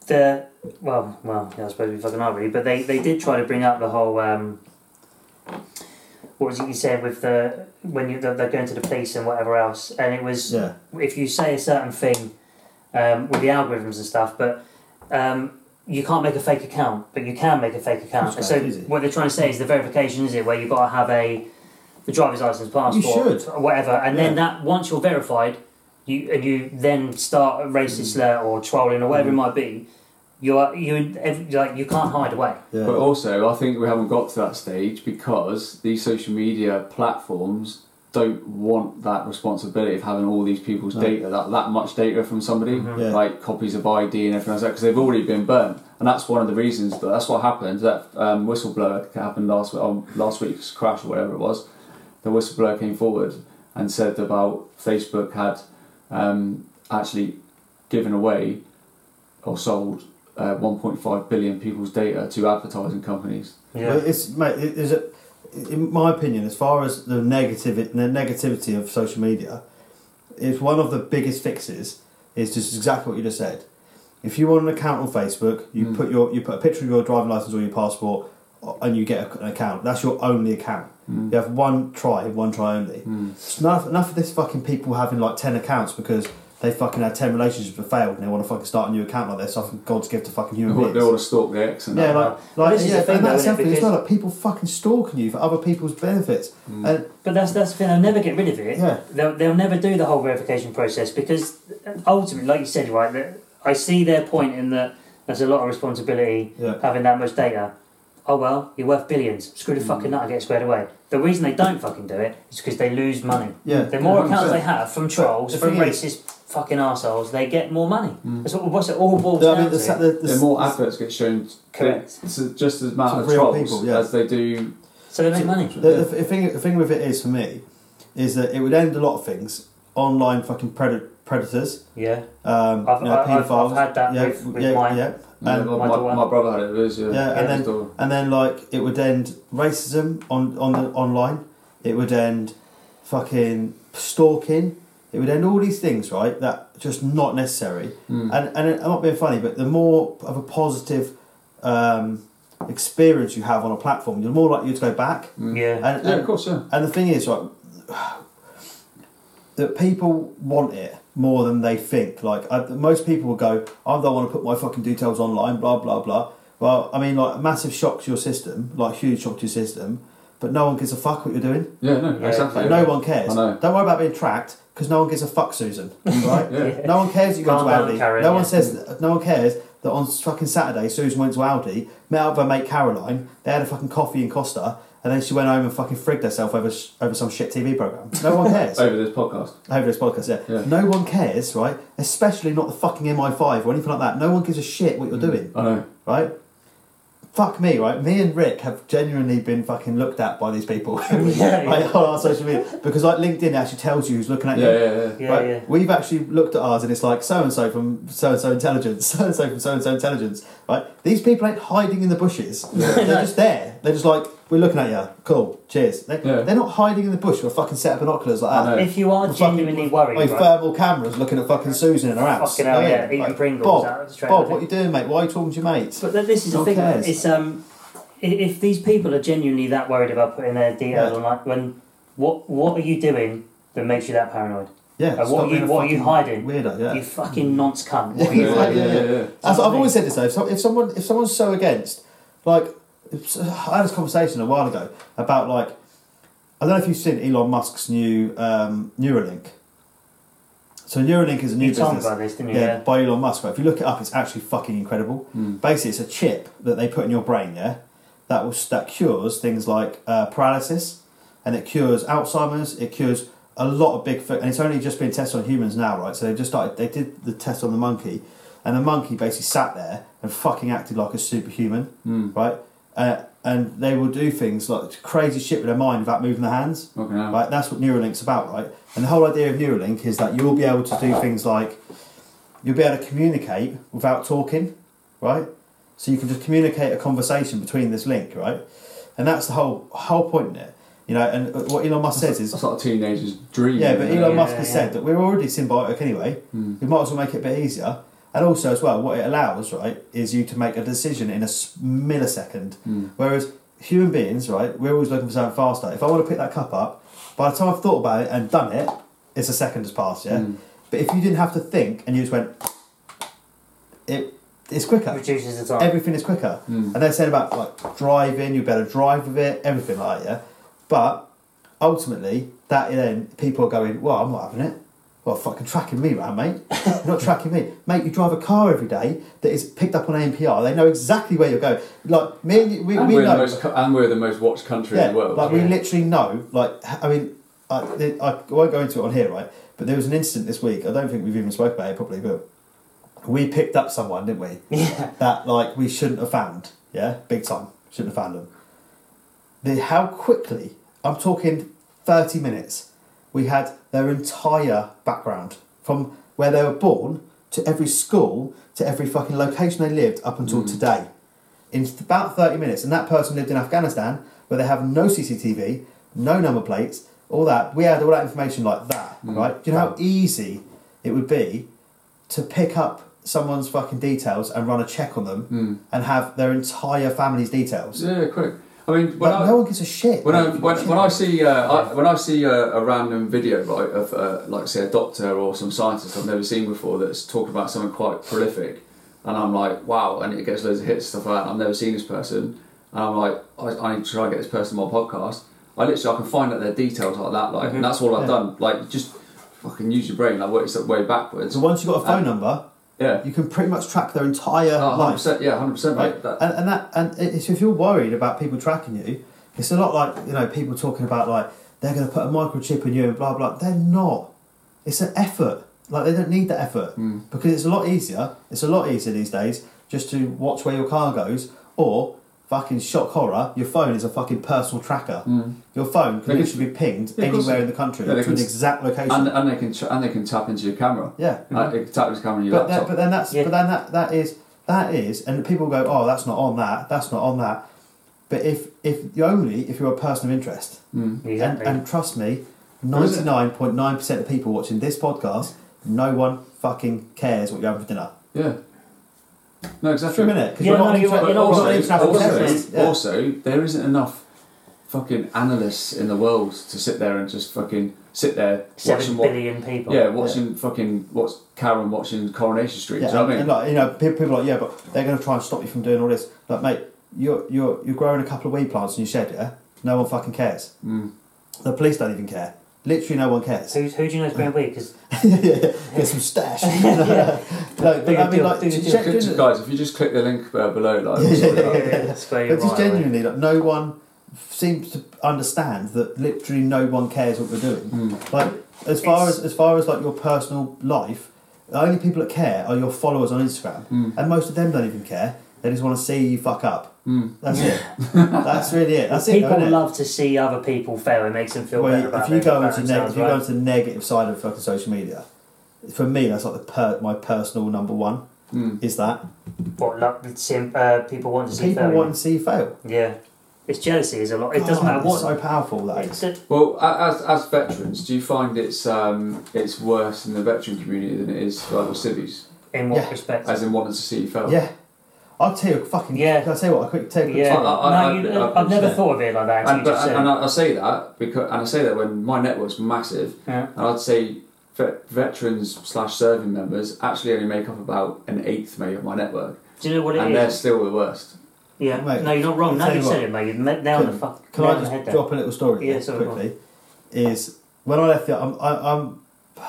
[SPEAKER 3] the well, well, yeah, I suppose we fucking are really, but they they did try to bring up the whole um, what was it you said with the when you they're they're going to the police and whatever else, and it was
[SPEAKER 2] Yeah,
[SPEAKER 3] if you say a certain thing um, with the algorithms and stuff, but um, you can't make a fake account, but you can make a fake account.
[SPEAKER 2] That's
[SPEAKER 3] So
[SPEAKER 2] quite easy.
[SPEAKER 3] what they're trying to say is the verification is it where you've got to have a the driver's license, passport,
[SPEAKER 2] should.
[SPEAKER 3] or whatever, and then
[SPEAKER 2] Yeah.
[SPEAKER 3] that once you're verified, you and you then start a racist
[SPEAKER 2] Mm.
[SPEAKER 3] slur or trolling or whatever it might be. You're you ev- like you can't hide away.
[SPEAKER 2] yeah.
[SPEAKER 1] But also, I think we haven't got to that stage because these social media platforms don't want that responsibility of having all these people's
[SPEAKER 2] No.
[SPEAKER 1] data, that, that much data from somebody,
[SPEAKER 3] Mhm.
[SPEAKER 2] Yeah.
[SPEAKER 1] like copies of ID and everything like that, because they've already been burnt. And that's one of the reasons that that's what happened. That um, whistleblower that happened last week, on last week's crash or whatever it was. The whistleblower came forward and said about Facebook had um, actually given away or sold uh, 1.5 billion people's data to advertising companies.
[SPEAKER 2] Well, it's mate. it- There's a, in my opinion, as far as the negative, the negativity of social media, is one of the biggest fixes. Is just exactly what you just said. If you want an account on Facebook, you
[SPEAKER 1] Mm.
[SPEAKER 2] put your you put a picture of your driving license or your passport, o- and you get a- an account. That's your only account.
[SPEAKER 1] Mm.
[SPEAKER 2] You have one try, one try only.
[SPEAKER 1] Mm.
[SPEAKER 2] It's enough, enough of this fucking people having like 10 accounts because they fucking had 10 relationships that failed and they want to fucking start a new account like this. I think God's gift to fucking
[SPEAKER 1] They
[SPEAKER 2] human
[SPEAKER 1] want
[SPEAKER 2] beings.
[SPEAKER 1] they want to stalk the ex and
[SPEAKER 2] Yeah,
[SPEAKER 1] that.
[SPEAKER 2] like,
[SPEAKER 3] Well,
[SPEAKER 2] like
[SPEAKER 3] this is
[SPEAKER 2] yeah,
[SPEAKER 3] the thing
[SPEAKER 2] and
[SPEAKER 3] though,
[SPEAKER 2] that's
[SPEAKER 3] isn't it?
[SPEAKER 2] something as well.
[SPEAKER 3] Because-
[SPEAKER 2] Like people fucking stalking you for other people's benefits.
[SPEAKER 1] Mm.
[SPEAKER 2] And
[SPEAKER 3] But that's that's the thing. They'll never get rid of it.
[SPEAKER 2] Yeah.
[SPEAKER 3] They'll, they'll never do the whole verification process because ultimately, like you said, right? That I see their point in that there's a lot of responsibility
[SPEAKER 2] yeah,
[SPEAKER 3] having that much data. Oh well, you're worth billions. Screw the fucking
[SPEAKER 2] Mm.
[SPEAKER 3] nut, I get squared away. The reason they don't fucking do it is because they lose money.
[SPEAKER 2] yeah.
[SPEAKER 3] The more
[SPEAKER 1] Yeah,
[SPEAKER 3] accounts
[SPEAKER 1] 100%.
[SPEAKER 3] they have from trolls,
[SPEAKER 2] the
[SPEAKER 3] from
[SPEAKER 2] thing is-
[SPEAKER 3] racist fucking assholes, they get more money.
[SPEAKER 1] Mm.
[SPEAKER 3] That's what, what's it all boils
[SPEAKER 2] The, I
[SPEAKER 3] down
[SPEAKER 2] mean, the,
[SPEAKER 3] to.
[SPEAKER 2] the, the,
[SPEAKER 1] The more adverts get shown,
[SPEAKER 3] Correct.
[SPEAKER 1] they- to just as amount
[SPEAKER 2] To
[SPEAKER 1] of
[SPEAKER 2] real
[SPEAKER 1] trolls
[SPEAKER 2] people, yeah.
[SPEAKER 1] as they do.
[SPEAKER 3] so they make money.
[SPEAKER 2] the, the, the thing, the thing with it is for me, is that it would end a lot of things. Online fucking pred- predators,
[SPEAKER 3] Yeah.
[SPEAKER 2] um,
[SPEAKER 3] I've,
[SPEAKER 2] you know,
[SPEAKER 3] I, I've, I've
[SPEAKER 2] paedophiles.
[SPEAKER 3] had that
[SPEAKER 2] yeah,
[SPEAKER 3] with, with
[SPEAKER 2] yeah,
[SPEAKER 3] mine.
[SPEAKER 2] yeah.
[SPEAKER 1] Yeah,
[SPEAKER 2] And-
[SPEAKER 1] my,
[SPEAKER 3] my daughter.
[SPEAKER 1] my, my brother had it. it was, yeah,
[SPEAKER 2] Yeah, and then-
[SPEAKER 1] then
[SPEAKER 2] and then like it would end racism on on the online. It would end fucking stalking. It would end all these things, right? That just not necessary.
[SPEAKER 3] Hmm.
[SPEAKER 2] And and I'm not being funny, but the more of a positive um, experience you have on a platform, you're more likely to go back.
[SPEAKER 3] Yeah.
[SPEAKER 2] And,
[SPEAKER 1] yeah,
[SPEAKER 2] and,
[SPEAKER 1] of course, yeah.
[SPEAKER 2] and the thing is, right, that people want it more than they think. Like I, most people will go, I don't want to put my fucking details online, blah blah blah. Well, I mean, like massive shock to your system, like huge shock to your system, but no one gives a fuck what you're doing.
[SPEAKER 1] Yeah, no,
[SPEAKER 3] Yeah,
[SPEAKER 1] exactly.
[SPEAKER 2] Like, no one cares.
[SPEAKER 1] I know.
[SPEAKER 2] Don't worry about being tracked because no one gives a fuck, Susan. Right?
[SPEAKER 1] Yeah.
[SPEAKER 2] No one cares that you go to
[SPEAKER 3] Calm down,
[SPEAKER 2] Aldi.
[SPEAKER 3] Karen,
[SPEAKER 2] no one
[SPEAKER 3] yeah.
[SPEAKER 2] says. No one cares that on fucking Saturday Susan went to Aldi, met up with her mate Caroline. They had a fucking coffee in Costa, and then she went home and fucking frigged herself over sh- over some shit TV program. No one cares
[SPEAKER 1] Over this podcast.
[SPEAKER 2] over this podcast. Yeah.
[SPEAKER 1] Yeah.
[SPEAKER 2] no one cares, right? Especially not the fucking MI5 or anything like that. No one gives a shit what you're doing,
[SPEAKER 1] I know.
[SPEAKER 2] right? Fuck me, right? Me and Rick have genuinely been fucking looked at by these people
[SPEAKER 3] Yeah, yeah.
[SPEAKER 2] Like, on our social media because like LinkedIn actually tells you who's looking at
[SPEAKER 1] Yeah,
[SPEAKER 2] you.
[SPEAKER 1] yeah, yeah.
[SPEAKER 3] Yeah,
[SPEAKER 2] Right?
[SPEAKER 3] yeah.
[SPEAKER 2] We've actually looked at ours and it's like so and so from so and so intelligence, so and so from so and so intelligence. Right? These people ain't hiding in the bushes. They're just there. They're just like, we're looking at you. Cool. Cheers. They,
[SPEAKER 1] Yeah.
[SPEAKER 2] They're not hiding in the bush with a fucking set of binoculars like
[SPEAKER 1] I
[SPEAKER 2] that.
[SPEAKER 1] know.
[SPEAKER 3] If you are
[SPEAKER 2] With fucking-
[SPEAKER 3] genuinely
[SPEAKER 2] with-
[SPEAKER 3] worried,
[SPEAKER 2] Like
[SPEAKER 3] right?
[SPEAKER 2] thermal cameras looking at fucking Susan in her ass.
[SPEAKER 3] Fucking hell, yeah, eating
[SPEAKER 2] Like,
[SPEAKER 3] Pringles out of the
[SPEAKER 2] Bob,
[SPEAKER 3] tray,
[SPEAKER 2] Bob
[SPEAKER 3] isn't
[SPEAKER 2] what are you doing, mate? Why are you talking to your mates?
[SPEAKER 3] But th- this is the
[SPEAKER 2] Who
[SPEAKER 3] thing.
[SPEAKER 2] cares?
[SPEAKER 3] It's um, i- if these people are genuinely that worried about putting their details
[SPEAKER 2] Yeah.
[SPEAKER 3] online, when what what are you doing that makes you that paranoid?
[SPEAKER 2] Yeah.
[SPEAKER 3] Uh, what
[SPEAKER 2] stop
[SPEAKER 3] are you-
[SPEAKER 2] being a
[SPEAKER 3] what are you
[SPEAKER 2] fucking
[SPEAKER 3] hiding?
[SPEAKER 2] Weirdo. Yeah. Mm.
[SPEAKER 3] You fucking nonce cunt.
[SPEAKER 2] Yeah,
[SPEAKER 3] What are you
[SPEAKER 1] yeah,
[SPEAKER 2] like-
[SPEAKER 3] hiding?
[SPEAKER 1] yeah, yeah, yeah.
[SPEAKER 2] As I've
[SPEAKER 3] Something.
[SPEAKER 2] always said this though. If, some, if someone if someone's so against, like, it's- I had this conversation a while ago about like, I don't know if you've seen Elon Musk's new um, Neuralink. So Neuralink is a new
[SPEAKER 3] You told me
[SPEAKER 2] business.
[SPEAKER 3] about this, didn't you?
[SPEAKER 2] yeah, uh, by Elon Musk. But if you look it up, it's actually fucking incredible.
[SPEAKER 1] Mm.
[SPEAKER 2] Basically, it's a chip that they put in your brain. Yeah, that will that cures things like uh, paralysis, and it cures Alzheimer's. It cures a lot of big, th- and it's only just been tested on humans now, right? So they just started. They did the test on the monkey, and the monkey basically sat there and fucking acted like a superhuman,
[SPEAKER 1] Mm.
[SPEAKER 2] right? Uh, and they will do things like crazy shit with their mind without moving their hands.
[SPEAKER 1] Fucking hell.
[SPEAKER 2] Right, that's what Neuralink's about, right? And the whole idea of Neuralink is that you'll be able to do things like you'll be able to communicate without talking, right? So you can just communicate a conversation between this link, right? And that's the whole whole point in it, you know. And uh, what Elon Musk says is,
[SPEAKER 1] That's like a teenager's dream.
[SPEAKER 2] yeah, but
[SPEAKER 1] isn't it?
[SPEAKER 2] Elon
[SPEAKER 3] Yeah,
[SPEAKER 2] Musk has
[SPEAKER 3] yeah.
[SPEAKER 2] said that we're already symbiotic anyway.
[SPEAKER 1] Mm.
[SPEAKER 2] We might as well make it a bit easier. And also, as well, what it allows, right, is you to make a decision in a s- millisecond.
[SPEAKER 1] Mm.
[SPEAKER 2] Whereas human beings, right, we're always looking for something faster. If I want to pick that cup up, by the time I've thought about it and done it, it's a second has passed, yeah?
[SPEAKER 1] Mm.
[SPEAKER 2] But if you didn't have to think and you just went, it, it's quicker.
[SPEAKER 3] Reduces the time.
[SPEAKER 2] Everything is quicker.
[SPEAKER 1] Mm.
[SPEAKER 2] And they said about like driving, you better drive with it, everything like that, yeah. But ultimately, that then people are going, well, I'm not having it. Well, fucking tracking me, round, mate. You're not tracking me, mate. You drive a car every day that is picked up on ANPR. They know exactly where you're going. Like me and you, we,
[SPEAKER 1] and,
[SPEAKER 2] we
[SPEAKER 1] we're
[SPEAKER 2] know.
[SPEAKER 1] the most, and we're the most watched country
[SPEAKER 2] yeah,
[SPEAKER 1] in the world.
[SPEAKER 2] like we
[SPEAKER 3] yeah.
[SPEAKER 2] literally know. Like I mean, I, th- I won't go into it on here, right? But there was an incident this week. I don't think we've even spoke about it properly, but we picked up someone, didn't we?
[SPEAKER 3] Yeah.
[SPEAKER 2] That like we shouldn't have found. Yeah, big time. Shouldn't have found them. The how quickly I'm talking thirty minutes. We had their entire background from where they were born to every school to every fucking location they lived up until today in th- about 30 minutes, and that person lived in Afghanistan where they have no CCTV, no number plates, all that. We had all that information like that, right? Do you know how easy it would be to pick up someone's fucking details and run a check on them and have their entire family's details?
[SPEAKER 1] Yeah, quick. I mean, when
[SPEAKER 2] Like,
[SPEAKER 1] I,
[SPEAKER 2] no one gives a shit.
[SPEAKER 1] when I,
[SPEAKER 2] Like,
[SPEAKER 1] when,
[SPEAKER 2] shit.
[SPEAKER 1] when I see uh, I, when I see a, a random video right of uh, like say a doctor or some scientist I've never seen before that's talking about something quite prolific, and I'm like wow, and it gets loads of hits and stuff like that. And I've never seen this person, and I'm like I, I need to try and get this person on my podcast. I literally I can find out their details like that, like and that's all I've
[SPEAKER 2] Mm-hmm. Yeah.
[SPEAKER 1] done. Like just fucking use your brain, like work yourself way backwards.
[SPEAKER 2] so once you've got a phone number,
[SPEAKER 1] Yeah,
[SPEAKER 2] you can pretty much track their entire
[SPEAKER 1] Oh,
[SPEAKER 2] life.
[SPEAKER 1] 100%, yeah, Uh, hundred percent,
[SPEAKER 2] Right?
[SPEAKER 1] mate. That,
[SPEAKER 2] and, and that and it's, if you're worried about people tracking you, it's a lot like you know people talking about like they're going to put a microchip in you and blah blah. They're not. It's an effort. Like they don't need the effort
[SPEAKER 1] Hmm.
[SPEAKER 2] because it's a lot easier. It's a lot easier these days just to watch where your car goes or fucking shock horror. Your phone is a fucking personal tracker. Your
[SPEAKER 1] Hmm.
[SPEAKER 2] phone can
[SPEAKER 1] They can-
[SPEAKER 2] literally be pinged
[SPEAKER 1] Yeah, of course.
[SPEAKER 2] anywhere in the country
[SPEAKER 1] Yeah, they
[SPEAKER 2] to an
[SPEAKER 1] can-
[SPEAKER 2] exact location.
[SPEAKER 1] and, and they can tra- and they can tap into your camera.
[SPEAKER 2] yeah.
[SPEAKER 1] Uh, they can tap into your camera on your
[SPEAKER 2] But then,
[SPEAKER 1] laptop.
[SPEAKER 2] but then that's
[SPEAKER 3] Yeah.
[SPEAKER 2] but then that that is that is and people go oh that's not on that that's not on that but if if you only if you're a person of interest and,
[SPEAKER 3] Exactly.
[SPEAKER 2] and trust me
[SPEAKER 1] is it?
[SPEAKER 2] 99.9% of people watching this podcast no one fucking cares what you're having for dinner
[SPEAKER 1] Yeah. No, exactly.
[SPEAKER 2] for a minute because
[SPEAKER 3] Yeah,
[SPEAKER 2] you're, not
[SPEAKER 3] no,
[SPEAKER 2] an
[SPEAKER 3] you're-
[SPEAKER 2] inter-
[SPEAKER 1] But
[SPEAKER 3] you're
[SPEAKER 2] you're
[SPEAKER 1] also,
[SPEAKER 2] not an international
[SPEAKER 1] also,
[SPEAKER 2] terrorist yeah.
[SPEAKER 1] also, there isn't enough fucking analysts in the world to sit there and just fucking sit there
[SPEAKER 3] Seven
[SPEAKER 1] watching what,
[SPEAKER 3] billion people.
[SPEAKER 1] yeah, watching fucking what's Karen watching Coronation Street.
[SPEAKER 2] Yeah,
[SPEAKER 1] do you know
[SPEAKER 2] and,
[SPEAKER 1] what I
[SPEAKER 2] and
[SPEAKER 1] mean?
[SPEAKER 2] like you know, pe- people are like yeah, but they're going to try and stop you from doing all this. Like, mate, you're you're you're growing a couple of weed plants in your shed, yeah. No one fucking cares.
[SPEAKER 1] Mm.
[SPEAKER 2] The police don't even care. Literally, no one cares.
[SPEAKER 3] Who, who do you know is being weak? Because
[SPEAKER 2] yeah, yeah, get some stash.
[SPEAKER 3] Yeah.
[SPEAKER 2] No, but
[SPEAKER 3] Big
[SPEAKER 2] I mean,
[SPEAKER 3] deal,
[SPEAKER 2] like,
[SPEAKER 3] big
[SPEAKER 2] gen-
[SPEAKER 3] deal.
[SPEAKER 2] gen-
[SPEAKER 1] Just- guys, if you just click the link uh, below, like, we'll sort it out.
[SPEAKER 3] that's where you're
[SPEAKER 2] but just
[SPEAKER 3] right. away.
[SPEAKER 2] genuinely, like, no one seems to understand that literally no one cares what we're doing. Like, as far
[SPEAKER 3] Hmm. It's-
[SPEAKER 2] as as far as like your personal life, the only people that care are your followers on Instagram,
[SPEAKER 3] Hmm.
[SPEAKER 2] and most of them don't even care. They just want to see you fuck up.
[SPEAKER 1] Mm,
[SPEAKER 2] That's it. That's really it. That's it. though,
[SPEAKER 3] people
[SPEAKER 2] innit?
[SPEAKER 3] love to see other people fail. It makes them feel
[SPEAKER 2] Well,
[SPEAKER 3] better
[SPEAKER 2] you-
[SPEAKER 3] about
[SPEAKER 2] if you go
[SPEAKER 3] themselves,
[SPEAKER 2] into neg- if you
[SPEAKER 3] right?
[SPEAKER 2] go into the negative side of fucking social media, for me that's like the per- my personal number one
[SPEAKER 1] mm.
[SPEAKER 2] is that
[SPEAKER 3] what love, sim, uh, people want to see
[SPEAKER 2] people
[SPEAKER 3] failure.
[SPEAKER 2] want to see you fail.
[SPEAKER 3] yeah, it's jealousy is a lot. It doesn't
[SPEAKER 2] God,
[SPEAKER 3] matter
[SPEAKER 2] it's
[SPEAKER 3] what.
[SPEAKER 2] so powerful that is.
[SPEAKER 3] it's-
[SPEAKER 1] Well, a- as, as veterans, do you find it's um, it's worse in the veteran community than it is like with civvies?
[SPEAKER 3] in what
[SPEAKER 2] Yeah.
[SPEAKER 3] respect?
[SPEAKER 1] As in wanting to see you fail?
[SPEAKER 2] Yeah, I'll tell you a fucking.
[SPEAKER 3] Oh. Yeah.
[SPEAKER 2] can I tell you what? A quick, take a quick
[SPEAKER 3] yeah,
[SPEAKER 1] I- I-
[SPEAKER 3] no,
[SPEAKER 1] I-
[SPEAKER 3] you,
[SPEAKER 1] I-
[SPEAKER 3] I've, never
[SPEAKER 2] yeah.
[SPEAKER 3] thought of it like that.
[SPEAKER 1] And,
[SPEAKER 3] until you
[SPEAKER 1] but,
[SPEAKER 3] just said.
[SPEAKER 1] and I, I say that because, and I say that when my network's massive,
[SPEAKER 3] Yeah.
[SPEAKER 1] and I'd say vet, veterans slash serving members actually only make up about an eighth maybe of my network,
[SPEAKER 3] Do you know what it
[SPEAKER 1] and they're
[SPEAKER 3] is?
[SPEAKER 1] still the worst.
[SPEAKER 3] Yeah,
[SPEAKER 2] Mate,
[SPEAKER 3] no, you're not wrong.
[SPEAKER 2] I'll
[SPEAKER 3] No,
[SPEAKER 2] tell
[SPEAKER 3] you
[SPEAKER 2] you
[SPEAKER 3] said it, mate. You nailed the fuck.
[SPEAKER 2] Can
[SPEAKER 3] nail
[SPEAKER 2] I
[SPEAKER 3] the head
[SPEAKER 2] just
[SPEAKER 3] there.
[SPEAKER 2] drop a little story
[SPEAKER 3] Yeah,
[SPEAKER 2] there
[SPEAKER 3] sorry, go on.
[SPEAKER 2] quickly? Is when I left the, I'm, I, I'm,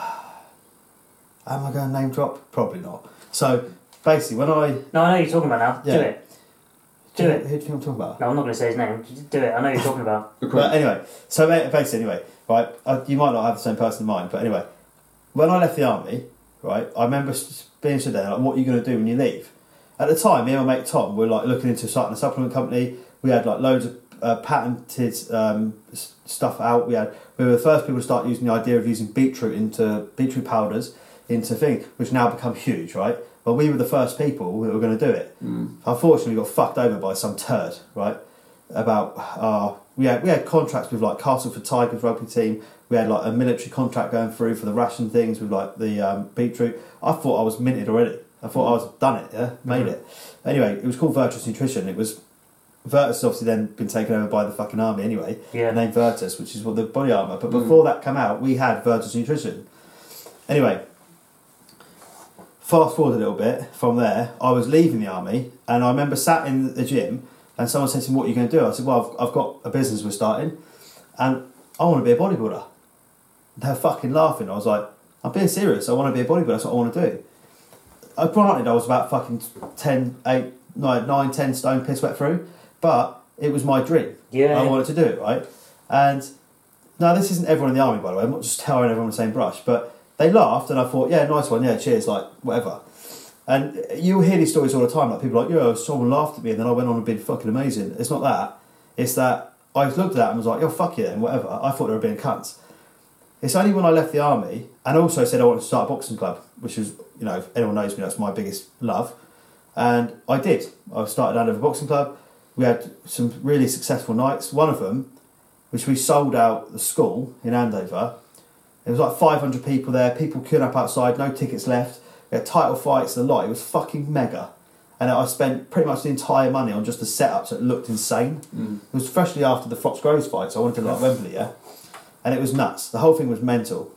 [SPEAKER 2] am I going to name drop? Probably not. So basically, when I
[SPEAKER 3] No, I know you're talking about now.
[SPEAKER 2] Yeah.
[SPEAKER 3] Do it. Do it.
[SPEAKER 2] Who do you think I'm talking about?
[SPEAKER 3] No, I'm not going to say his name. Just Do it. I know you're talking about.
[SPEAKER 1] Look,
[SPEAKER 2] But anyway, so ba- basically, anyway, right? uh, You might not have the same person in mind, but anyway, when I left the army, right? I remember s- being stood there, like, what are you going to do when you leave? At the time, me and my mate Tom were like looking into starting a supplement company. We had like loads of uh, patented um, s- stuff out. We had we were the first people to start using the idea of using beetroot into beetroot powders into things, which now become huge, right? But we were the first people that were going to do it. Unfortunately, we got fucked over by some turd, right? about our we had we had contracts with like Castleford Tigers rugby team. We had like a military contract going through for the ration things with like the um, beetroot. I thought I was minted already. I thought I was done it. Yeah, made it. Anyway, it was called Virtus Nutrition. It was Virtus obviously then been taken over by the fucking army anyway.
[SPEAKER 3] Yeah.
[SPEAKER 2] Named Virtus, which is what the body armor. But before that came out, we had Virtus Nutrition. Anyway, fast forward a little bit from there, I was leaving the army and I remember sat in the gym and someone said to me, What are you going to do? I said, Well, I've, I've got a business we're starting and I want to be a bodybuilder. They're fucking laughing. I was like, I'm being serious. I want to be a bodybuilder. That's what I want to do. I, granted, I was about fucking 10, 8, 9, 9 10 stone piss wet through, but it was my dream.
[SPEAKER 3] Yeah,
[SPEAKER 2] I
[SPEAKER 3] yeah.
[SPEAKER 2] wanted to do it, right? And Now, this isn't everyone in the army, by the way. I'm not just throwing everyone the same brush, but they laughed, and I thought, yeah, nice one, yeah, cheers, like whatever. And you hear these stories all the time, like people like, yo, someone laughed at me, and then I went on and been fucking amazing. It's not that. It's that I looked at that and was like, yo, fuck you, and whatever. I thought they were being cunts. It's only when I left the army, and also said I wanted to start a boxing club, which is, you know, if anyone knows me, that's my biggest love. And I did. I started out of a boxing club. We had some really successful nights. One of them, which we sold out the school in Andover. It was like 500 people there. People queuing up outside. No tickets left. We had title fights and a lot. It was fucking mega. And I spent pretty much the entire money on just the setup, so it looked insane. It was freshly after the Fox Groves fight, so I wanted to like Wembley, yeah. And it was nuts. The whole thing was mental.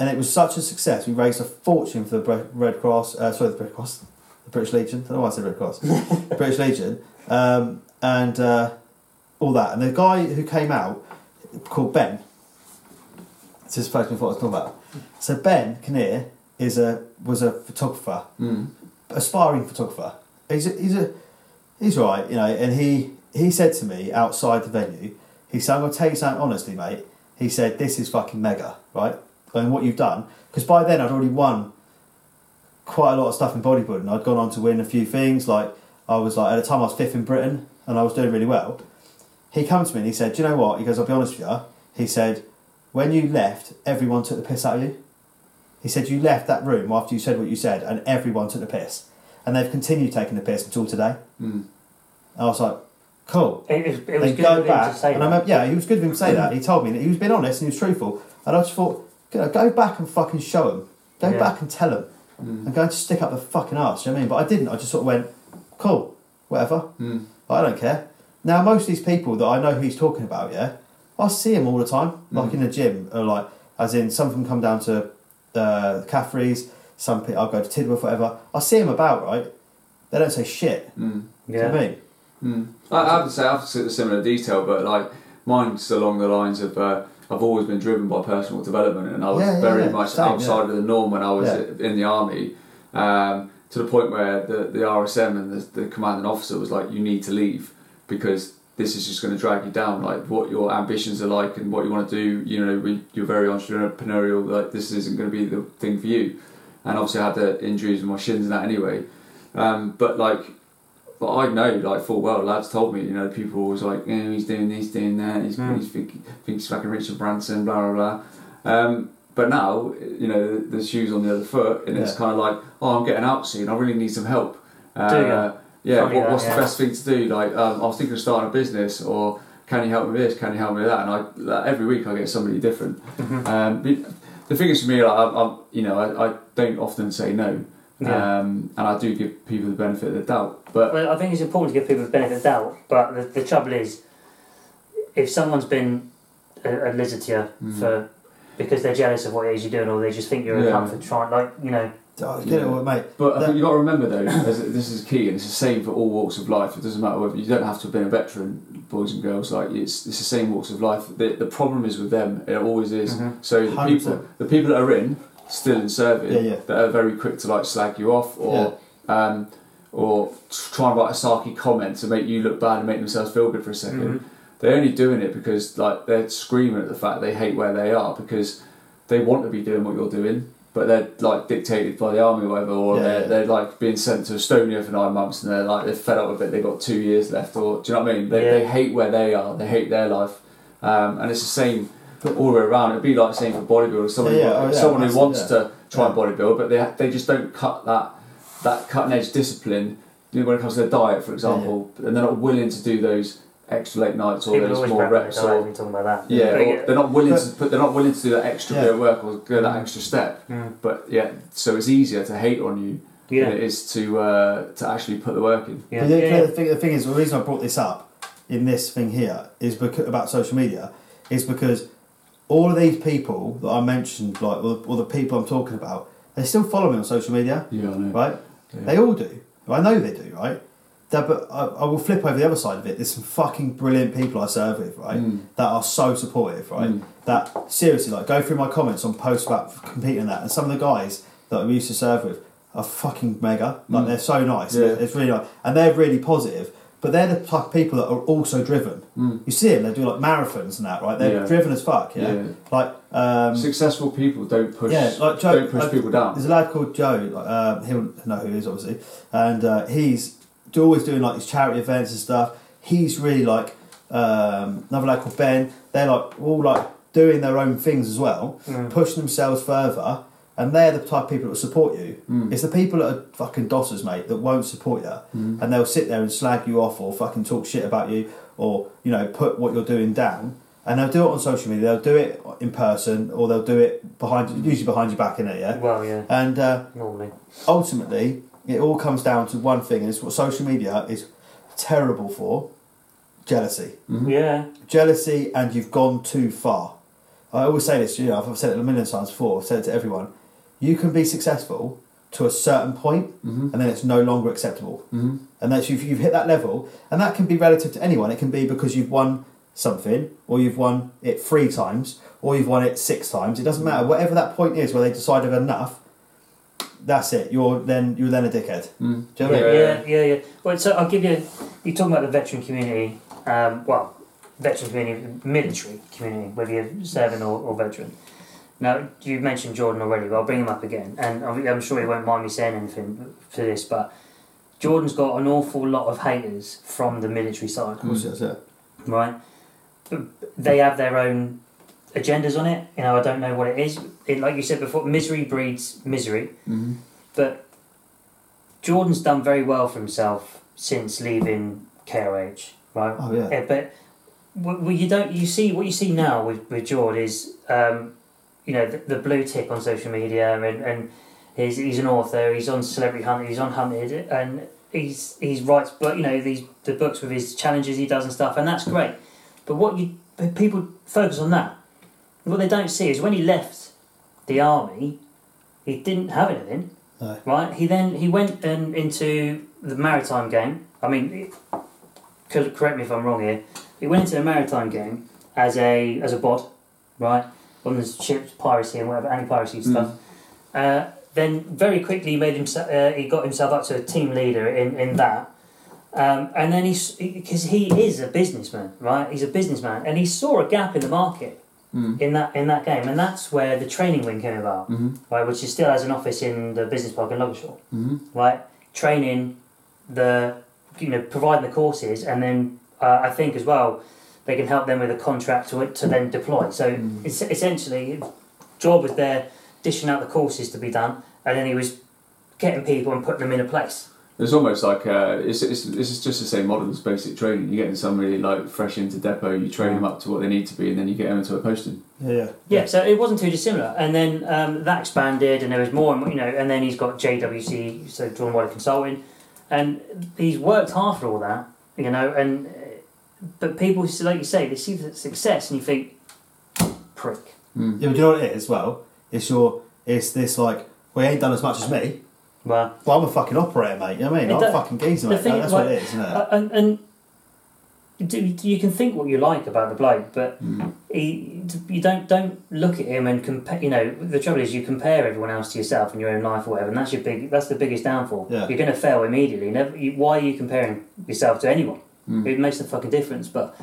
[SPEAKER 2] And it was such a success. We raised a fortune for the Bre- Red Cross. Uh, sorry, the Red Cross, the British Legion. I don't know why I said Red Cross. British Legion, um, and uh, all that. And the guy who came out called Ben. It's his person before I was talking about. So Ben Kinnear is a was a photographer, aspiring photographer. He's a, he's a he's all right, you know. And he he said to me outside the venue, he said, "I'm gonna tell you something honestly, mate." He said, "This is fucking mega, right? And what you've done, because by then I'd already won quite a lot of stuff in bodybuilding. I'd gone on to win a few things. Like I was like at the time I was fifth in Britain and I was doing really well. He comes to me and he said, "Do you know what?" He goes, "I'll be honest with you." He said, "When you left, everyone took the piss out of you." He said, "You left that room after you said what you said, and everyone took the piss, and they've continued taking the piss until today."
[SPEAKER 1] Mm,
[SPEAKER 2] And I was like, "Cool."
[SPEAKER 3] It, was- it was
[SPEAKER 2] Then
[SPEAKER 3] good
[SPEAKER 2] go
[SPEAKER 3] of him to
[SPEAKER 2] back.
[SPEAKER 3] say
[SPEAKER 2] And I
[SPEAKER 3] that.
[SPEAKER 2] remember, yeah, he was good of him to say that. He told me that he was being honest and he was truthful. And I just thought, go, go back and fucking show him. Go
[SPEAKER 3] Yeah. Mm.
[SPEAKER 2] back and tell him. And go and stick up the fucking arse. You know what I mean? But I didn't. I just sort of went, cool, whatever.
[SPEAKER 3] Mm.
[SPEAKER 2] I don't care. Now most of these people that I know who he's talking about, yeah, I see him all the time, like
[SPEAKER 3] Mm.
[SPEAKER 2] in the gym, or like as in some of them come down to uh, Caffrey's. Some people I'll go to Tidworth, whatever. I see him about, right? They don't say shit. Do you know
[SPEAKER 3] Yeah.
[SPEAKER 2] what I mean?
[SPEAKER 1] mm, I, I have to say, I have to sit the similar detail, but like mine's along the lines of uh, I've always been driven by personal development, and I was
[SPEAKER 2] Yeah, yeah,
[SPEAKER 1] very
[SPEAKER 2] yeah,
[SPEAKER 1] much
[SPEAKER 2] same,
[SPEAKER 1] outside of the norm when I was
[SPEAKER 2] Yeah.
[SPEAKER 1] in the army, um, to the point where the, the RSM and the, the commanding officer was like, "You need to leave because this is just going to drag you down. Like what your ambitions are like and what you want to do. You know, we, you're very entrepreneurial. Like this isn't going to be the thing for you." And obviously, I had the injuries in my shins and that anyway. Um, but like but I know, like full well, lads told me, you know, people were always like, eh, he's doing this, doing that, he's,
[SPEAKER 3] Mm.
[SPEAKER 1] he's think, thinks fucking Richard Branson, blah blah blah. Um, but now, you know, the, the shoes on the other foot, and it's
[SPEAKER 2] Yeah.
[SPEAKER 1] kind of like, oh, I'm getting out soon. I really need some help. Uh,
[SPEAKER 3] Do ya?
[SPEAKER 1] Yeah.
[SPEAKER 3] Funny
[SPEAKER 1] What,
[SPEAKER 3] that,
[SPEAKER 1] what's
[SPEAKER 3] yeah.
[SPEAKER 1] the best thing to do? Like, um, I was thinking of starting a business, or can you help me with this? Can you help me with that? And I, like, every week, I get somebody different.
[SPEAKER 3] Mm-hmm.
[SPEAKER 1] Um, but the thing is for me, like, I'm, I'm, you know, I, I don't often say no.
[SPEAKER 3] Yeah.
[SPEAKER 1] Um, and I do give people the benefit of the doubt, but
[SPEAKER 3] Well, I think it's important to give people the benefit of the doubt, but the, the trouble is, if someone's been a, a lizard to you
[SPEAKER 2] Hmm.
[SPEAKER 3] for because they're jealous of what it is you're doing, or they just think you're
[SPEAKER 1] Yeah.
[SPEAKER 3] a comfort trying, like you know,
[SPEAKER 2] Oh, you know what, mate?
[SPEAKER 1] But I
[SPEAKER 2] That-
[SPEAKER 1] think you've got to remember though, as this is key, and it's the same for all walks of life. It doesn't matter whether you don't have to have been a veteran, boys and girls. Like it's, it's the same walks of life. The, the problem is with them. It always is. So the
[SPEAKER 2] 100%.
[SPEAKER 1] people, the people that are in, still in serving,
[SPEAKER 2] Mm-hmm. Yeah, yeah.
[SPEAKER 1] that are very quick to like slag you off or. Um, or t- try and write a sarky comment to make you look bad and make themselves feel good for a 2nd
[SPEAKER 2] Mm-hmm.
[SPEAKER 1] they They're only doing it because like they're screaming at the fact they hate where they are because they want to be doing what you're doing, but they're like dictated by the army or whatever, or
[SPEAKER 2] Yeah,
[SPEAKER 1] they're,
[SPEAKER 2] yeah.
[SPEAKER 1] they're like being sent to Estonia for nine months and they're like they're fed up with it. They've got two years left, or do you know what I mean? They,
[SPEAKER 3] Yeah.
[SPEAKER 1] they hate where they are. They hate their life, um, and it's the same all the way around. It'd be like saying for bodybuilders, someone,
[SPEAKER 2] Yeah, yeah, oh, yeah,
[SPEAKER 1] someone who
[SPEAKER 2] massive,
[SPEAKER 1] wants
[SPEAKER 2] yeah.
[SPEAKER 1] to try and
[SPEAKER 2] Yeah.
[SPEAKER 1] bodybuild, but they they just don't cut that that cutting edge discipline. You know, when it comes to their diet, for example, and they're not willing to do those extra late nights or
[SPEAKER 3] people
[SPEAKER 1] those
[SPEAKER 3] always
[SPEAKER 1] more
[SPEAKER 3] brag about
[SPEAKER 1] reps
[SPEAKER 3] their diet
[SPEAKER 1] or
[SPEAKER 3] when you're talking about that.
[SPEAKER 1] yeah,
[SPEAKER 3] But
[SPEAKER 1] or they're not willing to
[SPEAKER 2] But-
[SPEAKER 1] put. They're not willing to do that extra
[SPEAKER 2] Yeah.
[SPEAKER 1] bit of work or go that extra step. But yeah, so it's easier to hate on you
[SPEAKER 3] Mm. yeah,
[SPEAKER 1] than it is to uh, to actually put the work in.
[SPEAKER 3] yeah,
[SPEAKER 2] But
[SPEAKER 3] yeah,
[SPEAKER 2] the,
[SPEAKER 3] yeah.
[SPEAKER 2] the, thing, the thing is, the reason I brought this up in this thing here is because, about social media is because all of these people that I mentioned, like or the, or the people I'm talking about, they still follow me on social media,
[SPEAKER 1] Yeah, I know.
[SPEAKER 2] right? They all do. I know they do, right? That, but I, I will flip over the other side of it. There's some fucking brilliant people I serve with, right?
[SPEAKER 1] Mm.
[SPEAKER 2] That are so supportive, right? That seriously, like, go through my comments on posts about competing and that, and some of the guys that I used to serve with are fucking mega. Like, they're so nice.
[SPEAKER 1] Mm. Yeah.
[SPEAKER 2] It's really nice, and they're really positive. But they're the type of people that are also driven.
[SPEAKER 1] Mm.
[SPEAKER 2] You see them; they do like marathons and that, right? They're
[SPEAKER 1] Yeah.
[SPEAKER 2] driven as fuck. Yeah,
[SPEAKER 1] Yeah.
[SPEAKER 2] like um,
[SPEAKER 1] Successful people don't push.
[SPEAKER 2] yeah, like Joe,
[SPEAKER 1] don't push
[SPEAKER 2] like,
[SPEAKER 1] people down.
[SPEAKER 2] There's a lad called Joe. Like, um, he'll know who he is, obviously, and uh, he's do- always doing like these charity events and stuff. He's really like um, another lad called Ben. They're like all like doing their own things as well,
[SPEAKER 3] Mm.
[SPEAKER 2] pushing themselves further, and they're the type of people that will support you.
[SPEAKER 1] Mm,
[SPEAKER 2] It's the people that are fucking dossers, mate, that won't support you,
[SPEAKER 1] mm,
[SPEAKER 2] and they'll sit there and slag you off or fucking talk shit about you or you know put what you're doing down. And they'll do it on social media. They'll do it in person, or they'll do it behind, usually behind your back, in it, yeah.
[SPEAKER 3] Well, yeah,
[SPEAKER 2] And uh,
[SPEAKER 3] normally.
[SPEAKER 2] ultimately, it all comes down to one thing, and it's what social media is terrible for jealousy.
[SPEAKER 3] Yeah.
[SPEAKER 2] Jealousy, and you've gone too far. I always say this, you know, I've said it a million times before, I've said it to everyone. You can be successful to a certain point,
[SPEAKER 1] mm-hmm,
[SPEAKER 2] and then it's no longer acceptable.
[SPEAKER 1] Mhm.
[SPEAKER 2] And that's you've, you've hit that level, and that can be relative to anyone. It can be because you've won something, or you've won it three times, or you've won it six times. It doesn't matter. Whatever that point is where they decided enough, that's it. You're then you're then a dickhead.
[SPEAKER 1] Mm.
[SPEAKER 2] Do you know what I mean?
[SPEAKER 3] Yeah, yeah, yeah. Well, so I'll give you. You're talking about the veteran community. Um, well, veteran community, military community, whether you're serving or, or veteran. Now you mentioned Jordan already, but I'll bring him up again, and I'm I'm sure he won't mind me saying anything for this, but Jordan's got an awful lot of haters from the military side,
[SPEAKER 2] Of course, that's it.
[SPEAKER 3] right? But They have their own agendas on it. You know, I don't know what it is. It, like you said before, misery breeds misery.
[SPEAKER 2] Mm-hmm.
[SPEAKER 1] Mhm.
[SPEAKER 3] But Jordan's done very well for himself since leaving KRH, right?
[SPEAKER 2] Oh yeah.
[SPEAKER 3] Yeah, but what what you don't you see what you see now with with Jordan is um, you know the, the blue tick on social media and and he's he's an author. He's on Celebrity Hunter. He's on Hunted and. He's, he's writes but you know these the books with his challenges he does and stuff and that's great but what you but people focus on that what they don't see is when he left the army he didn't have anything
[SPEAKER 2] No.
[SPEAKER 3] right he then he went and into the maritime game i mean cor- correct me if I'm wrong here. He went into the maritime game as a as a bod, right, on the ships, piracy and whatever, anti-piracy stuff. Uh, then very quickly he made himself. Uh, he got himself up to a team leader in in that. Um, and then he's because he is a businessman, right? He's a businessman, and he saw a gap in the market
[SPEAKER 1] Mm.
[SPEAKER 3] in that in that game, and that's where the training wing came about,
[SPEAKER 1] Mhm.
[SPEAKER 3] right? Which is still has an office in the business park in Longshore
[SPEAKER 1] Mhm.
[SPEAKER 3] right? Training the you know providing the courses, and then uh, I think as well they can help them with a contract to to then deploy. So it's, essentially, job was there dishing out the courses to be done, and then he was getting people and putting them in a place.
[SPEAKER 1] It's almost like uh, it's, it's, this is just the same model as basic training. You're getting somebody like fresh into depot, you train them up to what they need to be, and then you get them into a posting.
[SPEAKER 2] Yeah, yeah.
[SPEAKER 3] Yeah, so it wasn't too dissimilar, and then um, that expanded, and there was more, and you know, and then he's got JWC, so John Wilder Consulting, and he's worked hard for all that, you know, and uh, but people, like you say, they see the success, and you think, prick.
[SPEAKER 2] Yeah, but you know what it is as well? It's your it's this like well, you ain't done as much as me,
[SPEAKER 3] Well,
[SPEAKER 2] but I'm a fucking operator, mate. You know what I mean?
[SPEAKER 3] It
[SPEAKER 2] I'm
[SPEAKER 3] don't-
[SPEAKER 2] a fucking geezer,
[SPEAKER 3] the
[SPEAKER 2] mate.
[SPEAKER 3] thing
[SPEAKER 2] That-
[SPEAKER 3] is,
[SPEAKER 2] that's
[SPEAKER 3] like-
[SPEAKER 2] what it is, isn't it?
[SPEAKER 3] uh, and and do, do- you can think what you like about the bloke, but
[SPEAKER 1] Mm,
[SPEAKER 3] he, you don't don't look at him and compare. You know, the trouble is you compare everyone else to yourself in your own life or whatever, and that's your big that's the biggest downfall.
[SPEAKER 2] Yeah.
[SPEAKER 3] You're going to fail immediately. Never, you, why are you comparing yourself to anyone?
[SPEAKER 2] Hmm.
[SPEAKER 3] It makes no fucking difference. But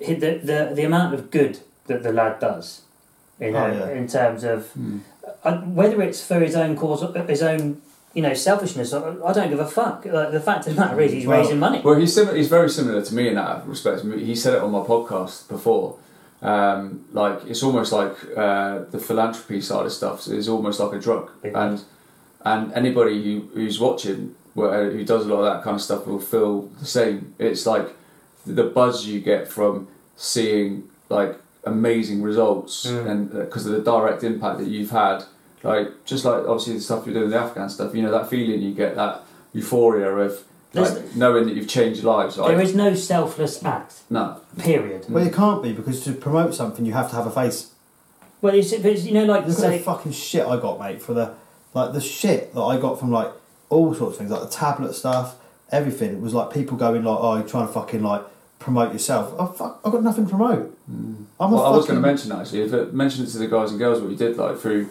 [SPEAKER 3] he- the the the amount of good that the lad does, you know,
[SPEAKER 2] Oh, yeah.
[SPEAKER 3] in terms of
[SPEAKER 1] mm.
[SPEAKER 3] uh, whether it's for his own cause, his own. You know, selfishness. I I don't give a fuck. Like, the fact of the matter is, he's
[SPEAKER 2] Well-
[SPEAKER 3] raising money.
[SPEAKER 1] Well, he's similar. He's very similar to me in that respect. He said it on my podcast before. Um, like it's almost like uh, the philanthropy side of stuff is almost like a drug,
[SPEAKER 3] It
[SPEAKER 1] and and anybody who, who's watching wh- who does a lot of that kind of stuff will feel the same. It's like the buzz you get from seeing like amazing results
[SPEAKER 3] Mm.
[SPEAKER 1] and because of the direct impact that you've had like just like obviously the stuff you're doing with the afghan stuff you know that feeling you get that euphoria of
[SPEAKER 3] There's-
[SPEAKER 1] like, knowing that you've changed lives like
[SPEAKER 3] There is no selfless act,
[SPEAKER 1] no
[SPEAKER 3] period.
[SPEAKER 2] Well, you can't be because to promote something, you have to have a face.
[SPEAKER 3] Well, it's, it's you know, like
[SPEAKER 2] Look at the
[SPEAKER 3] say,
[SPEAKER 2] fucking shit I got, mate, for the like the shit that I got from like all sorts of things, like the tablet stuff, everything. It was like people going like, "Oh, you're trying to fucking like promote yourself." I fuck, I got nothing to promote. I'm a
[SPEAKER 1] Hmm. well, I was going
[SPEAKER 2] fucking-
[SPEAKER 1] to mention that, actually if it, mention it to the guys and girls what you did like through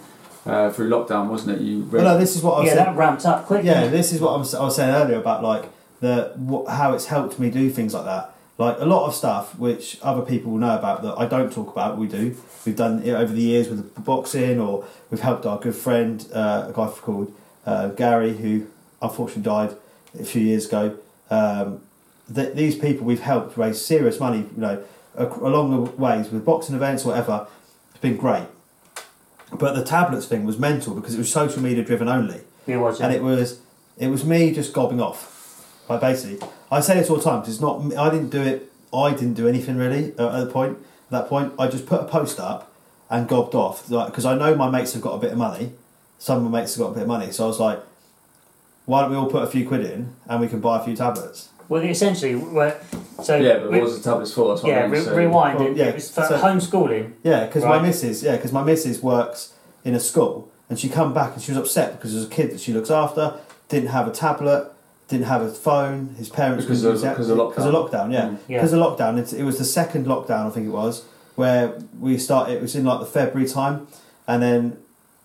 [SPEAKER 1] uh, through lockdown wasn't it you
[SPEAKER 2] Well, no, this is what I was
[SPEAKER 3] yeah,
[SPEAKER 2] saying.
[SPEAKER 3] that ramped up quick.
[SPEAKER 2] yeah, this is what I'm, s- I was saying earlier about like that wh- how it's helped me do things like that. Like a lot of stuff which other people will know about that I don't talk about, we do. We've done it over the years with the boxing, or we've helped our good friend, uh, a guy called uh, Gary, who unfortunately died a few years ago. Um, th- these people we've helped raise serious money, you know, ac- along the ways with boxing events, whatever. It's been great. But the tablets thing was mental because it was social media driven only
[SPEAKER 3] It was.
[SPEAKER 2] and
[SPEAKER 3] yeah.
[SPEAKER 2] it was it was me just gobbing off. Like basically, I say this all the time 'cause it's not. me- I didn't do it. I didn't do anything really uh, at the point. At that point, I just put a post up and gobbed off because I know my mates have got a bit of money. Some of my mates have got a bit of money, so I was like, "Why don't we all put a few quid in and we can buy a few tablets?"
[SPEAKER 3] uh, Well, essentially, we're, so
[SPEAKER 1] Yeah, but
[SPEAKER 3] re-
[SPEAKER 1] what was the tablets for? That's what I
[SPEAKER 3] yeah,
[SPEAKER 1] mean,
[SPEAKER 3] re-
[SPEAKER 1] so-
[SPEAKER 3] rewind.
[SPEAKER 2] Well,
[SPEAKER 3] it,
[SPEAKER 2] yeah,
[SPEAKER 3] it was for
[SPEAKER 2] so-
[SPEAKER 3] homeschooling.
[SPEAKER 2] Yeah, because
[SPEAKER 3] Right.
[SPEAKER 2] my missus, yeah, 'cause my missus works in a school, and she come back and she was upset because there's a kid that she looks after didn't have a tablet, didn't have a phone. His parents
[SPEAKER 1] Because
[SPEAKER 2] couldn't
[SPEAKER 1] of-
[SPEAKER 2] use it-
[SPEAKER 1] because of lockdown.
[SPEAKER 2] Because of lockdown, yeah,
[SPEAKER 1] Mm.
[SPEAKER 3] Yeah.
[SPEAKER 2] because of lockdown. It, it was the second lockdown, I think it was, where we started. It was in like the February time, and then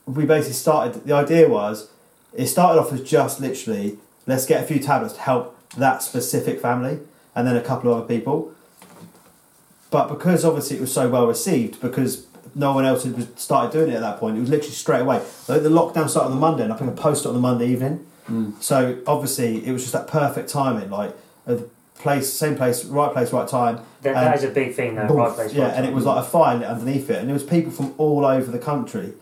[SPEAKER 2] we basically started. The idea was, it started off as just literally, let's get a few tablets to help that specific family, and then a couple of other people. But because obviously it was so well received, because no one else had was- started doing it at that point, it was literally straight away. Like, the lockdown started on the Monday, and I think I posted on the Monday evening. So obviously it was just that perfect timing, like uh, the place, same place, right place, right time.
[SPEAKER 3] That,
[SPEAKER 2] and
[SPEAKER 3] that is a big thing, though.
[SPEAKER 2] boom,
[SPEAKER 3] Right place,
[SPEAKER 2] yeah,
[SPEAKER 3] right
[SPEAKER 2] and it
[SPEAKER 3] time.
[SPEAKER 2] was like a fire lit underneath it, and there was people from all over the country,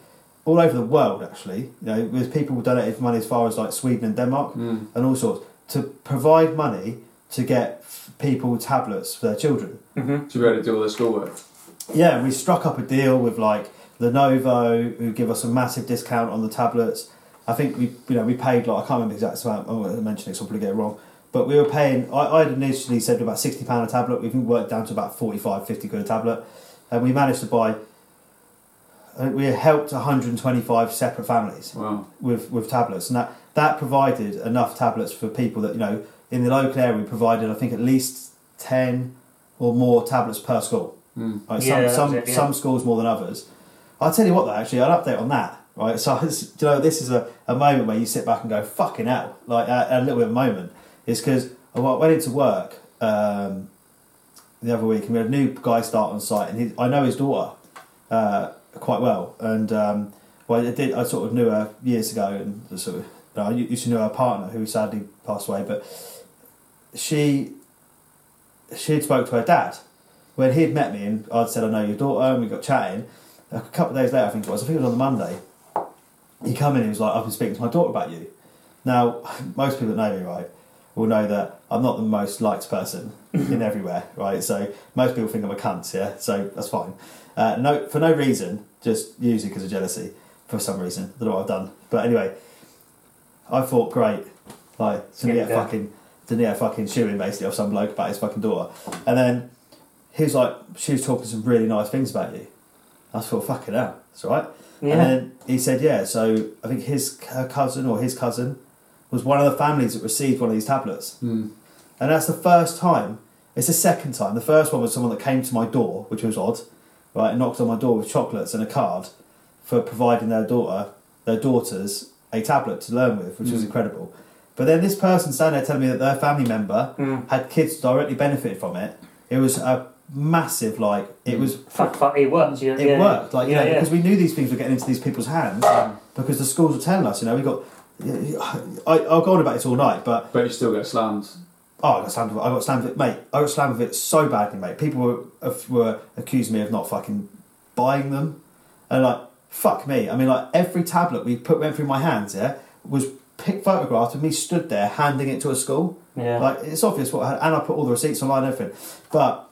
[SPEAKER 2] all over the world actually. You know, there's people who donated money as far as like Sweden and Denmark
[SPEAKER 3] Hmm.
[SPEAKER 1] Mm.
[SPEAKER 2] and all sorts to provide money to get f- people tablets for their children.
[SPEAKER 3] Mm-hmm.
[SPEAKER 1] To be able to do all their schoolwork.
[SPEAKER 2] Yeah, we struck up a deal with like Lenovo, who give us a massive discount on the tablets. I think we, you know, we paid like I can't remember the exact amount. I'm going to mention it, so I'll probably get it wrong. But we were paying. I, I had initially said about sixty pound a tablet. We've worked down to about 45, 50 quid a tablet, and we managed to buy. I think we helped one hundred and twenty-five separate families
[SPEAKER 1] Wow.
[SPEAKER 2] with with tablets, and that that provided enough tablets for people that you know in the local area. We provided, I think, at least ten or more tablets per school.
[SPEAKER 1] Mm.
[SPEAKER 2] Like some
[SPEAKER 3] Yeah, that
[SPEAKER 2] some
[SPEAKER 3] was it, yeah.
[SPEAKER 2] some schools more than others. I'll tell you what, though. Actually, I'll update on that. Right, so it's, do you know this is a, a moment where you sit back and go fucking hell, like a, a little bit of a moment. It's because I wa- went into work um, the other week and we had a new guy start on site, and he, I know his daughter uh, quite well, and um, well, I did. I sort of knew her years ago, and sort of no, I used to know her partner who sadly passed away, but she she had spoke to her dad when he'd met me, and I'd said I know your daughter, and we got chatting. A couple of days later, I think it was. I think it was on the Monday. He come in and he was like, "I've been speaking to my daughter about you." Now, most people that know me, right, will know that I'm not the most liked person in everywhere, right? So most people think I'm a cunt, yeah. So that's fine. Uh, no, for no reason, just usually because of jealousy, for some reason. I don't know what I've done, but anyway, I thought, great, like to
[SPEAKER 3] Here we
[SPEAKER 2] get
[SPEAKER 3] go.
[SPEAKER 2] fucking, to get fucking shooting basically off some bloke about his fucking daughter, and then he was like, she was talking some really nice things about you. I thought, fucking hell, that's all right.
[SPEAKER 3] Yeah.
[SPEAKER 2] And then he said, yeah. So I think his her cousin or his cousin was one of the families that received one of these tablets.
[SPEAKER 1] Mm.
[SPEAKER 2] And that's the first time. It's the second time. The first one was someone that came to my door, which was odd, right? And knocked on my door with chocolates and a card for providing their daughter, their daughters, a tablet to learn with, which was incredible. But then this person standing there telling me that their family member
[SPEAKER 3] Mm.
[SPEAKER 2] had kids directly benefited from it. It was a massive, like, it was
[SPEAKER 3] Fuck, fuck, it worked. Yeah,
[SPEAKER 2] it
[SPEAKER 3] yeah.
[SPEAKER 2] worked. Like, you
[SPEAKER 3] yeah, Mm.
[SPEAKER 2] know,
[SPEAKER 3] yeah.
[SPEAKER 2] because we knew these things were getting into these people's hands because the schools were telling us, you know, we got. I, I'll go on about this all night, but
[SPEAKER 1] But you still get slammed.
[SPEAKER 2] oh, I got slammed. With, I got slammed with, mate. I got slammed with it so badly, mate. People were of- were accusing me of not fucking buying them, and like fuck me. I mean, like every tablet we put went through my hands, yeah, was pic photographed of me stood there handing it to a school.
[SPEAKER 3] Yeah.
[SPEAKER 2] Like it's obvious what I had, and I put all the receipts online and everything. But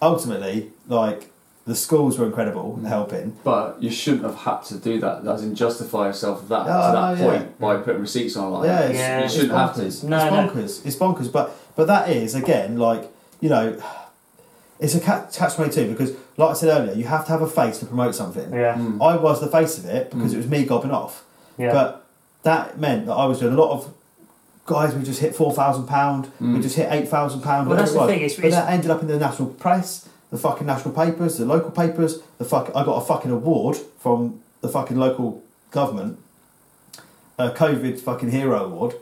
[SPEAKER 2] ultimately, like the schools were incredible
[SPEAKER 3] Mm.
[SPEAKER 2] in helping.
[SPEAKER 1] But you shouldn't have had to do that. As in justify yourself that
[SPEAKER 2] Oh,
[SPEAKER 1] to that
[SPEAKER 2] no,
[SPEAKER 1] point
[SPEAKER 2] yeah.
[SPEAKER 1] by putting receipts online.
[SPEAKER 2] Yeah, it's,
[SPEAKER 3] Yeah.
[SPEAKER 2] it's
[SPEAKER 1] You shouldn't have to.
[SPEAKER 2] bonkers. It's
[SPEAKER 3] No, no.
[SPEAKER 2] bonkers. It's bonkers. But but that is again like you know, it's a catch catch twenty two because like I said earlier, you have to have a face to promote something.
[SPEAKER 3] yeah.
[SPEAKER 1] Hmm.
[SPEAKER 2] I was the face of it because it was me gobbing off.
[SPEAKER 3] Yeah.
[SPEAKER 2] But that meant that I was doing a lot of guys. We just hit four thousand pound.
[SPEAKER 1] Mm.
[SPEAKER 2] We just hit eight thousand pound.
[SPEAKER 3] Well, that's the thing, it's-
[SPEAKER 2] but
[SPEAKER 3] it's-
[SPEAKER 2] that ended up in the national press, the fucking national papers, the local papers. The fuck, I got a fucking award from the fucking local
[SPEAKER 1] Mm.
[SPEAKER 2] government. A COVID fucking hero award.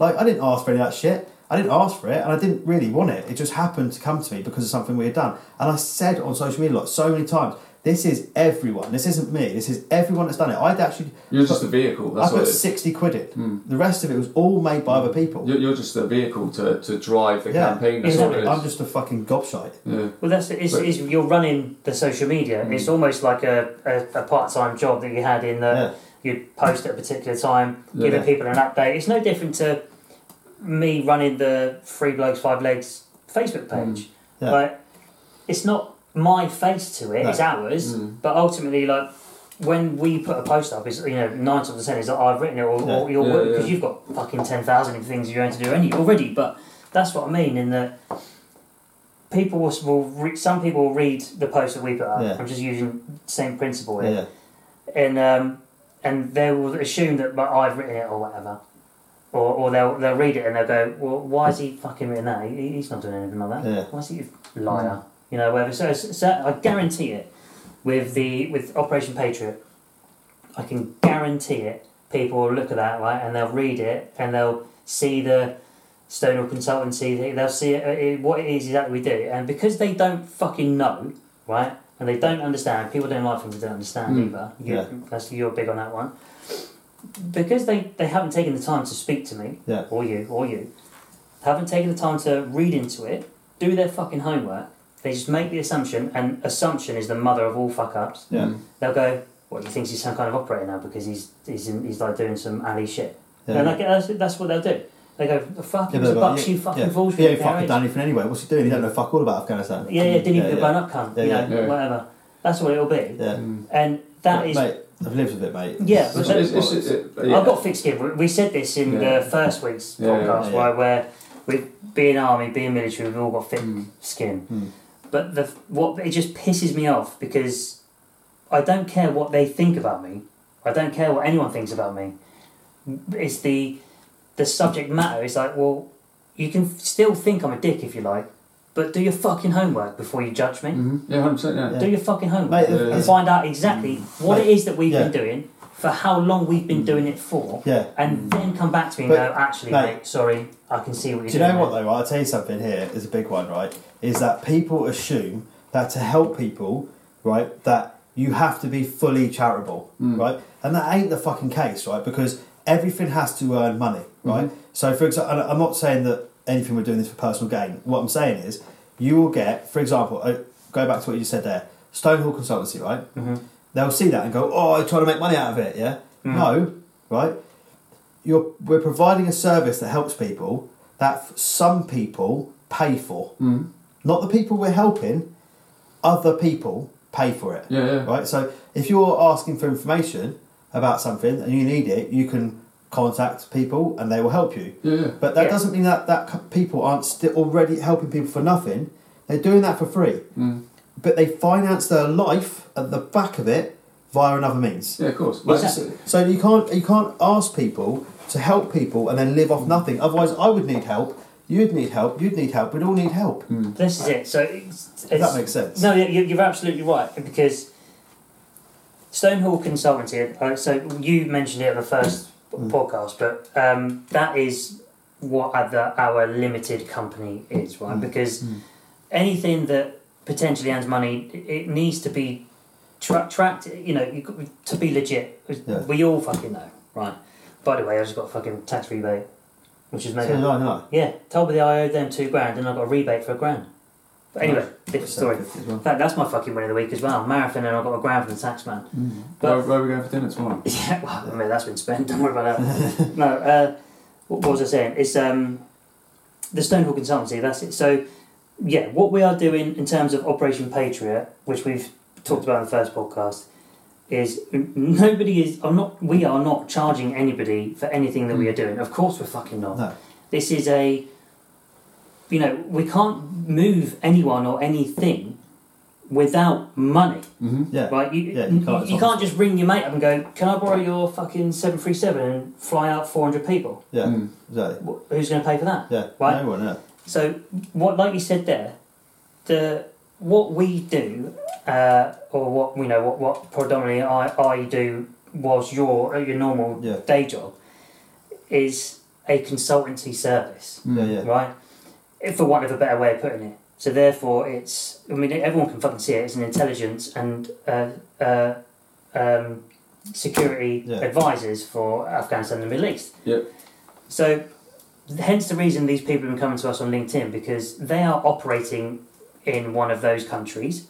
[SPEAKER 2] Like I didn't ask for any of that shit. I didn't ask for it, and I didn't really want it. It just happened to come to me because of something we had done. And I said on social media like so many times, this is everyone. This isn't me. This is everyone that's done it. I'd actually
[SPEAKER 1] You're just a vehicle.
[SPEAKER 2] I
[SPEAKER 1] That's what
[SPEAKER 2] put
[SPEAKER 1] it is.
[SPEAKER 2] sixty quid in.
[SPEAKER 1] Mm.
[SPEAKER 2] The rest of it was all made by other people.
[SPEAKER 1] You're, you're just a vehicle to, to drive the
[SPEAKER 2] Yeah,
[SPEAKER 1] campaign. That's
[SPEAKER 3] exactly.
[SPEAKER 1] what
[SPEAKER 2] I'm
[SPEAKER 1] it is.
[SPEAKER 2] just a fucking gobshite.
[SPEAKER 1] Yeah.
[SPEAKER 3] Well, that's it's,
[SPEAKER 1] But-
[SPEAKER 3] it's, you're running the social media. It's
[SPEAKER 2] Mm.
[SPEAKER 3] almost like a, a, a part time job that you had in the you'd post at a particular time,
[SPEAKER 1] Yeah.
[SPEAKER 3] giving people an update. It's no different to me running the Three Blokes Five Legs Facebook
[SPEAKER 1] Mm.
[SPEAKER 3] page.
[SPEAKER 2] Yeah.
[SPEAKER 3] Like, it's not my face to it;
[SPEAKER 2] No.
[SPEAKER 3] it's ours.
[SPEAKER 1] Mm.
[SPEAKER 3] But ultimately, like when we put a post up, is you know nine times out of ten is that I've written it or, or you're
[SPEAKER 1] Yeah,
[SPEAKER 3] because
[SPEAKER 1] yeah.
[SPEAKER 3] you've got fucking ten thousand things you're going to do any already. But that's what I mean in that people will, will re- some people will read the post that we put up.
[SPEAKER 2] Yeah.
[SPEAKER 3] I'm just using the same principle
[SPEAKER 2] Yeah.
[SPEAKER 3] here,
[SPEAKER 2] yeah.
[SPEAKER 3] and um, and they will assume that like, I've written it or whatever, or, or they'll they'll read it and they'll go, well, why has he fucking written that? He, he's not doing anything like that.
[SPEAKER 2] Yeah.
[SPEAKER 3] Why is he a liar? You know, whatever. So, so so I guarantee it with the with Operation Patriot, I can guarantee it. People will look at that right, and they'll read it and they'll see the Stonewall Consultancy. they- They'll see it, it, what it is exactly we do, and because they don't fucking know, right, and they don't understand. People don't like things they don't understand
[SPEAKER 1] Mm.
[SPEAKER 3] either. You,
[SPEAKER 2] Yeah.
[SPEAKER 3] That's you're big on that one. Because they, they haven't taken the time to speak to me,
[SPEAKER 2] Yeah.
[SPEAKER 3] or you, or you, haven't taken the time to read into it, do their fucking homework, they just make the assumption, and assumption is the mother of all fuck ups.
[SPEAKER 2] Yeah.
[SPEAKER 1] Mm.
[SPEAKER 3] They'll go, "What he thinks he's some kind of operator now because he's he's in, he's like doing some alley shit."
[SPEAKER 2] Yeah.
[SPEAKER 3] And like, that's, that's what they'll do. They go, "Fuck, it was a
[SPEAKER 2] but like,
[SPEAKER 3] bucks you fucking
[SPEAKER 2] yeah.
[SPEAKER 3] fools."
[SPEAKER 2] He
[SPEAKER 3] for
[SPEAKER 2] ain't
[SPEAKER 3] your
[SPEAKER 2] fucking
[SPEAKER 3] age."
[SPEAKER 2] done anything anyway. What's he doing? He don't know fuck all about Afghanistan.
[SPEAKER 3] Yeah, yeah, didn't even
[SPEAKER 2] Yeah,
[SPEAKER 3] yeah,
[SPEAKER 2] yeah.
[SPEAKER 3] up, cunt.
[SPEAKER 2] Yeah,
[SPEAKER 3] you
[SPEAKER 2] yeah.
[SPEAKER 3] know,
[SPEAKER 1] Yeah.
[SPEAKER 3] whatever. That's what it'll be,
[SPEAKER 2] Yeah.
[SPEAKER 1] Mm.
[SPEAKER 3] and that is.
[SPEAKER 2] Mate, I've lived with it, mate.
[SPEAKER 3] Yeah, but
[SPEAKER 1] It's-
[SPEAKER 3] that-
[SPEAKER 1] it's- it's- it- yeah.
[SPEAKER 3] I've got thick skin. We- We said this in
[SPEAKER 1] Yeah.
[SPEAKER 3] the first week's
[SPEAKER 1] Yeah, yeah,
[SPEAKER 3] podcast,
[SPEAKER 2] yeah.
[SPEAKER 3] right? Where with being army, being military, we've all got thick
[SPEAKER 1] Mm.
[SPEAKER 3] skin.
[SPEAKER 2] Mm.
[SPEAKER 3] But the what it just pisses me off because I don't care what they think about me. I don't care what anyone thinks about me. It's the the subject matter. It's like, well, you can still think I'm a dick if you like, but do your fucking homework before you judge me.
[SPEAKER 1] Mhm. Yeah, 100%. Yeah.
[SPEAKER 2] Yeah.
[SPEAKER 3] Do your fucking homework
[SPEAKER 2] Mate,
[SPEAKER 1] Yeah.
[SPEAKER 3] and
[SPEAKER 2] it's-
[SPEAKER 3] find out exactly what it is that we've
[SPEAKER 2] Yeah.
[SPEAKER 3] been doing, for how long we've been doing it for,
[SPEAKER 2] yeah.
[SPEAKER 3] and then come back to me and
[SPEAKER 2] Hmm. But,
[SPEAKER 3] go, actually,
[SPEAKER 2] mate,
[SPEAKER 3] mate, sorry, I can see what you're
[SPEAKER 2] Do you
[SPEAKER 3] doing.
[SPEAKER 2] know what
[SPEAKER 3] there."
[SPEAKER 2] though? Right? I'll tell you something here is a big one, right? Is that people assume that to help people, right, that you have to be fully charitable, right? And that ain't the fucking case, right? Because everything has to earn money, right? So for example, I'm not saying that anything we're doing this for personal gain. What I'm saying is you will get, for example, uh, go back to what you said there, Stonehall Consultancy, right? They'll see that and go, oh, I'm trying to make money out of it, yeah? No, right? you're we're providing a service that helps people that f- some people pay for
[SPEAKER 1] Mm.
[SPEAKER 2] not the people we're helping other people pay for it
[SPEAKER 1] Yeah, yeah.
[SPEAKER 2] right so if you're asking for information about something and you need it you can contact people and they will help you
[SPEAKER 1] Yeah, yeah.
[SPEAKER 2] but that
[SPEAKER 3] Yeah.
[SPEAKER 2] doesn't mean that that c- people aren't still already helping people for nothing they're doing that for free
[SPEAKER 1] Mm.
[SPEAKER 2] but they finance their life at the back of it via another means
[SPEAKER 1] Yeah, of course. Well, it's-
[SPEAKER 3] Exactly.
[SPEAKER 2] so you can't you can't ask people to help people and then live off nothing. Otherwise, I would need help. You'd need help. You'd need help. We'd all need help.
[SPEAKER 3] This is it. So it's,
[SPEAKER 2] If
[SPEAKER 3] it's-
[SPEAKER 2] that makes sense.
[SPEAKER 3] No, you- you're absolutely right because Stonehall Consultancy. Uh, so you mentioned it at the first podcast, but um, that is what other, our limited company is, right? Because anything that potentially earns money, it- it needs to be tra- tracked. You know, you got, to be legit.
[SPEAKER 2] Yeah.
[SPEAKER 3] We all fucking know, right? By the way, I just got a fucking tax rebate, which is
[SPEAKER 2] So,
[SPEAKER 3] amazing.
[SPEAKER 2] no, no.
[SPEAKER 3] Yeah, told me that I owed them two grand and I got a rebate for a grand. But anyway, different story.
[SPEAKER 2] As well.
[SPEAKER 3] In fact, that's my fucking win of the week as well. Marathon and I got a grand from the tax man.
[SPEAKER 1] where,
[SPEAKER 3] But
[SPEAKER 1] where are we going for dinner tomorrow?
[SPEAKER 3] yeah, well, I mean that's been spent. Don't worry about that. no, uh, what was I saying? It's um, the Stonehall Consultancy. That's it. So yeah, what we are doing in terms of Operation Patriot, which we've talked about in the first podcast, is n- nobody is. I'm not. We are not charging anybody for anything that we are doing. Of course, we're fucking not
[SPEAKER 2] No.
[SPEAKER 3] this is a you know we can't move anyone or anything without money
[SPEAKER 1] Mm-hmm.
[SPEAKER 2] Yeah.
[SPEAKER 3] right you,
[SPEAKER 2] Yeah,
[SPEAKER 3] you,
[SPEAKER 2] you
[SPEAKER 3] you
[SPEAKER 2] can't-
[SPEAKER 3] can't, just ring your mate up and go can i borrow your fucking 737 and fly out 400 people
[SPEAKER 2] Yeah.
[SPEAKER 1] Mm.
[SPEAKER 2] Exactly.
[SPEAKER 3] Wh- who's going to pay for that
[SPEAKER 2] Yeah.
[SPEAKER 3] Right.
[SPEAKER 2] No one. No.
[SPEAKER 3] so what like you said there the what we do uh, or what you know what, what predominantly I, I do was your your normal
[SPEAKER 2] Yeah.
[SPEAKER 3] day job is a consultancy service,
[SPEAKER 2] Yeah, yeah.
[SPEAKER 3] right? If for want of a better way of putting it. So therefore, it's I mean everyone can fucking see it. It's an intelligence and uh, uh, um, security
[SPEAKER 2] Yeah.
[SPEAKER 3] advisors for Afghanistan and the Middle East.
[SPEAKER 1] Yep.
[SPEAKER 3] So hence the reason these people have been coming to us on LinkedIn because they are operating in one of those countries.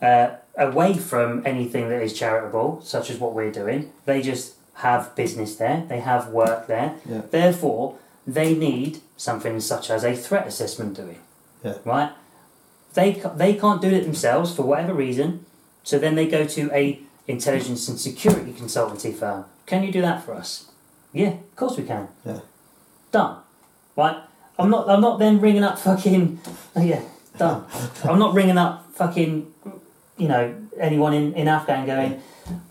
[SPEAKER 3] Uh, away from anything that is charitable, such as what we're doing, they just have business there, they have work there,
[SPEAKER 2] Yeah.
[SPEAKER 3] therefore they need something such as a threat assessment doing.
[SPEAKER 2] Yeah.
[SPEAKER 3] Right? They, ca- they can't do it themselves for whatever reason, so then they go to a intelligence and security consultancy firm. Can you do that for us? Yeah, of course we can.
[SPEAKER 2] Yeah.
[SPEAKER 3] Done. Right? I'm not. I'm not then ringing up fucking. oh yeah, done. I'm not ringing up fucking. You know anyone in in Afghan going?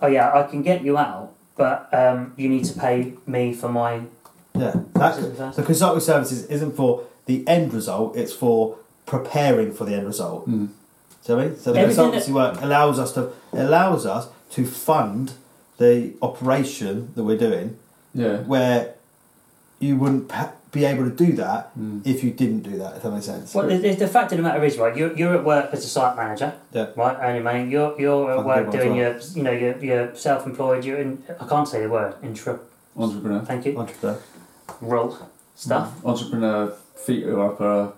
[SPEAKER 3] Oh yeah, I can get you out, but um, you need to pay me for my.
[SPEAKER 2] Yeah. That, so consulting services isn't for the end result, it's for preparing for the end
[SPEAKER 1] Mm.
[SPEAKER 2] result. Do you know what I mean? So the
[SPEAKER 3] Everything
[SPEAKER 2] consultancy work allows us to allows us to fund the operation that we're doing
[SPEAKER 1] Yeah.
[SPEAKER 2] where you wouldn't pa- be able to do that
[SPEAKER 1] Mm.
[SPEAKER 2] if you didn't do that, if that makes sense.
[SPEAKER 3] Well, the, the the fact of the matter is, right? You're, you're at work as a site manager,
[SPEAKER 2] Yeah.
[SPEAKER 3] right? Only money. You're you're at
[SPEAKER 2] Fucking
[SPEAKER 3] work
[SPEAKER 2] good one
[SPEAKER 3] doing
[SPEAKER 2] as
[SPEAKER 3] your you know you're, you're self employed. You're in. I can't say the word. Intra.
[SPEAKER 1] Entrepreneur.
[SPEAKER 3] Thank you.
[SPEAKER 2] Entrepreneur.
[SPEAKER 3] Roll stuff.
[SPEAKER 1] Entrepreneur, feet up, uh,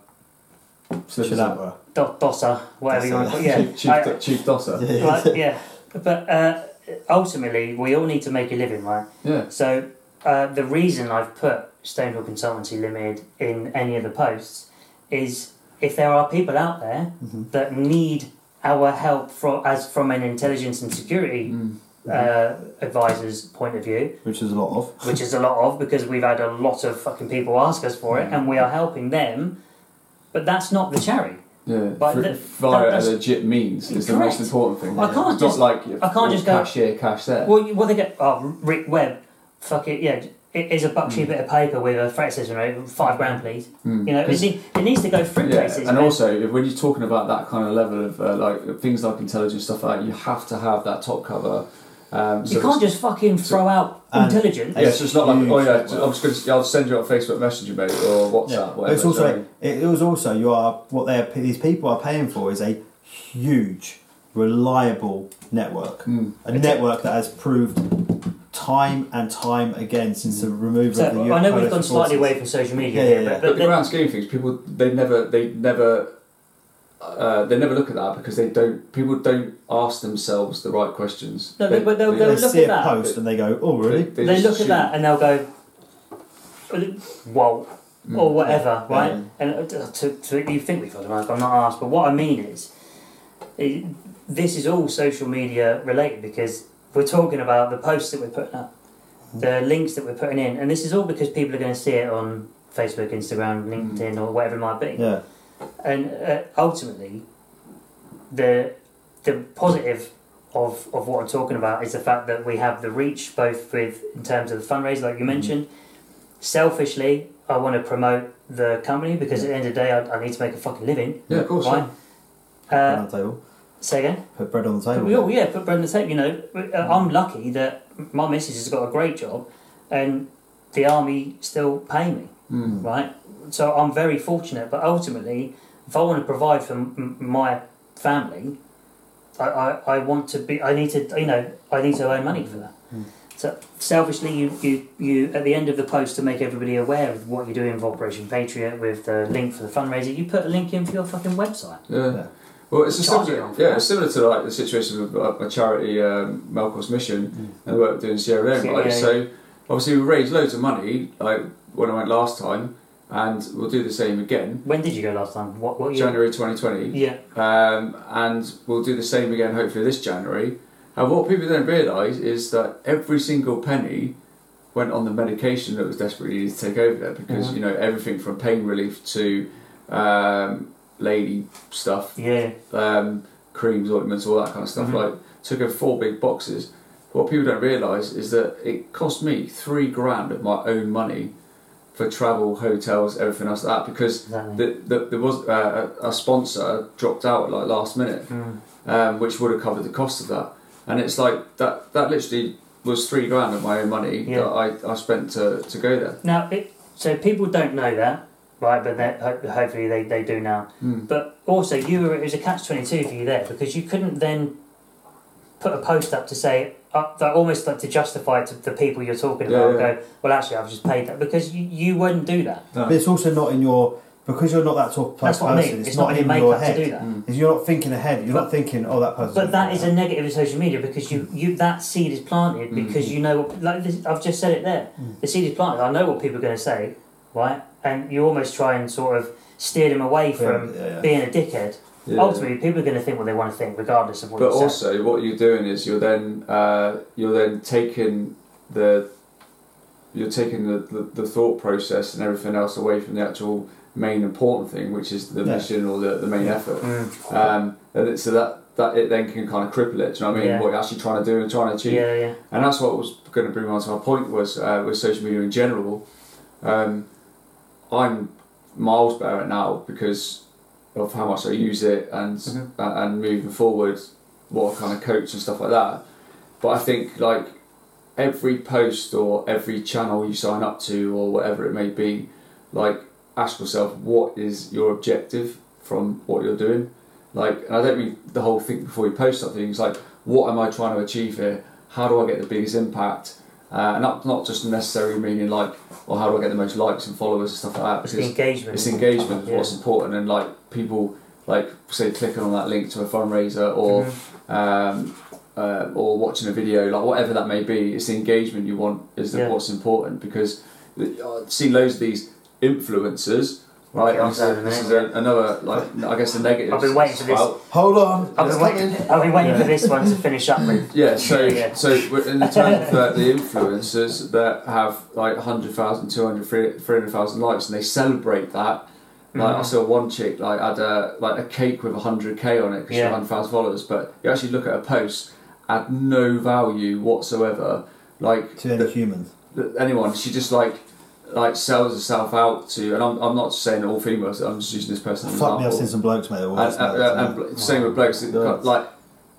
[SPEAKER 1] citizen.
[SPEAKER 2] Shadabra.
[SPEAKER 3] Do- Dossa, whatever you want to call. Yeah.
[SPEAKER 1] Chief, chief,
[SPEAKER 3] I-
[SPEAKER 1] chief Dosser.
[SPEAKER 2] Yeah.
[SPEAKER 3] Like, yeah, but uh, ultimately, we all need to make a living, right?
[SPEAKER 1] Yeah.
[SPEAKER 3] So, uh, the reason I've put Stonehill Consultancy Limited in any of the posts is if there are people out there
[SPEAKER 2] Mhm.
[SPEAKER 3] that need our help from as from an intelligence and security
[SPEAKER 1] Mm.
[SPEAKER 3] uh, advisor's point of view,
[SPEAKER 2] Which there's a lot of.
[SPEAKER 3] which is a lot of because we've had a lot of fucking people ask us for it, and we are helping them. But that's not the charity.
[SPEAKER 1] Yeah.
[SPEAKER 3] But
[SPEAKER 1] Fr-
[SPEAKER 3] the-
[SPEAKER 1] via
[SPEAKER 3] that's-
[SPEAKER 1] a legit means is the
[SPEAKER 3] Correct.
[SPEAKER 1] most important thing.
[SPEAKER 3] I can't
[SPEAKER 1] it's
[SPEAKER 3] just-
[SPEAKER 1] not like you-
[SPEAKER 3] I can't just go-
[SPEAKER 1] cash here, cash there.
[SPEAKER 3] Well, you, well, they get oh, Rick Webb, fuck it, yeah. It is a buck sheet bit of paper with a freight system, right? Five grand, please.
[SPEAKER 1] Mm.
[SPEAKER 3] You know, it, need, it needs to go through
[SPEAKER 1] Yeah,
[SPEAKER 3] places.
[SPEAKER 1] and
[SPEAKER 3] man.
[SPEAKER 1] also if, when you're talking about that kind of level of uh, like things like intelligence stuff like that, you have to have that top cover. Um,
[SPEAKER 3] you can't just fucking throw out
[SPEAKER 2] and-
[SPEAKER 3] intelligent.
[SPEAKER 1] Yeah, so it's not like
[SPEAKER 2] Huge
[SPEAKER 1] oh yeah,
[SPEAKER 2] network.
[SPEAKER 1] I'm just going to, I'll send you on Facebook Messenger mate or WhatsApp.
[SPEAKER 2] Yeah. But
[SPEAKER 1] whatever.
[SPEAKER 2] it's also it, it was also you are what they these people are paying for is a huge, reliable network,
[SPEAKER 1] Mm.
[SPEAKER 2] a network that has proved time and time again since the removal
[SPEAKER 3] so
[SPEAKER 2] of the.
[SPEAKER 3] I know we've
[SPEAKER 2] coalition
[SPEAKER 3] gone slightly
[SPEAKER 2] forces.
[SPEAKER 3] away from social media,
[SPEAKER 2] Yeah, yeah,
[SPEAKER 3] here,
[SPEAKER 2] yeah.
[SPEAKER 1] But
[SPEAKER 3] but, but
[SPEAKER 1] the
[SPEAKER 3] the-
[SPEAKER 1] grand scheme of things, people they never they never uh, they never look at that because they don't people don't ask themselves the right questions.
[SPEAKER 3] No, but- but they'll go-
[SPEAKER 2] They
[SPEAKER 3] Look
[SPEAKER 2] see
[SPEAKER 3] at
[SPEAKER 2] a
[SPEAKER 3] that.
[SPEAKER 2] post and they go, "Oh, really?"
[SPEAKER 1] they
[SPEAKER 3] they,
[SPEAKER 1] just
[SPEAKER 3] look at
[SPEAKER 1] assume-
[SPEAKER 3] that and they'll go, "Whoa," or whatever,
[SPEAKER 2] Yeah.
[SPEAKER 3] right?
[SPEAKER 2] Yeah.
[SPEAKER 3] And uh, to, to, you think we've got them? I'm not asked, but what I mean is, it, this is all social media related because we're talking about the posts that we're putting up, the links that we're putting in, and this is all because people are going to see it on Facebook, Instagram, LinkedIn, or whatever it might be
[SPEAKER 2] Yeah,
[SPEAKER 3] and uh, ultimately, the the positive of of what I'm talking about is the fact that we have the reach both with in terms of the fundraiser,
[SPEAKER 1] Mm-hmm.
[SPEAKER 3] like you mentioned. Selfishly, I want to promote the company because at the end of the day, I, I need to make a fucking living.
[SPEAKER 1] Yeah, of course.
[SPEAKER 3] Right?
[SPEAKER 2] bread
[SPEAKER 3] Uh,
[SPEAKER 2] on the table.
[SPEAKER 3] say again.
[SPEAKER 2] Put bread on the
[SPEAKER 1] Oh,
[SPEAKER 2] table.
[SPEAKER 3] We all, Oh, yeah, put Brendan say, you know, uh, I'm lucky that my missus has got a great job, and the army still pay me
[SPEAKER 1] Mm.
[SPEAKER 3] right? So I'm very fortunate, but ultimately, if I want to provide for m- m- my family, I, I, I want to be, I need to, you know, I need to earn money for that. So selfishly, you, you, you, at the end of the post to make everybody aware of what you're doing with Operation Patriot, with the link for the fundraiser, you put a link in for your fucking website.
[SPEAKER 1] Yeah.
[SPEAKER 2] Yeah.
[SPEAKER 1] Well, it's a
[SPEAKER 3] Charge it
[SPEAKER 1] similar,
[SPEAKER 3] on for
[SPEAKER 1] yeah,
[SPEAKER 3] that.
[SPEAKER 1] it's similar to like the situation with uh, a charity, um, Malcolm's Mission,
[SPEAKER 3] Mm.
[SPEAKER 1] and the work we're doing in Sierra Leone.
[SPEAKER 3] Yeah,
[SPEAKER 1] right?
[SPEAKER 3] yeah,
[SPEAKER 1] so obviously we raised loads of money, like when I went last time, and we'll do the same again,
[SPEAKER 3] When did you go last time? What, what year?
[SPEAKER 1] January 2020,
[SPEAKER 3] Oh, Yeah,
[SPEAKER 1] um, and we'll do the same again hopefully this January. And what people don't realise is that every single penny went on the medication that was desperately needed to take over there because
[SPEAKER 3] Mhm.
[SPEAKER 1] you know everything from pain relief to um, lady stuff
[SPEAKER 3] yeah,
[SPEAKER 1] um, creams, ointments, all that kind of stuff.
[SPEAKER 3] Mhm.
[SPEAKER 1] Like took in four big boxes. What people don't realise is that it cost me three grand of my own money for travel, hotels, everything else like that because
[SPEAKER 3] exactly.
[SPEAKER 1] the, the, there was uh, a a sponsor dropped out like last minute,
[SPEAKER 3] Mm.
[SPEAKER 1] um, which would have covered the cost of that. And it's like that that literally was three grand of my own money
[SPEAKER 3] Yeah.
[SPEAKER 1] that I, I spent to, to go there.
[SPEAKER 3] Now, it, so people don't know that, right? But that ho- hopefully they, they do now.
[SPEAKER 1] Mm.
[SPEAKER 3] But also, you were it was a catch twenty two for you there because you couldn't then put a post up to say up that almost like to justify to the people you're talking
[SPEAKER 1] Yeah,
[SPEAKER 3] about.
[SPEAKER 1] yeah.
[SPEAKER 3] Go well, actually, I've just paid that because you, you wouldn't do that.
[SPEAKER 2] But it's also not in your because you're not that sort of
[SPEAKER 3] That's
[SPEAKER 2] person.
[SPEAKER 3] what I mean. It's, not, in your
[SPEAKER 2] your
[SPEAKER 3] makeup
[SPEAKER 2] head. Mm.
[SPEAKER 3] to do that.
[SPEAKER 2] Is You're not thinking ahead. You're
[SPEAKER 3] But-
[SPEAKER 2] not thinking, oh, that person.
[SPEAKER 3] But that is a negative in social media because you, you that seed is planted because you know what like this, I've just said it there. The seed is planted. I know what people are going to say, right? And you almost try and sort of steer them away from
[SPEAKER 2] yeah, yeah.
[SPEAKER 3] being a dickhead.
[SPEAKER 1] Yeah.
[SPEAKER 3] Ultimately, people are going to think what they want to think, regardless of what.
[SPEAKER 1] But
[SPEAKER 3] you say.
[SPEAKER 1] also, what you're doing is you're then uh, you're then taking the you're taking the, the, the thought process and everything else away from the actual main important thing, which is the
[SPEAKER 2] Yeah.
[SPEAKER 1] mission or the, the main
[SPEAKER 2] Yeah.
[SPEAKER 1] effort.
[SPEAKER 3] Mm.
[SPEAKER 1] Um, and it, so that that it then can kind of cripple it. Do you know what I mean?
[SPEAKER 3] Yeah.
[SPEAKER 1] What you're actually trying to do and trying to achieve.
[SPEAKER 3] yeah, yeah,
[SPEAKER 1] And that's what was going to bring me on to my point was uh, with social media in general. Um, I'm miles better at now because of how much I use it and
[SPEAKER 3] Mhm.
[SPEAKER 1] a- and moving forward, what I kind of coach and stuff like that. But I think like every post or every channel you sign up to or whatever it may be, like ask yourself what is your objective from what you're doing. Like, and I don't mean the whole thing before you post something. It's like, what am I trying to achieve here? How do I get the biggest impact? Uh, and not not just necessarily meaning like, or how do I get the most likes and followers and stuff like that.
[SPEAKER 3] It's
[SPEAKER 1] because-
[SPEAKER 3] the engagement.
[SPEAKER 1] it's engagement is
[SPEAKER 3] Yeah.
[SPEAKER 1] what's important, and like people like say clicking on that link to a fundraiser or
[SPEAKER 3] Mhm.
[SPEAKER 1] um, uh, or watching a video, like whatever that may be. It's the engagement you want is the,
[SPEAKER 3] Yeah.
[SPEAKER 1] what's important because I see loads of these influencers. Right,
[SPEAKER 3] Yeah,
[SPEAKER 1] this is, this is a, another like I guess the negative.
[SPEAKER 3] I've been waiting for this.
[SPEAKER 1] Well,
[SPEAKER 2] Hold on.
[SPEAKER 3] I've
[SPEAKER 2] it's
[SPEAKER 3] been waiting.
[SPEAKER 2] coming.
[SPEAKER 3] I've been Oh, waiting for this one to finish up with.
[SPEAKER 1] Yeah, so
[SPEAKER 3] Yeah.
[SPEAKER 1] so we're in the term of uh, the influencers that have like 100,000, 200,000, 300,000 likes, and they celebrate that Like
[SPEAKER 2] Mm-hmm.
[SPEAKER 1] I
[SPEAKER 3] Mhm.
[SPEAKER 1] saw one chick like had a like a cake with hundred k on it because she had
[SPEAKER 3] Yeah.
[SPEAKER 1] hundred thousand followers, but you actually look at her post, had no value whatsoever. Like
[SPEAKER 2] To any humans.
[SPEAKER 1] th- anyone, she just like like sells herself out to, and I'm, I'm not saying all females. I'm just using this person. as an
[SPEAKER 2] Fuck me, I've
[SPEAKER 1] example.
[SPEAKER 2] seen some blokes, mate. that were
[SPEAKER 1] And,
[SPEAKER 2] worse
[SPEAKER 1] and,
[SPEAKER 2] than that.
[SPEAKER 1] and bl- same with blokes. that got,
[SPEAKER 2] Blokes.
[SPEAKER 1] Like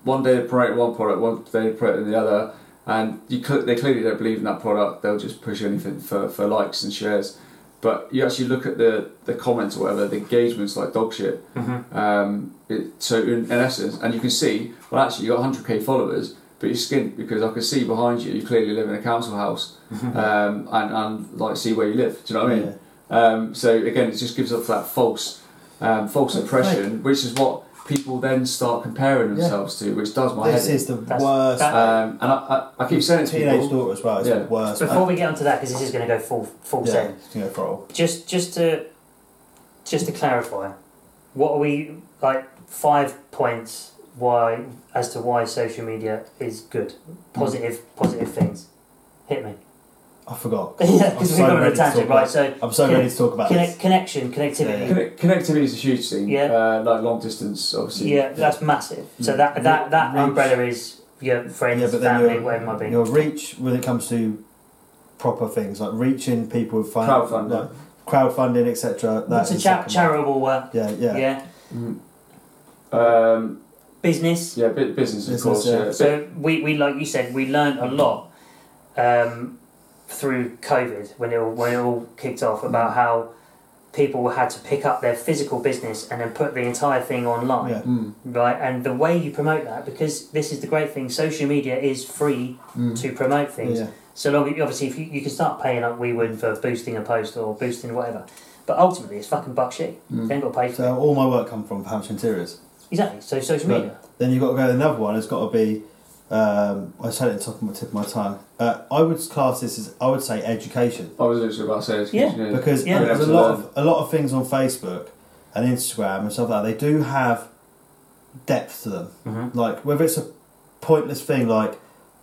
[SPEAKER 1] one day they promote one product, one day they promote the other, and you cl- they clearly don't believe in that product. They'll just push anything for, for likes and shares. But you actually look at the, the comments or whatever, the engagement's like dog shit.
[SPEAKER 2] Mm-hmm.
[SPEAKER 3] Mhm.
[SPEAKER 1] Um, it, so in, in essence, and you can see, well, actually, you got 100k followers, but you're skint because I can see behind you, you clearly live in a council house, um, and, and like see where you live. Do you know what I mean? Um, so again, it just gives off that false, um, false impression, which is what people then start comparing
[SPEAKER 2] Yeah.
[SPEAKER 1] themselves to, which does my
[SPEAKER 2] This
[SPEAKER 1] head. in.
[SPEAKER 2] is the
[SPEAKER 3] That's-
[SPEAKER 2] worst.
[SPEAKER 3] that-
[SPEAKER 1] Um, and I, I, I keep saying it to
[SPEAKER 2] teenage
[SPEAKER 1] people.
[SPEAKER 2] daughter as well. It's
[SPEAKER 1] Yeah.
[SPEAKER 2] the worst.
[SPEAKER 3] Before we get onto that, because this is going to go full full
[SPEAKER 2] yeah,
[SPEAKER 3] send.
[SPEAKER 2] it's gonna go for all.
[SPEAKER 3] Just just to just to clarify, what are we like five points why as to why social media is good, positive positive things. Hit me.
[SPEAKER 2] I forgot.
[SPEAKER 3] yeah,
[SPEAKER 2] I'm
[SPEAKER 3] because we've
[SPEAKER 2] so
[SPEAKER 3] gone on
[SPEAKER 2] ready
[SPEAKER 3] a
[SPEAKER 2] to talk
[SPEAKER 3] tangent, right?
[SPEAKER 2] about.
[SPEAKER 3] So
[SPEAKER 2] I'm so
[SPEAKER 3] Connect-
[SPEAKER 2] ready to talk about
[SPEAKER 3] connect,
[SPEAKER 2] this.
[SPEAKER 3] connection, connectivity.
[SPEAKER 2] Yeah.
[SPEAKER 1] Connect, connectivity is a huge thing.
[SPEAKER 3] Yeah.
[SPEAKER 1] Uh, like long distance, obviously.
[SPEAKER 3] Yeah, that's massive. So that that
[SPEAKER 2] Mm.
[SPEAKER 3] that
[SPEAKER 2] Reach.
[SPEAKER 3] umbrella is your friends,
[SPEAKER 2] Yeah, but then
[SPEAKER 3] family,
[SPEAKER 2] your-
[SPEAKER 3] whatever it might be.
[SPEAKER 2] Your reach when it comes to proper things like reaching people with fin-
[SPEAKER 1] Crowdfunding.
[SPEAKER 2] like, crowdfunding, etc.
[SPEAKER 3] It's a cha- charitable work.
[SPEAKER 2] Yeah, yeah,
[SPEAKER 3] Yeah.
[SPEAKER 1] Mhm. Um,
[SPEAKER 3] business.
[SPEAKER 1] yeah, bu- business, of
[SPEAKER 2] Business,
[SPEAKER 1] course.
[SPEAKER 2] yeah.
[SPEAKER 1] Yeah.
[SPEAKER 3] So we, we like you said, we learned a lot um, through COVID when it all, when it all kicked off about how people had to pick up their physical business and then put the entire thing online.
[SPEAKER 2] yeah.
[SPEAKER 1] Mm,
[SPEAKER 3] Right, and the way you promote that, because this is the great thing, social media is free
[SPEAKER 1] mm.
[SPEAKER 3] to promote things.
[SPEAKER 2] yeah.
[SPEAKER 3] So long, obviously, if you, you can start paying like we would for boosting a post or boosting whatever, but ultimately it's fucking buck shit.
[SPEAKER 1] Mm.
[SPEAKER 3] They ain't got to pay for
[SPEAKER 2] So all my work come from Hampshire Interiors.
[SPEAKER 3] it. Exactly. So social
[SPEAKER 2] But-
[SPEAKER 3] media.
[SPEAKER 2] Then you've got to go to another one. It's got to be. Um, I said it at the top of my tip of my tongue. Uh, I would class this as I would say education.
[SPEAKER 1] I was literally about to say it's
[SPEAKER 3] Yeah.
[SPEAKER 1] engineering.
[SPEAKER 2] because
[SPEAKER 3] Yeah.
[SPEAKER 2] there's a
[SPEAKER 1] Yeah.
[SPEAKER 2] lot of a lot of things on Facebook and Instagram and stuff like that. They do have depth to them.
[SPEAKER 3] Mhm.
[SPEAKER 2] Like whether it's a pointless thing like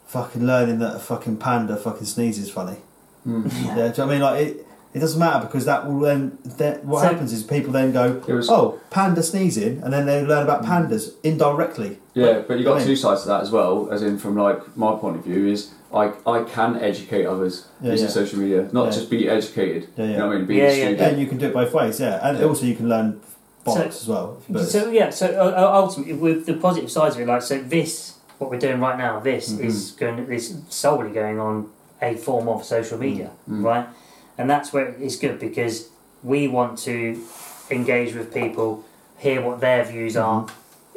[SPEAKER 2] fucking learning that a fucking panda fucking sneezes funny.
[SPEAKER 1] Mm.
[SPEAKER 2] Yeah, do you know what I mean? Like it, it doesn't matter because that will then that, what
[SPEAKER 3] So-
[SPEAKER 2] happens is people then go.
[SPEAKER 1] It was,
[SPEAKER 2] Oh, panda sneezing, and then they learn about
[SPEAKER 3] Hmm.
[SPEAKER 2] pandas indirectly.
[SPEAKER 1] Yeah, but you got
[SPEAKER 2] I mean-
[SPEAKER 1] two sides to that as well. As in, from like my point of view, is I I can educate others
[SPEAKER 2] Yeah,
[SPEAKER 1] using
[SPEAKER 2] yeah.
[SPEAKER 1] social media, not
[SPEAKER 2] Yeah.
[SPEAKER 1] just be educated.
[SPEAKER 2] Yeah,
[SPEAKER 1] You
[SPEAKER 2] yeah.
[SPEAKER 1] know what I mean? Be
[SPEAKER 3] Yeah,
[SPEAKER 1] a
[SPEAKER 3] yeah,
[SPEAKER 1] student.
[SPEAKER 2] And you can do it both ways, yeah. And also, you can learn bollocks as well. But
[SPEAKER 3] So yeah, so uh, uh, ultimately with the positive sides of it, like so this what we're doing right now, this
[SPEAKER 1] Mhm.
[SPEAKER 3] is going is solely going on a form of social media,
[SPEAKER 1] Mm.
[SPEAKER 3] right? And that's where it's good because we want to engage with people, hear what their views are,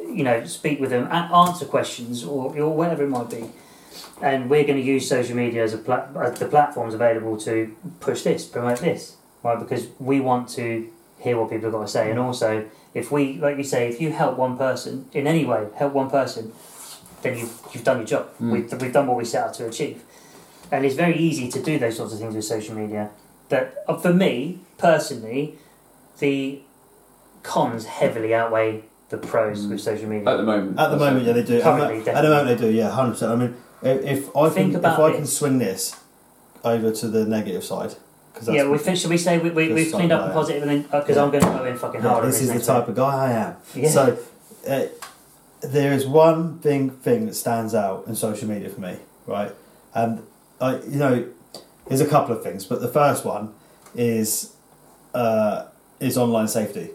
[SPEAKER 3] you know, speak with them, and answer questions or, or whatever it might be. And we're going to use social media as a pla- as the platforms available to push this, promote this, right? Because we want to hear what people have got to say, and
[SPEAKER 2] Mm.
[SPEAKER 3] also if we, like you say, if you help one person in any way, help one person, then you've, you've done your job.
[SPEAKER 1] Mm.
[SPEAKER 3] We've, we've done what we set out to achieve. And it's very easy to do those sorts of things with social media. But uh, for me, personally, the cons heavily outweigh the pros
[SPEAKER 1] Mm.
[SPEAKER 3] with social media.
[SPEAKER 2] Uh,
[SPEAKER 1] At the moment.
[SPEAKER 2] At the
[SPEAKER 1] that's
[SPEAKER 2] moment,
[SPEAKER 1] it.
[SPEAKER 2] yeah, they do. At
[SPEAKER 3] Currently,
[SPEAKER 2] the- at the moment, they do. Yeah, hundred percent. I mean, i- if I
[SPEAKER 3] Think
[SPEAKER 2] can, if
[SPEAKER 3] about
[SPEAKER 2] I can
[SPEAKER 3] this.
[SPEAKER 2] swing this over to the negative side, because
[SPEAKER 3] yeah, we fin- should we say we, we,
[SPEAKER 2] Just
[SPEAKER 3] we've cleaned up
[SPEAKER 2] like
[SPEAKER 3] the
[SPEAKER 2] that.
[SPEAKER 3] positive and then because
[SPEAKER 2] Yeah.
[SPEAKER 3] I'm going to go in fucking hard. on
[SPEAKER 2] this is the
[SPEAKER 3] next
[SPEAKER 2] type
[SPEAKER 3] week.
[SPEAKER 2] of guy I am.
[SPEAKER 3] Yeah.
[SPEAKER 2] So, uh, there is one big thing that stands out in social media for me, right? And I, you know, there's a couple of things, but the first one is uh, is online safety.